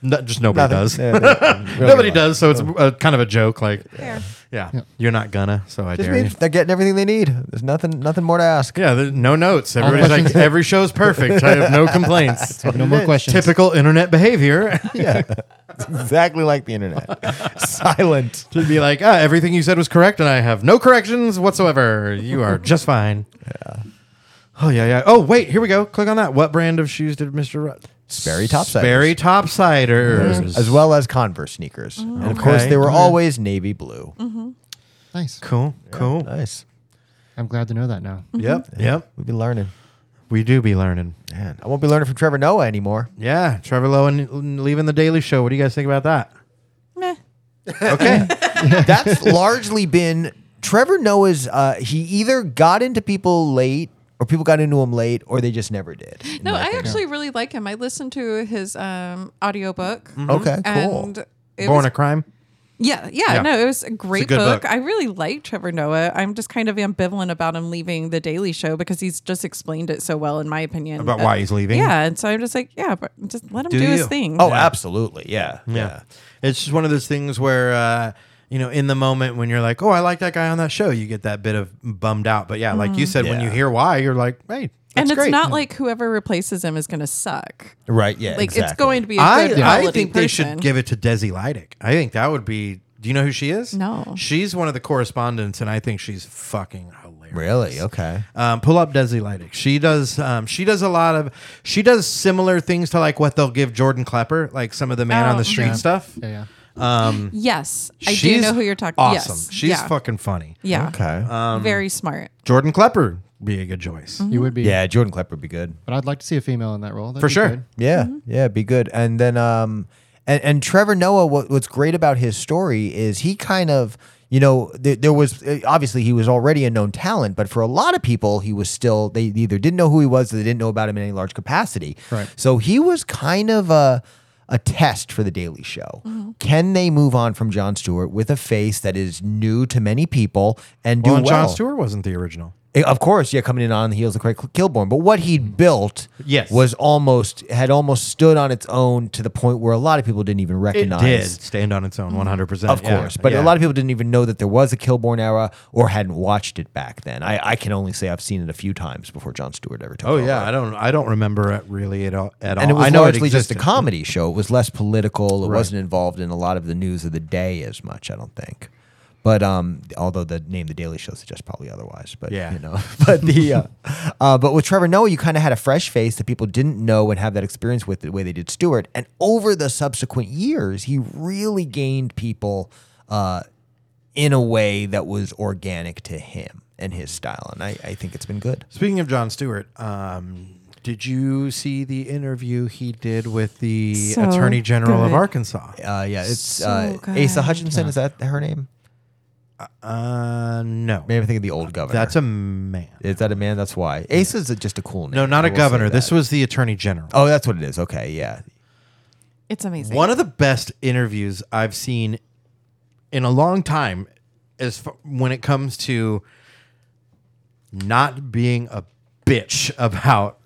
Speaker 1: No, just nobody does. Nobody
Speaker 2: Nobody
Speaker 1: does. So it's uh kind of a joke. Like,
Speaker 4: Fair.
Speaker 1: yeah, you're not gonna. So
Speaker 2: (laughs)
Speaker 1: I
Speaker 2: Just
Speaker 1: dare you.
Speaker 2: means they're getting everything they need. There's nothing nothing more to ask. (laughs)
Speaker 1: Yeah, there's no notes. Everybody's like,
Speaker 3: questions-
Speaker 1: every show's perfect. I have no complaints.
Speaker 3: no more questions.
Speaker 1: Typical internet behavior. (laughs)
Speaker 2: Yeah. It's exactly like the internet. (laughs) Silent.
Speaker 1: to be like, ah, everything you said was correct, and I have no corrections whatsoever. You are just fine. Yeah. Oh yeah, yeah. Oh wait, here we go. Click on that. What brand of shoes did Mister Ru-
Speaker 2: Sperry topsiders.
Speaker 1: Sperry Topsiders?
Speaker 2: As well as Converse sneakers.
Speaker 4: Mm.
Speaker 2: And of course,
Speaker 1: Okay.
Speaker 2: they were always navy blue.
Speaker 3: nice.
Speaker 1: Cool, cool.
Speaker 2: Nice.
Speaker 3: I'm glad to know that now.
Speaker 1: Yep, yep.
Speaker 2: We've been learning.
Speaker 1: We do be learning.
Speaker 2: Man, I won't be learning from Trevor Noah anymore.
Speaker 4: (laughs)
Speaker 1: Yeah, Trevor Lowen leaving the Daily Show. What do you guys think about that?
Speaker 4: Meh. (laughs)
Speaker 1: Okay.
Speaker 2: That's largely been Trevor Noah's. Uh, he either got into people late, or people got into him late, or they just never did. in
Speaker 4: No,
Speaker 2: my
Speaker 4: I
Speaker 2: opinion.
Speaker 4: actually really like him. I listened to his um audiobook.
Speaker 2: Okay, cool.
Speaker 4: And it
Speaker 1: Mm-hmm. Born
Speaker 4: was,
Speaker 1: a crime.
Speaker 4: yeah, yeah,
Speaker 1: Yeah.
Speaker 4: no, it was a great
Speaker 1: good
Speaker 4: book.
Speaker 1: book.
Speaker 4: I really like Trevor Noah. I'm just kind of ambivalent about him leaving The Daily Show because he's just explained it so well, in my opinion,
Speaker 1: About
Speaker 4: Uh,
Speaker 1: why he's leaving?
Speaker 4: Yeah, and so I'm just like, yeah, but just let him
Speaker 1: Do
Speaker 4: do, his
Speaker 1: you.
Speaker 4: thing.
Speaker 2: oh, absolutely. Yeah. Yeah.
Speaker 1: Yeah. It's just one of those things where, uh, you know, in the moment when you're like, oh, I like that guy on that show, you get that bit of bummed out. But yeah, like you said, when
Speaker 2: Mm-hmm. Yeah.
Speaker 1: you hear why, you're like, hey,
Speaker 4: and it's
Speaker 2: great.
Speaker 4: not like whoever replaces him is going to suck.
Speaker 2: Right. Yeah.
Speaker 4: Like it's going to be. A
Speaker 1: I, I
Speaker 4: good quality
Speaker 1: think they
Speaker 4: person.
Speaker 1: should give it to Desi Leidick. I think that would be. Do you know who she is?
Speaker 4: No.
Speaker 1: She's one of the correspondents, and I think she's fucking hilarious.
Speaker 2: Really? Okay.
Speaker 1: Um, pull up Desi Leidick. She does. Um, she does a lot of. She does similar things to like what they'll give Jordan Klepper, like some of the man on
Speaker 4: Oh,
Speaker 1: the street
Speaker 3: yeah.
Speaker 1: stuff.
Speaker 3: Yeah, yeah.
Speaker 4: Yes, I do
Speaker 1: She's
Speaker 4: know who you're talking.
Speaker 1: Awesome.
Speaker 4: Yes,
Speaker 1: She's Um,
Speaker 4: yeah.
Speaker 1: fucking funny.
Speaker 4: Yeah,
Speaker 2: Okay.
Speaker 4: very smart.
Speaker 1: Jordan Klepper be a good choice
Speaker 3: You would be.
Speaker 2: yeah, Jordan Klepper would be good.
Speaker 3: But I'd like to see a female in that role. That'd
Speaker 1: for
Speaker 3: be
Speaker 1: sure.
Speaker 3: good.
Speaker 2: Yeah, yeah, be good. And then um and, and Trevor Noah what, what's great about his story is he kind of you know there, there was eh, obviously he was already a known talent but for a lot of people he was still they either didn't know who he was or they didn't know about him in any large capacity.
Speaker 3: Right.
Speaker 2: So he was kind of a a test for the Daily Show. Can they move on from Jon Stewart with a face that is new to many people and do
Speaker 1: Oh, Well, and
Speaker 2: well?
Speaker 1: John Stewart wasn't the original.
Speaker 2: Eh, Of course, yeah, coming in on the heels of Craig Kilborn, but what he'd built
Speaker 1: Yes.
Speaker 2: was almost had almost stood on its own to the point where a lot of people didn't even
Speaker 1: It
Speaker 2: recognize.
Speaker 1: did stand on its own, one hundred percent.
Speaker 2: Of course, but a lot of people didn't even know that there was a Kilborn era or hadn't watched it back then. I, I can only say I've seen it a few times before John Stewart ever took
Speaker 1: Oh
Speaker 2: over.
Speaker 1: yeah, I don't. I don't remember it really at all. At
Speaker 2: and it
Speaker 1: all.
Speaker 2: was
Speaker 1: I know
Speaker 2: largely
Speaker 1: it
Speaker 2: just a
Speaker 1: existed.
Speaker 2: comedy show. It was less political. It wasn't involved in a lot of the news of the day as much. I don't think. But um, although the name The Daily Show suggests probably otherwise, but
Speaker 1: Yeah.
Speaker 2: you know, (laughs) but the uh, uh, but with Trevor Noah, you kind of had a fresh face that people didn't know and have that experience with the way they did Stewart. And over the subsequent years, he really gained people uh, in a way that was organic to him and his style. And I, I think it's been good.
Speaker 1: Speaking of John Stewart, um, did you see the interview he did with the
Speaker 4: So
Speaker 1: Attorney General of
Speaker 4: good.
Speaker 1: Arkansas?
Speaker 2: Uh, yeah, it's uh, Asa
Speaker 4: So good.
Speaker 2: Hutchinson. Is that her name?
Speaker 1: Uh, no,
Speaker 2: Maybe I'm thinking of the old governor.
Speaker 1: that's a man.
Speaker 2: is that a man? That's why Ace is just a cool name.
Speaker 1: No, not
Speaker 2: I
Speaker 1: a
Speaker 2: will say
Speaker 1: governor. This
Speaker 2: that.
Speaker 1: was the Attorney General.
Speaker 2: oh, that's what it is. Okay, yeah,
Speaker 4: It's amazing.
Speaker 1: One of the best interviews I've seen in a long time, as f- when it comes to not being a bitch about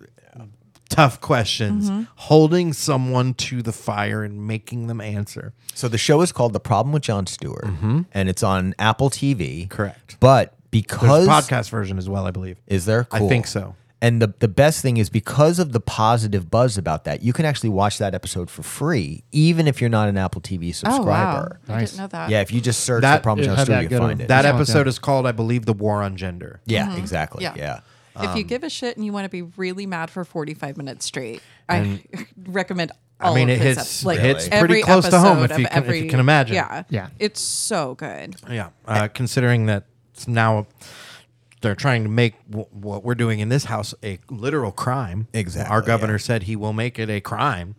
Speaker 1: tough questions, holding someone to the fire and making them answer.
Speaker 2: So the show is called The Problem with John Stewart, and it's on Apple TV.
Speaker 1: Mm-hmm. Correct.
Speaker 2: But
Speaker 1: There's
Speaker 2: because
Speaker 1: a podcast version as well, I believe.
Speaker 2: is there,
Speaker 1: I
Speaker 2: Cool.
Speaker 1: think so.
Speaker 2: And the the best thing is because of the positive buzz about that, you can actually watch that episode for free, even if you're not an Apple TV
Speaker 4: oh wow,
Speaker 2: subscriber.
Speaker 4: I
Speaker 3: Nice.
Speaker 4: didn't know that.
Speaker 2: Yeah, if you just search
Speaker 1: That-
Speaker 2: The Problem with
Speaker 3: it
Speaker 2: John
Speaker 3: had
Speaker 2: Stewart,
Speaker 3: that
Speaker 2: you
Speaker 3: good
Speaker 2: find
Speaker 3: of-
Speaker 2: it.
Speaker 1: That
Speaker 3: Something like
Speaker 1: episode
Speaker 3: that.
Speaker 1: is called, I believe, The War on Gender.
Speaker 2: yeah, exactly.
Speaker 4: Yeah.
Speaker 2: yeah.
Speaker 4: if
Speaker 1: Um,
Speaker 4: you give a shit and you want to be really mad for 45 minutes straight, I (laughs) recommend.
Speaker 1: I
Speaker 4: All
Speaker 1: mean,
Speaker 4: of
Speaker 1: it
Speaker 4: his
Speaker 1: hits-
Speaker 4: ep- like
Speaker 1: hits
Speaker 4: every
Speaker 1: pretty close to home
Speaker 4: episode
Speaker 1: if you
Speaker 4: of
Speaker 1: can- if you
Speaker 4: every-
Speaker 1: can imagine.
Speaker 4: Yeah,
Speaker 3: Yeah.
Speaker 4: it's so good.
Speaker 1: Yeah, uh, considering that it's now they're trying to make w- what we're doing in this house a literal crime.
Speaker 2: Exactly,
Speaker 1: Our governor said he will make it a crime.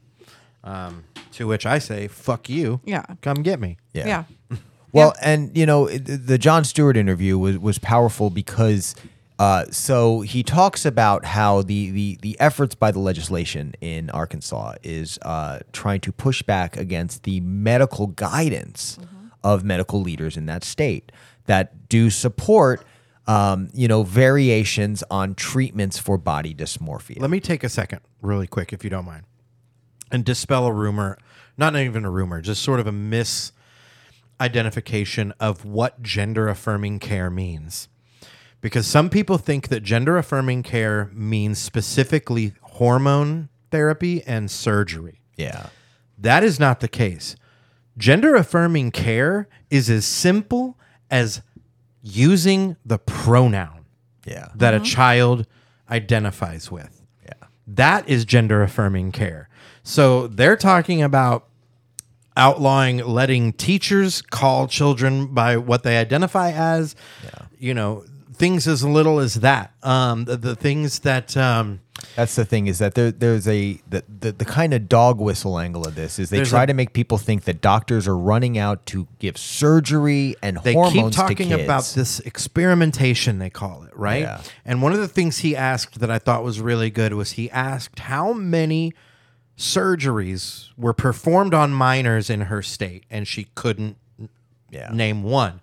Speaker 1: Um, to which I say, "Fuck you."
Speaker 4: Yeah.
Speaker 1: come get me.
Speaker 2: Yeah.
Speaker 4: Yeah,
Speaker 2: Well, and you know, it- the John Stewart interview was was powerful because uh, so he talks about how the, the the efforts by the legislation in Arkansas is uh, trying to push back against the medical guidance of medical leaders in that state that do support. Um, you know, variations on treatments for body dysmorphia.
Speaker 1: Let me take a second, really quick, if you don't mind, and dispel a rumor. Not even a rumor, just sort of a misidentification of what gender affirming care means. Because some people think that gender affirming care means specifically hormone therapy and surgery.
Speaker 2: yeah.
Speaker 1: That is not the case. Gender affirming care is as simple as using the pronoun
Speaker 2: Yeah.
Speaker 1: that a child identifies with.
Speaker 2: Yeah.
Speaker 1: That is gender affirming care. So they're talking about outlawing letting teachers call children by what they identify as, you know, things as little as that. Um, the, the things that. Um,
Speaker 2: That's the thing is that there, there's a the, the the kind of dog whistle angle of this is they
Speaker 1: There's
Speaker 2: try
Speaker 1: a-
Speaker 2: to make people think that doctors are running out to give surgery and
Speaker 1: they keep
Speaker 2: hormones
Speaker 1: talking
Speaker 2: to kids.
Speaker 1: about this experimentation they call it right
Speaker 2: Yeah.
Speaker 1: and one of the things he asked that i thought was really good was he asked how many surgeries were performed on minors in her state and she couldn't
Speaker 2: Yeah.
Speaker 1: name one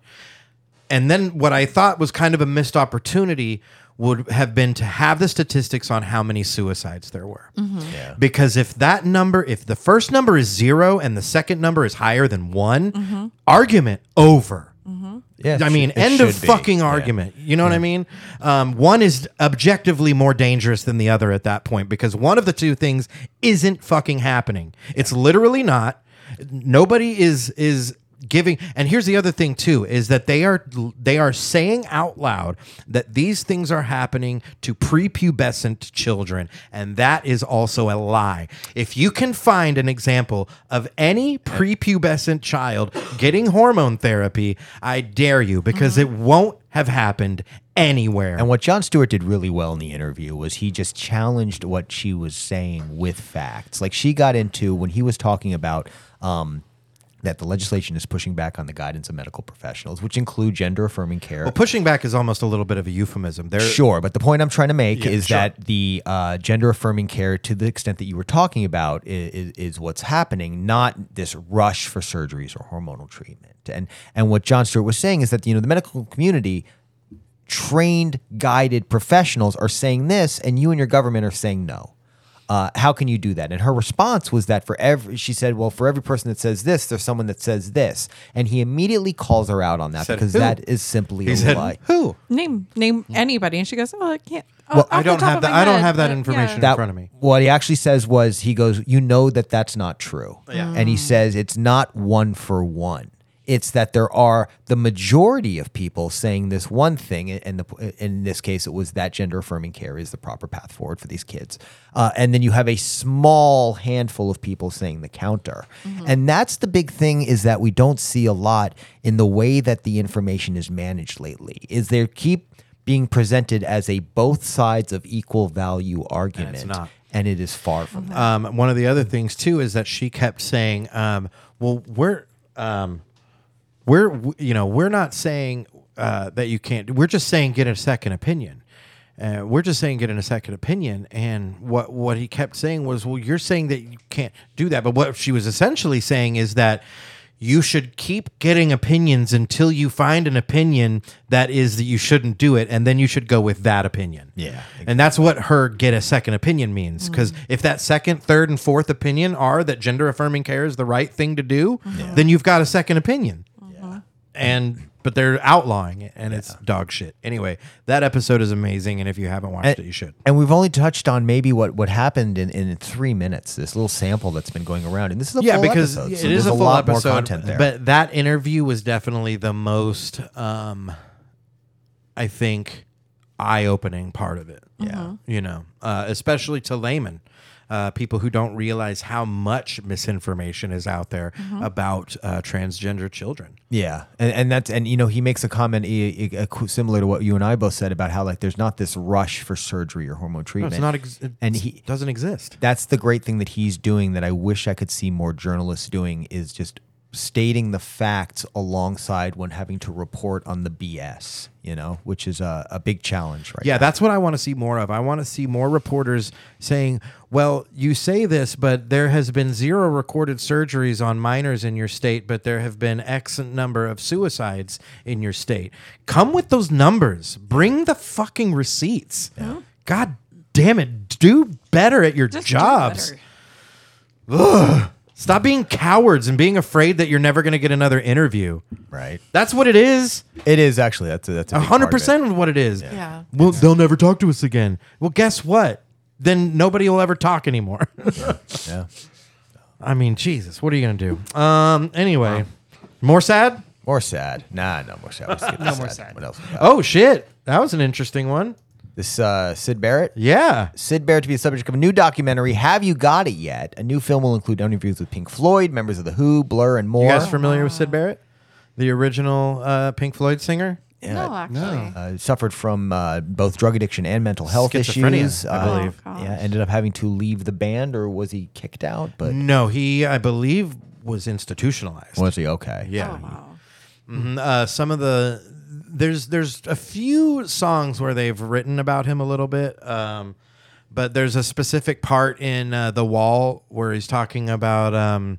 Speaker 1: and then what i thought was kind of a missed opportunity would have been to have the statistics on how many suicides there were
Speaker 2: Yeah.
Speaker 1: because if that number if the first number is zero and the second number is higher than one argument over
Speaker 2: Yeah,
Speaker 1: I
Speaker 2: it
Speaker 1: mean,
Speaker 2: should- it
Speaker 1: end of
Speaker 2: should be.
Speaker 1: fucking
Speaker 2: Yeah.
Speaker 1: argument. You know what I mean? Um, one is objectively more dangerous than the other at that point because one of the two things isn't fucking happening. It's literally not. Nobody is is giving. And here's the other thing too is that they are they are saying out loud that these things are happening to prepubescent children, and that is also a lie. If you can find an example of any prepubescent child getting hormone therapy, I dare you because it won't have happened anywhere.
Speaker 2: And what John Stewart did really well in the interview was he just challenged what she was saying with facts. Like she got into when he was talking about um, that the legislation is pushing back on the guidance of medical professionals, which include gender affirming care.
Speaker 1: Well, pushing back is almost a little bit of a euphemism. There,
Speaker 2: Sure, but the point I'm trying to make
Speaker 1: Yeah,
Speaker 2: is
Speaker 1: sure.
Speaker 2: that the uh, gender affirming care, to the extent that you were talking about, is, is what's happening, not this rush for surgeries or hormonal treatment. And and what John Stewart was saying is that you know the medical community, trained, guided professionals are saying this, and you and your government are saying no. Uh, how can you do that? And her response was that for every, she said, well, for every person that says this, there's someone that says this, and he immediately calls her out on that
Speaker 1: Said
Speaker 2: because
Speaker 1: who?
Speaker 2: that is simply
Speaker 1: he
Speaker 2: a
Speaker 1: said,
Speaker 2: lie.
Speaker 1: "Who?
Speaker 4: Name name anybody, and she goes, "Oh, I can't." Oh,
Speaker 2: Well,
Speaker 4: off
Speaker 1: I
Speaker 4: the
Speaker 1: don't
Speaker 4: top
Speaker 1: have
Speaker 4: of
Speaker 1: that-
Speaker 4: my
Speaker 1: I don't
Speaker 4: head,
Speaker 1: have that
Speaker 4: but
Speaker 1: information.
Speaker 4: yeah.
Speaker 1: in front of me.
Speaker 2: What he actually says was, he goes, "You know that that's not true," and he says it's not one for one. It's that there are the majority of people saying this one thing, and the, in this case, it was that gender affirming care is the proper path forward for these kids. Uh, and then you have a small handful of people saying the counter, and that's the big thing is that we don't see a lot in the way that the information is managed lately. Is they keep being presented as a both sides of equal value argument
Speaker 1: it's not.
Speaker 2: and it is far from that.
Speaker 1: Um, one of the other things too is that she kept saying, um, "Well, we're um, we're w- you know we're not saying uh, that you can't. We're just saying get a second opinion. Uh, we're just saying get in a second opinion." And what what he kept saying was, "Well, you're saying that you can't do that." But what she was essentially saying is that. You should keep getting opinions until you find an opinion that is that you shouldn't do it, and then you should go with that opinion.
Speaker 2: Yeah,
Speaker 1: And that's what her get a second opinion means. Because if that second, third, and fourth opinion are that gender affirming care is the right thing to do, then you've got a second opinion. And but they're outlawing it and it's dog shit. Anyway, that episode is amazing. And if you haven't watched it, you should.
Speaker 2: And we've only touched on maybe what, what happened in, in three minutes, this little sample that's been going around. And this is a
Speaker 1: yeah,
Speaker 2: full
Speaker 1: because
Speaker 2: episode,
Speaker 1: it
Speaker 2: so
Speaker 1: is
Speaker 2: there's
Speaker 1: a full
Speaker 2: lot
Speaker 1: episode,
Speaker 2: more content there.
Speaker 1: But that interview was definitely the most, um, I think, eye-opening part of it. Yeah, you know, uh, especially to laymen, uh, people who don't realize how much misinformation is out there about uh, transgender children.
Speaker 2: Yeah, and, and that's and you know he makes a comment e- e- a qu- similar to what you and I both said about how like there's not this rush for surgery or hormone treatment.
Speaker 1: It's not, ex- it
Speaker 2: and he
Speaker 1: doesn't exist.
Speaker 2: that's the great thing that he's doing that I wish I could see more journalists doing is just stating the facts alongside when having to report on the BS, you know, which is a, a big challenge right
Speaker 1: Yeah, that's what I want to see more of. I want to see more reporters saying, "Well, you say this, but there has been zero recorded surgeries on minors in your state, but there have been X number of suicides in your state." Come with those numbers. Bring the fucking receipts. God damn it, do better at your
Speaker 4: Just do
Speaker 1: jobs.
Speaker 4: better.
Speaker 1: Stop being cowards and being afraid that you're never going to get another interview.
Speaker 2: Right.
Speaker 1: That's what it is.
Speaker 2: It is actually that's a, that's a
Speaker 1: A
Speaker 2: big part of
Speaker 1: hundred percent of what it is.
Speaker 4: Yeah.
Speaker 1: Well, they'll never talk to us again. Well, guess what? Then nobody will ever talk anymore. (laughs)
Speaker 2: it. Yeah.
Speaker 1: I mean, Jesus, what are you gonna do? Um. Anyway, more sad.
Speaker 2: More sad. Nah, no more sad. Let's skip this
Speaker 3: more sad.
Speaker 2: What else? we got?
Speaker 1: Oh shit, that was an interesting one.
Speaker 2: This uh, Sid Barrett.
Speaker 1: Yeah.
Speaker 2: Sid Barrett to be the subject of a new documentary. Have you got it yet? A new film will include interviews with Pink Floyd, members of the Who, Blur, and more.
Speaker 1: You guys familiar with Sid Barrett, the original uh, Pink Floyd singer?
Speaker 4: No, actually. Oh,
Speaker 2: uh, suffered from uh, both drug addiction and mental health
Speaker 1: Schizophrenia,
Speaker 2: issues.
Speaker 1: I
Speaker 2: uh,
Speaker 1: believe.
Speaker 4: Oh,
Speaker 2: yeah,
Speaker 4: gosh.
Speaker 2: ended up having to leave the band, or was he kicked out? But
Speaker 1: No, he, I believe, was institutionalized.
Speaker 2: was he okay?
Speaker 1: Yeah.
Speaker 4: Wow.
Speaker 1: Mhm. Uh, some of the there's there's a few songs where they've written about him a little bit, um, but there's a specific part in uh, the wall where he's talking about um,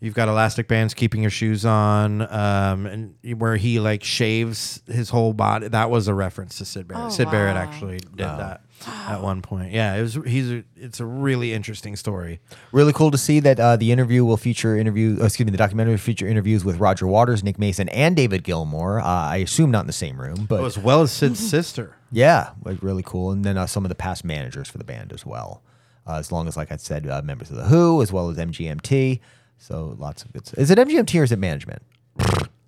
Speaker 1: you've got elastic bands keeping your shoes on, um, and where he like shaves his whole body. That was a reference to Sid Barrett.
Speaker 4: Oh,
Speaker 1: Sid Barrett
Speaker 4: wow.
Speaker 1: actually did that. at one point. Yeah, it was. He's. A, it's a really interesting story.
Speaker 2: Really cool to see that uh, the interview will feature interview. oh, excuse me, the documentary will feature interviews with Roger Waters, Nick Mason, and David Gilmour. Uh, I assume not in the same room, but
Speaker 1: As well as
Speaker 4: (laughs)
Speaker 1: Sid's sister.
Speaker 2: yeah, was really cool. And then uh, some of the past managers for the band as well, uh, as long as like I said, uh, members of the Who as well as MGMT. So lots of good. Is it MGMT or is it management?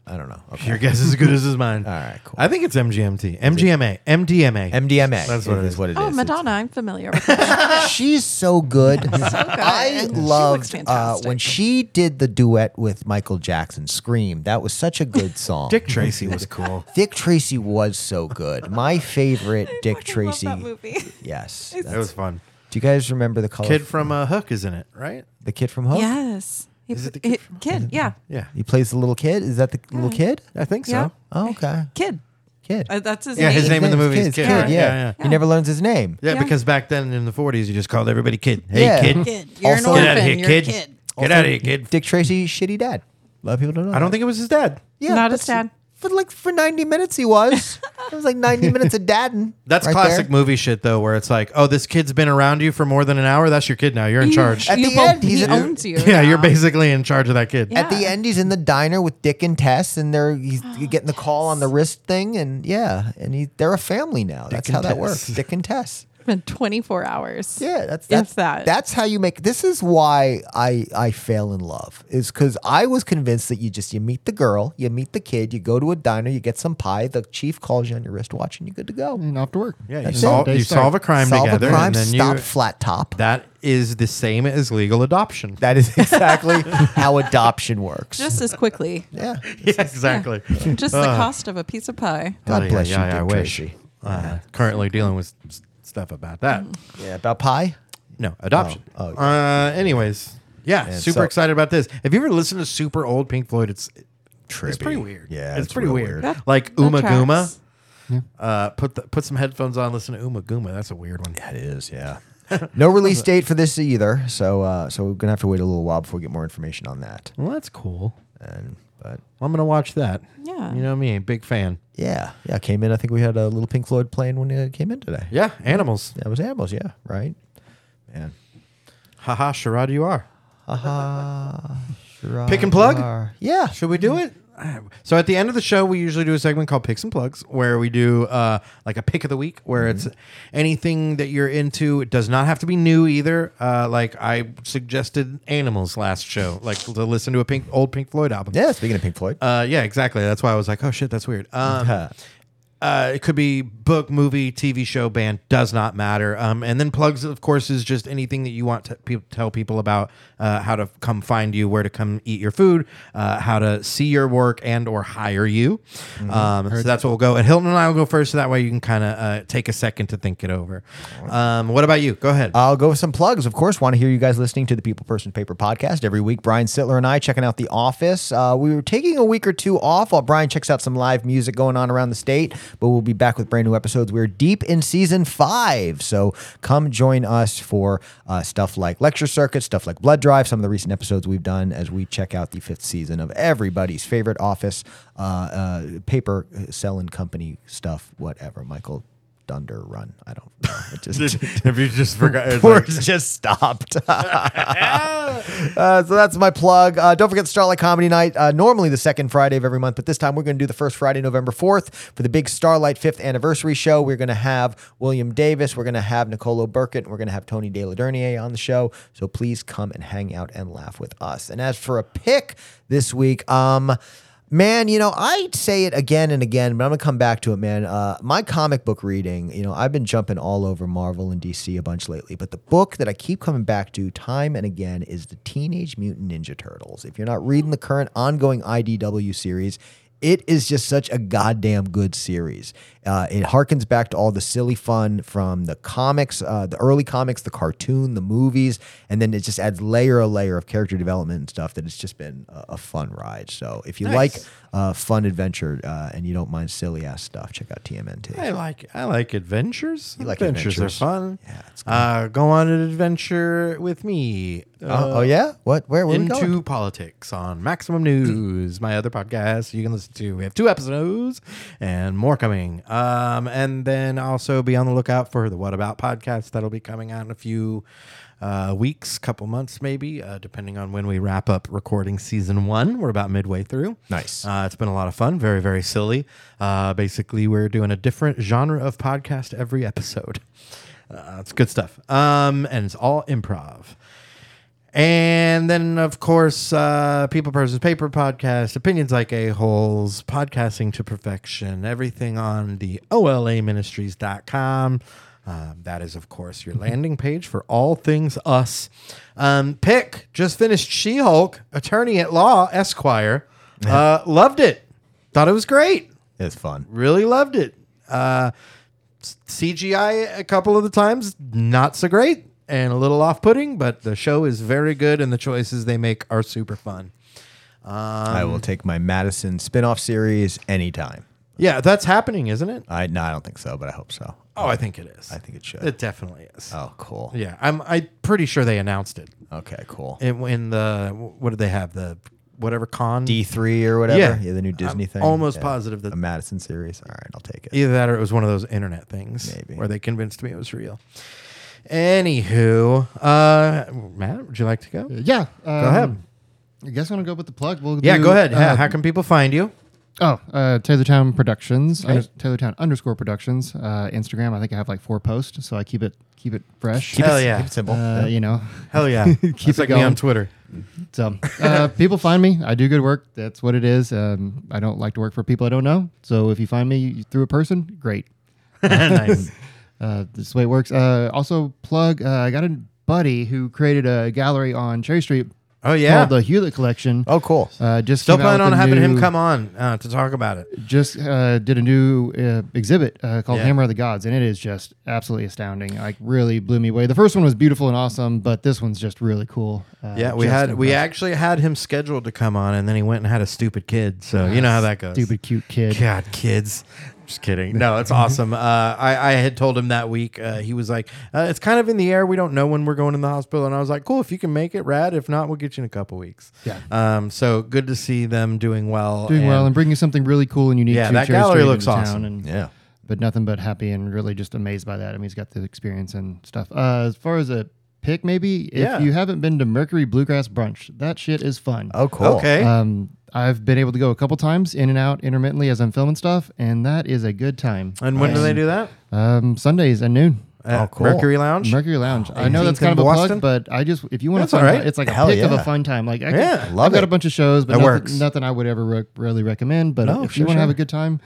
Speaker 2: I don't know. Okay.
Speaker 1: Your guess is as good as is
Speaker 2: (laughs)
Speaker 1: mine. All
Speaker 2: right, cool.
Speaker 1: I think it's MGMT, MGMA, MDMA,
Speaker 2: MDMA.
Speaker 1: That's what it
Speaker 2: is
Speaker 1: is.
Speaker 2: what it is.
Speaker 4: Oh,
Speaker 2: It's-
Speaker 4: Madonna, I'm familiar
Speaker 1: (laughs)
Speaker 4: with her.
Speaker 2: She's so
Speaker 4: (laughs)
Speaker 2: good. I
Speaker 4: and she looks
Speaker 2: loved uh,
Speaker 4: fantastic.
Speaker 2: when she did the duet with Michael Jackson, "Scream." That was such a
Speaker 4: (laughs)
Speaker 2: good song.
Speaker 1: Dick Tracy was
Speaker 2: (laughs)
Speaker 1: cool.
Speaker 2: Dick Tracy was so good. My favorite Dick
Speaker 4: (laughs) I love
Speaker 2: Tracy.
Speaker 4: that
Speaker 1: (laughs)
Speaker 4: movie. (laughs)
Speaker 2: Yes.
Speaker 1: That was fun.
Speaker 2: Do you guys remember the color?
Speaker 1: Kid from uh, Hook is in it, right?
Speaker 2: the kid from Hook.
Speaker 4: Yes. He,
Speaker 1: Is it the
Speaker 4: he-
Speaker 1: kid from-
Speaker 4: kid, yeah.
Speaker 1: Yeah,
Speaker 2: He plays the little kid. Is that the little kid?
Speaker 1: I think so.
Speaker 4: Yeah.
Speaker 2: Oh, okay.
Speaker 4: Kid.
Speaker 2: Kid.
Speaker 4: Uh, that's his
Speaker 1: Yeah,
Speaker 4: name.
Speaker 1: his name in the
Speaker 2: His
Speaker 1: movie is
Speaker 2: kid's
Speaker 1: Kid. Yeah,
Speaker 2: Yeah.
Speaker 1: yeah,
Speaker 2: He never learns his name.
Speaker 1: Yeah,
Speaker 4: Yeah.
Speaker 1: because back then in the 40s, you just called everybody kid. Hey,
Speaker 2: Yeah.
Speaker 1: kid.
Speaker 4: Kid. You're
Speaker 2: Also-
Speaker 4: an
Speaker 1: Get out of
Speaker 4: orphan.
Speaker 1: here,
Speaker 4: You're a
Speaker 1: kid.
Speaker 4: kid.
Speaker 1: Get out of here, kid.
Speaker 2: Dick Tracy, shitty dad. A lot of people don't know.
Speaker 1: I don't
Speaker 2: that.
Speaker 1: think it was his dad.
Speaker 2: Yeah,
Speaker 4: Not his
Speaker 2: that's-
Speaker 4: dad.
Speaker 2: For like for ninety minutes, he was. it was like ninety minutes of dadding.
Speaker 1: (laughs) That's
Speaker 2: right
Speaker 1: classic
Speaker 2: there.
Speaker 1: movie shit, though, where it's like, oh, this kid's been around you for more than an hour. That's your kid now. You're in charge.
Speaker 2: At
Speaker 4: You
Speaker 2: the
Speaker 4: both- (laughs)
Speaker 2: end, he's
Speaker 4: he
Speaker 2: an-
Speaker 4: owns you.
Speaker 1: (laughs) yeah, you're
Speaker 4: now.
Speaker 1: basically in charge of that kid.
Speaker 2: At the
Speaker 4: Yeah.
Speaker 2: end, he's in the diner with Dick and Tess, and they're he's
Speaker 4: Oh,
Speaker 2: getting the call on the wrist thing, and yeah, and he, they're a family now. that's
Speaker 1: and
Speaker 2: how that
Speaker 1: Tess.
Speaker 2: works. Dick and Tess.
Speaker 4: It's been 24 hours.
Speaker 2: Yeah, that's that's
Speaker 4: If that.
Speaker 2: That's how you make. This is why I I fell in love is because I was convinced that you just you meet the girl, you meet the kid, you go to a diner, you get some pie, the chief calls you on your wristwatch, and you good to go.
Speaker 3: and off to work.
Speaker 1: Yeah, you,
Speaker 2: That's
Speaker 1: sol-
Speaker 3: it.
Speaker 1: you solve a crime
Speaker 2: Solve
Speaker 1: together.
Speaker 2: a crime,
Speaker 1: and then
Speaker 2: stop
Speaker 1: you,
Speaker 2: flat top.
Speaker 1: that is the same as legal adoption.
Speaker 2: (laughs) that is exactly how adoption works.
Speaker 4: Just as
Speaker 2: (laughs)
Speaker 4: quickly.
Speaker 2: yeah.
Speaker 1: (laughs) Yeah,
Speaker 2: (laughs)
Speaker 1: exactly.
Speaker 4: Just the
Speaker 1: Uh.
Speaker 4: cost of a piece of pie.
Speaker 2: God
Speaker 1: Oh, yeah,
Speaker 2: bless
Speaker 1: yeah,
Speaker 2: you,
Speaker 1: I
Speaker 2: Dick
Speaker 1: wish.
Speaker 2: Tracy.
Speaker 1: Uh, currently dealing with s- stuff about that.
Speaker 2: Yeah, about pie.
Speaker 1: No, adoption.
Speaker 2: Mm. Oh, oh,
Speaker 1: uh, anyways, yeah, super
Speaker 2: so-
Speaker 1: excited about this. Have you ever listened to super old Pink Floyd? It's
Speaker 2: Trippy.
Speaker 1: it's pretty weird.
Speaker 2: Yeah,
Speaker 1: it's, pretty
Speaker 2: real
Speaker 1: weird.
Speaker 4: That-
Speaker 1: Like
Speaker 4: that
Speaker 1: Uma
Speaker 4: tracks.
Speaker 1: Guma. Uh, put the, put some headphones on. Listen to Uma Guma. That's a weird one.
Speaker 2: It is, yeah. (laughs) no release date for this either, so uh, so we're gonna have to wait a little while before we get more information on that.
Speaker 1: Well, that's cool.
Speaker 2: And but
Speaker 1: I'm gonna watch that.
Speaker 4: Yeah.
Speaker 1: you know me, big fan.
Speaker 2: yeah, yeah, came in. I think we had a little Pink Floyd playing when it came in today.
Speaker 1: Yeah, animals.
Speaker 2: that was animals. Yeah, right. Man,
Speaker 1: Haha, charade you are.
Speaker 2: Sure
Speaker 1: Pick and plug?
Speaker 2: are. Yeah,
Speaker 1: Oh, Should we do it? So at the end of the show, we usually do a segment called Picks and Plugs, where we do uh, like a pick of the week, where it's anything that you're into. It does not have to be new either. Uh, like I suggested Animals last show, like to listen to a pink old Pink Floyd album.
Speaker 2: yeah. Speaking of Pink Floyd,
Speaker 1: Uh, yeah, exactly. That's why I was like, oh shit, that's weird. Um, uh, it could be book, movie, TV show, band, does not matter. Um, and then plugs, of course, is just anything that you want to pe- tell people about uh, how to come find you, where to come eat your food, uh, how to see your work and or hire you. Um, so that's what we'll go. And Hilton and I will go first, so that way you can kind of uh, take a second to think it over. Um, what about you? Go ahead.
Speaker 2: I'll go with some plugs. Of course, want to hear you guys listening to the People Person Paper podcast every week. Brian Sittler and I checking out The Office. Uh, we were taking a week or two off while Brian checks out some live music going on around the state, but we'll be back with brand new episodes. We're deep in season five, so come join us for uh, stuff like lecture circuits, stuff like Blood Drive, some of the recent episodes we've done as we check out the fifth season of everybody's favorite Office uh, uh, paper uh, selling company stuff, whatever. Michael. Dunder run. I don't know. It just,
Speaker 1: Have you just forgot? it's like-
Speaker 2: Words (laughs) just stopped. (laughs) Uh, so that's my plug. Uh, don't forget Starlight Comedy Night, uh, normally the second Friday of every month, but this time we're going to do the first Friday, November 4th, for the big Starlight 5th anniversary show. We're going to have William Davis, we're going to have Nicolo Burkett, and we're going to have Tony De La Dernier on the show. So please come and hang out and laugh with us. And as for a pick this week, um, Man, you know, I say it again and again, but I'm gonna come back to it, man. Uh, my comic book reading, you know, I've been jumping all over Marvel and DC a bunch lately, but the book that I keep coming back to time and again is the Teenage Mutant Ninja Turtles. If you're not reading the current ongoing IDW series, it is just such a goddamn good series. Uh, it harkens back to all the silly fun from the comics, uh, the early comics, the cartoon, the movies, and then it just adds layer a layer of character development and stuff that it's just been a, a fun ride. So if you like uh, fun adventure uh, and you don't mind silly ass stuff, check out TMNT.
Speaker 1: (laughs) I like I like adventures.
Speaker 2: like
Speaker 1: adventures.
Speaker 2: adventures.
Speaker 1: are fun.
Speaker 2: Yeah, it's good.
Speaker 1: uh, go on an adventure with me.
Speaker 2: oh, oh, Uh, yeah? What? Where? where we
Speaker 1: uh, into
Speaker 2: going?
Speaker 1: politics on Maximum News, my other podcast. You can listen listen to. We have two episodes and more coming. Um, and then also be on the lookout for the What About podcast that'll be coming out in a few uh, weeks, couple months maybe, uh, depending on when we wrap up recording season one. We're about midway through.
Speaker 2: Nice.
Speaker 1: Uh, it's been a lot of fun. Very, very silly. Uh, basically, we're doing a different genre of podcast every episode. Uh, it's good stuff. Um, and it's all improv. And then, of course, uh, People Persons Paper Podcast, Opinions Like A-Holes, Podcasting to Perfection, everything on the OLAministries.com. Um, that is, of course, your landing page for all things us. Um, Pick just finished She Hulk, Attorney at Law, Esquire. Uh, loved it. Thought it was great.
Speaker 2: It's fun.
Speaker 1: Really loved it. Uh, s- CGI a couple of the times, not so great and a little off putting, but the show is very good and the choices they make are super fun.
Speaker 2: I
Speaker 1: um,
Speaker 2: will take my Madison spinoff series anytime.
Speaker 1: Yeah, that's happening, isn't it?
Speaker 2: I no, I don't think so, but I hope so.
Speaker 1: Oh, I think it is.
Speaker 2: I think it should.
Speaker 1: it definitely is.
Speaker 2: oh, cool.
Speaker 1: Yeah, I'm I pretty sure they announced it
Speaker 2: Okay, cool.
Speaker 1: in, in the what did they have the whatever con
Speaker 2: D three or whatever.
Speaker 1: Yeah.
Speaker 2: Yeah, the new Disney
Speaker 1: I'm
Speaker 2: thing.
Speaker 1: almost
Speaker 2: Yeah.
Speaker 1: positive that-
Speaker 2: a Madison series. All right, I'll take it.
Speaker 1: Either that or it was one of those internet things
Speaker 2: Maybe.
Speaker 1: where they convinced me it was real. Anywho, uh, Matt, would you like to go?
Speaker 3: Yeah. Um, go
Speaker 1: ahead.
Speaker 3: I guess I'm gonna go with the plug. We'll
Speaker 1: Yeah,
Speaker 3: do,
Speaker 1: go ahead.
Speaker 3: uh,
Speaker 1: Yeah, how can people find you?
Speaker 3: Oh, uh, Taylortown Productions, under, Taylortown underscore Productions, uh, Instagram. I think I have like four posts, so I keep it keep it fresh.
Speaker 1: Keep it- Hell yeah.
Speaker 2: Keep it simple.
Speaker 3: Uh, you know,
Speaker 1: Hell (laughs) yeah. Keep
Speaker 3: it
Speaker 1: like me
Speaker 3: going.
Speaker 1: on Twitter.
Speaker 3: so uh, (laughs) people find me. I do good work. That's what it is. Um, I don't like to work for people I don't know. So if you find me you- through a person, great.
Speaker 1: (laughs) nice.
Speaker 3: (laughs) Uh, this is the way it works. Uh, also, plug. Uh, I got a buddy who created a gallery on Cherry Street
Speaker 1: Oh yeah.
Speaker 3: called the Hewlett Collection.
Speaker 2: oh, cool.
Speaker 3: Uh, just
Speaker 1: Still
Speaker 3: came out
Speaker 1: planning on
Speaker 3: with a
Speaker 1: having him
Speaker 3: new-
Speaker 1: come on uh, to talk about it.
Speaker 3: just uh, did a new uh, exhibit uh, called
Speaker 1: Yeah.
Speaker 3: Hammer of the Gods, and it is just absolutely astounding. Like, really blew me away. The first one was beautiful and awesome, but this one's just really cool. Uh,
Speaker 1: Yeah, we
Speaker 3: just
Speaker 1: had we
Speaker 3: impressive.
Speaker 1: actually had him scheduled to come on, and then he went and had a stupid kid. So you know how that goes.
Speaker 3: stupid cute kid.
Speaker 1: God, kids. Just kidding. No, (laughs) it's awesome. Uh, I, I had told him that week. Uh, he was like, uh, "It's kind of in the air. We don't know when we're going in the hospital." And I was like, "Cool, if you can make it, rad. If not, we'll get you in a couple weeks."
Speaker 3: Yeah.
Speaker 1: Um. So good to see them doing well.
Speaker 3: Doing well and bringing something really cool and unique.
Speaker 1: Yeah,
Speaker 3: to
Speaker 1: that
Speaker 3: Cherry
Speaker 1: gallery
Speaker 3: Street
Speaker 1: looks
Speaker 3: and the town
Speaker 1: awesome.
Speaker 3: and-
Speaker 2: yeah.
Speaker 3: but nothing but happy and really just amazed by that. I mean, he's got the experience and stuff. Uh, as far as a pick, maybe
Speaker 1: Yeah.
Speaker 3: if you haven't been to Mercury Bluegrass Brunch, that shit is fun.
Speaker 2: Oh, cool.
Speaker 1: Okay.
Speaker 3: Um, I've been able to go a couple times in and out intermittently as I'm filming stuff, and that is a good time.
Speaker 1: and when do they do that?
Speaker 3: Um, Sundays at noon.
Speaker 1: At
Speaker 2: cool.
Speaker 1: Mercury Lounge.
Speaker 3: Mercury Lounge. I know
Speaker 1: 18th
Speaker 3: that's
Speaker 1: in
Speaker 3: kind of a
Speaker 1: Boston?
Speaker 3: plug, but I just if you want
Speaker 1: That's
Speaker 3: to, fun
Speaker 1: all right.
Speaker 3: time, it's like a
Speaker 2: Hell
Speaker 3: pick of
Speaker 2: yeah.
Speaker 3: a fun time. Like I could-
Speaker 1: Yeah,
Speaker 2: love
Speaker 3: I've got
Speaker 2: it.
Speaker 3: a bunch of shows, but
Speaker 1: That
Speaker 3: nothing,
Speaker 1: works.
Speaker 3: nothing I would ever re- really recommend. But
Speaker 1: No,
Speaker 3: if
Speaker 1: sure,
Speaker 3: you want to have
Speaker 1: sure.
Speaker 3: a good time,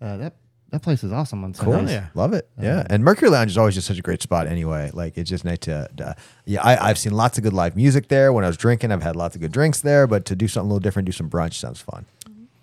Speaker 3: uh, that that place is awesome on
Speaker 2: Cool.
Speaker 3: Sundays.
Speaker 1: yeah.
Speaker 2: Love it. Yeah. And Mercury Lounge is always just such a great spot anyway. Like it's just nice to, to- yeah, I, I've seen lots of good live music there. When I was drinking, I've had lots of good drinks there, but to do something a little different, do some brunch sounds fun.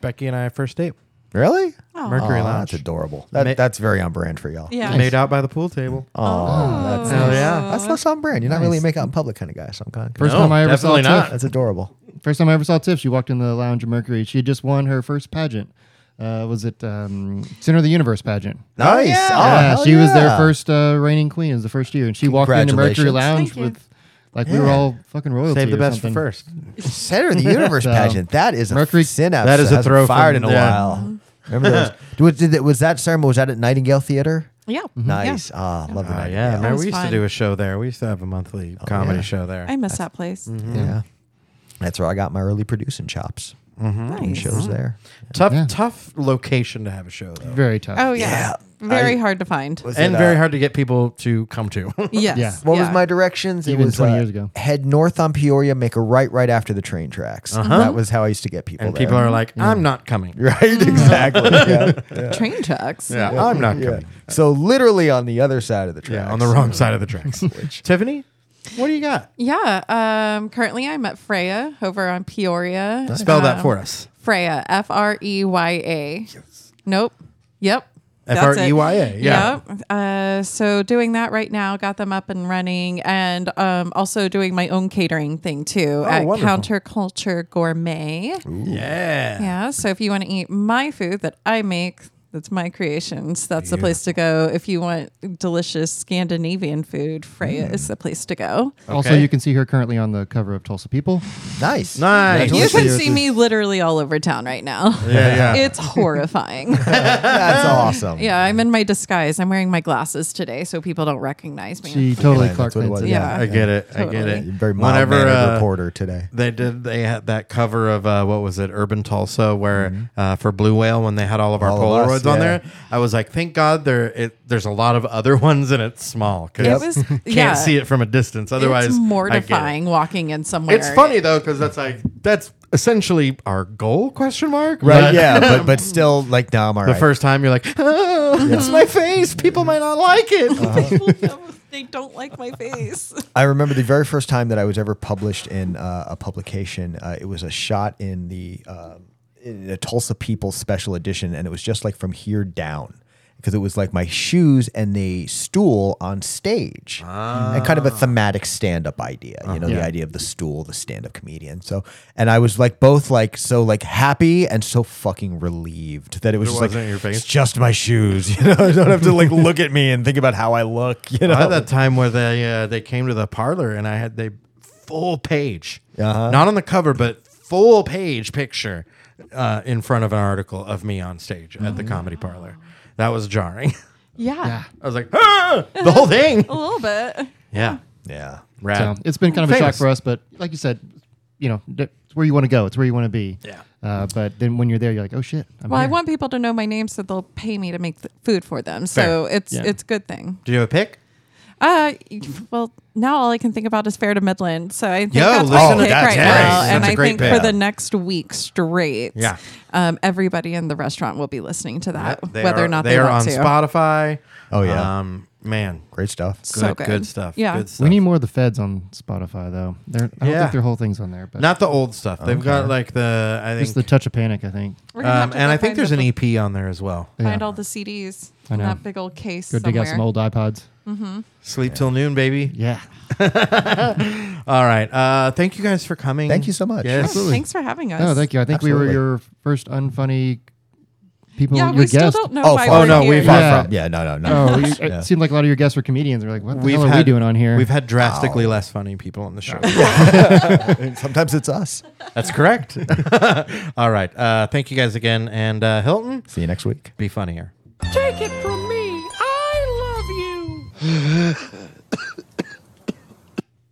Speaker 1: Becky and I first date.
Speaker 2: Really?
Speaker 1: Mercury
Speaker 2: Aw,
Speaker 1: Lounge.
Speaker 2: That's adorable. That,
Speaker 1: Ma-
Speaker 2: that's very on brand for y'all.
Speaker 4: Yeah.
Speaker 1: Made out by the pool table.
Speaker 2: Oh, that's,
Speaker 1: Hell yeah.
Speaker 2: that's not on brand. You're not really a
Speaker 3: Nice.
Speaker 2: make out in public kind of guy. So I'm kind of
Speaker 3: First
Speaker 1: No,
Speaker 3: time I ever saw
Speaker 1: definitely
Speaker 3: Tiff.
Speaker 1: not.
Speaker 2: That's adorable.
Speaker 3: First time I ever saw Tiff, she walked in the lounge of Mercury. She had just won her first pageant. Uh, was it um, Center of the Universe pageant?
Speaker 2: Nice.
Speaker 1: yeah.
Speaker 2: Oh,
Speaker 3: yeah,
Speaker 2: hell
Speaker 3: she was their
Speaker 2: yeah.
Speaker 3: first uh, reigning queen. It was the first year, and she walked into Mercury
Speaker 2: Congratulations.
Speaker 3: Lounge
Speaker 4: Thank you.
Speaker 3: with like we were all fucking royalty.
Speaker 1: Save the
Speaker 3: or
Speaker 1: best for
Speaker 3: something.
Speaker 1: first.
Speaker 2: Center of the
Speaker 1: (laughs)
Speaker 2: Universe
Speaker 3: So,
Speaker 2: pageant. That is a
Speaker 3: Mercury-
Speaker 2: synapse.
Speaker 1: That is a
Speaker 2: hasn't
Speaker 1: throw
Speaker 2: fired
Speaker 1: from-
Speaker 2: in a
Speaker 1: yeah. (laughs)
Speaker 2: while. Remember those? was, did, it- was that ceremony? Was that at Nightingale Theater?
Speaker 4: Yeah.
Speaker 1: Mm-hmm.
Speaker 2: Nice. Ah, love the
Speaker 1: Oh,
Speaker 2: Nightingale.
Speaker 1: yeah. Remember,
Speaker 4: was
Speaker 1: we used
Speaker 4: fun.
Speaker 1: to do a show there. We used to have a monthly comedy
Speaker 2: yeah.
Speaker 1: show there.
Speaker 4: Yeah. I miss that place.
Speaker 2: Yeah. That's where I got my early producing chops.
Speaker 1: Mm-hmm.
Speaker 2: Doing
Speaker 4: Nice.
Speaker 2: Shows there.
Speaker 1: tough,
Speaker 3: Yeah.
Speaker 1: tough location to have a show though,
Speaker 3: Very tough.
Speaker 4: Oh yeah. Very
Speaker 2: I-
Speaker 4: hard to find.
Speaker 1: and
Speaker 2: it,
Speaker 1: very
Speaker 2: uh,
Speaker 1: hard to get people to come to. (laughs)
Speaker 4: yes.
Speaker 3: Yeah.
Speaker 2: What was
Speaker 4: Yeah.
Speaker 2: my directions? it
Speaker 3: Even
Speaker 2: was uh,
Speaker 3: 20 years ago.
Speaker 2: Head north on Peoria, make a right right after the train tracks. That was how I used to get people.
Speaker 1: Uh-huh. and
Speaker 2: there.
Speaker 1: people are like, "I'm not coming." Mm. (laughs)
Speaker 2: right, (laughs) exactly. yeah.
Speaker 4: Train tracks.
Speaker 1: Yeah, I'm not
Speaker 2: Yeah.
Speaker 1: coming.
Speaker 2: So literally on the other side of the
Speaker 1: Yeah,
Speaker 2: tracks.
Speaker 1: on the wrong side of the tracks. Tiffany, what do you got?
Speaker 4: Yeah. Um, currently, I'm at Freya over on Peoria.
Speaker 1: Spell that
Speaker 4: Um,
Speaker 1: for us.
Speaker 4: Freya. F R E Y A. Nope. Yep. That's it.
Speaker 1: F.R.E.Y.A., E yeah.
Speaker 4: Yep. Uh, so doing that right now, got them up and running, and um, also doing my own catering thing too at
Speaker 1: Oh, wonderful.
Speaker 4: Counterculture Gourmet.
Speaker 1: Yeah.
Speaker 4: Yeah. So if you want to eat my food that I make, That's my creations. That's the place to go if you want delicious Scandinavian food. Freya
Speaker 1: Mm.
Speaker 4: is the place to go.
Speaker 3: Also,
Speaker 1: Okay.
Speaker 3: you can see her currently on the cover of Tulsa People.
Speaker 2: Nice.
Speaker 1: Nice.
Speaker 4: You
Speaker 3: Delicious.
Speaker 4: can see me literally all over town right now. (laughs)
Speaker 1: Yeah, yeah.
Speaker 4: It's
Speaker 1: (laughs)
Speaker 4: horrifying.
Speaker 2: That's awesome.
Speaker 4: yeah, I'm in my disguise. I'm wearing my glasses today so people don't recognize me.
Speaker 3: She totally
Speaker 2: Yeah,
Speaker 3: Clark
Speaker 2: that's what it was.
Speaker 3: Benson.
Speaker 4: yeah.
Speaker 1: I get it. I get
Speaker 4: Totally.
Speaker 1: it.
Speaker 2: You're a very mild
Speaker 1: Whenever
Speaker 2: mannered
Speaker 1: uh,
Speaker 2: reporter today.
Speaker 1: they did, they had that cover of uh, what was it, Urban Tulsa, where uh, for Blue Whale when they had all of our
Speaker 2: All of
Speaker 1: Polaroids
Speaker 2: us,
Speaker 1: on
Speaker 2: yeah.
Speaker 1: there. I was like, thank God there. It, there's a lot of other (laughs) ones and it's small because
Speaker 4: It was
Speaker 1: (laughs) can't
Speaker 4: yeah.
Speaker 1: see it from a distance. Otherwise,
Speaker 4: it's
Speaker 1: I get it.
Speaker 4: mortifying walking in somewhere.
Speaker 1: It's
Speaker 4: (laughs)
Speaker 1: funny though because that's like that's essentially our goal? Question mark.
Speaker 2: Right.
Speaker 1: But (laughs)
Speaker 2: Yeah. But but still, like, no, I'm all
Speaker 1: The
Speaker 2: right.
Speaker 1: first time you're like, (laughs) oh, it's my face. People might not like it.
Speaker 4: they don't like my face.
Speaker 2: I remember the very first time that I was ever published in uh, a publication. Uh, it was a shot in the um in a Tulsa People special edition, and it was just like from here down because it was like my shoes and a stool on stage, and kind of a
Speaker 1: Ah.
Speaker 2: thematic stand-up idea. You know, the
Speaker 3: Yeah.
Speaker 2: idea of the stool, the stand-up comedian. So, and I was like both like so like happy and so fucking relieved that it was
Speaker 1: It
Speaker 2: just
Speaker 1: wasn't
Speaker 2: like
Speaker 1: your face?
Speaker 2: it's just my shoes. (laughs) You know, I don't have to like look at me and think about how I look. You know,
Speaker 3: Oh.
Speaker 1: I had that time where they uh, they came to the parlor and I had the full page,
Speaker 3: Uh-huh.
Speaker 1: not on the cover, but full page picture uh, in front of an article of me on stage at the comedy parlor. That was jarring.
Speaker 4: (laughs)
Speaker 1: (laughs)
Speaker 4: Yeah,
Speaker 1: I was like, ah! the whole
Speaker 3: (laughs)
Speaker 1: thing.
Speaker 4: a little bit.
Speaker 1: Yeah,
Speaker 2: yeah.
Speaker 1: rad.
Speaker 3: So it's been kind of a shock
Speaker 1: Famous.
Speaker 3: for us, but like you said, you know, d- it's where you want to go. It's where you want to be.
Speaker 1: Yeah.
Speaker 3: Uh, but then when you're there, you're like, oh shit. I'm
Speaker 4: Well, I
Speaker 3: here.
Speaker 4: want people to know my name so they'll pay me to make th- food for them. So it's
Speaker 3: Yeah.
Speaker 4: it's a good thing.
Speaker 1: Do you have a pick?
Speaker 4: Uh, well, now all I can think about is Fair to Midland. So I think
Speaker 1: Yo,
Speaker 4: that's
Speaker 1: listen
Speaker 4: my
Speaker 1: to
Speaker 4: pick
Speaker 1: that.
Speaker 4: right
Speaker 1: That's
Speaker 4: now,
Speaker 1: great.
Speaker 4: and
Speaker 1: That's a
Speaker 4: I
Speaker 1: great
Speaker 4: think
Speaker 1: pick.
Speaker 4: for the next week straight,
Speaker 1: Yeah.
Speaker 4: um, everybody in the restaurant will be listening to that,
Speaker 1: Yep, they
Speaker 4: Uh, whether
Speaker 1: are-
Speaker 4: or not
Speaker 1: they,
Speaker 4: they,
Speaker 1: are
Speaker 4: want
Speaker 1: on
Speaker 4: to.
Speaker 1: Spotify.
Speaker 2: Oh, yeah.
Speaker 1: um, man,
Speaker 2: Great stuff.
Speaker 1: good,
Speaker 4: So
Speaker 1: good.
Speaker 4: good.
Speaker 1: stuff.
Speaker 4: Yeah.
Speaker 1: good stuff.
Speaker 3: We need more of the feds on Spotify, though. They're, I don't
Speaker 1: Yeah.
Speaker 3: think their whole thing's on there, but
Speaker 1: not the old stuff. They've got like the I
Speaker 3: just
Speaker 1: think,
Speaker 3: the touch of panic, I think. e-,
Speaker 4: We're gonna have
Speaker 1: um,
Speaker 4: to
Speaker 1: and
Speaker 4: go
Speaker 1: I think
Speaker 4: find
Speaker 1: there's
Speaker 4: the-
Speaker 1: an EP on there as well.
Speaker 4: Find
Speaker 3: Yeah.
Speaker 4: all the CDs
Speaker 3: I
Speaker 4: in
Speaker 3: know.
Speaker 4: that big old case
Speaker 3: Go dig
Speaker 4: somewhere.
Speaker 3: out some old iPods.
Speaker 1: Sleep till noon, baby.
Speaker 3: Yeah.
Speaker 1: All right. Uh, thank you guys for coming.
Speaker 2: Thank you so much.
Speaker 1: Yes.
Speaker 4: Oh, thanks for having us.
Speaker 3: (laughs) Oh, thank you. I think we were
Speaker 2: Absolutely.
Speaker 3: your first unfunny people.
Speaker 4: Yeah,
Speaker 3: your
Speaker 4: we
Speaker 3: guest.
Speaker 4: still don't know.
Speaker 2: Oh,
Speaker 4: why
Speaker 2: fuck.
Speaker 4: we're
Speaker 1: Oh, no,
Speaker 4: here.
Speaker 1: we've-
Speaker 2: Far
Speaker 3: Yeah.
Speaker 2: from. Yeah, no, no, no. (laughs)
Speaker 3: Oh, you, it seemed like a lot of your guests were comedians. They're like, what the hell are we doing on here?
Speaker 1: We've had drastically less funny people on the
Speaker 2: (laughs)
Speaker 1: show.
Speaker 2: Sometimes it's us.
Speaker 1: That's correct. (laughs) All right. Uh, thank you guys again. And uh, Hilton,
Speaker 2: See you next week.
Speaker 1: be funnier.
Speaker 6: Take it from me. I love you.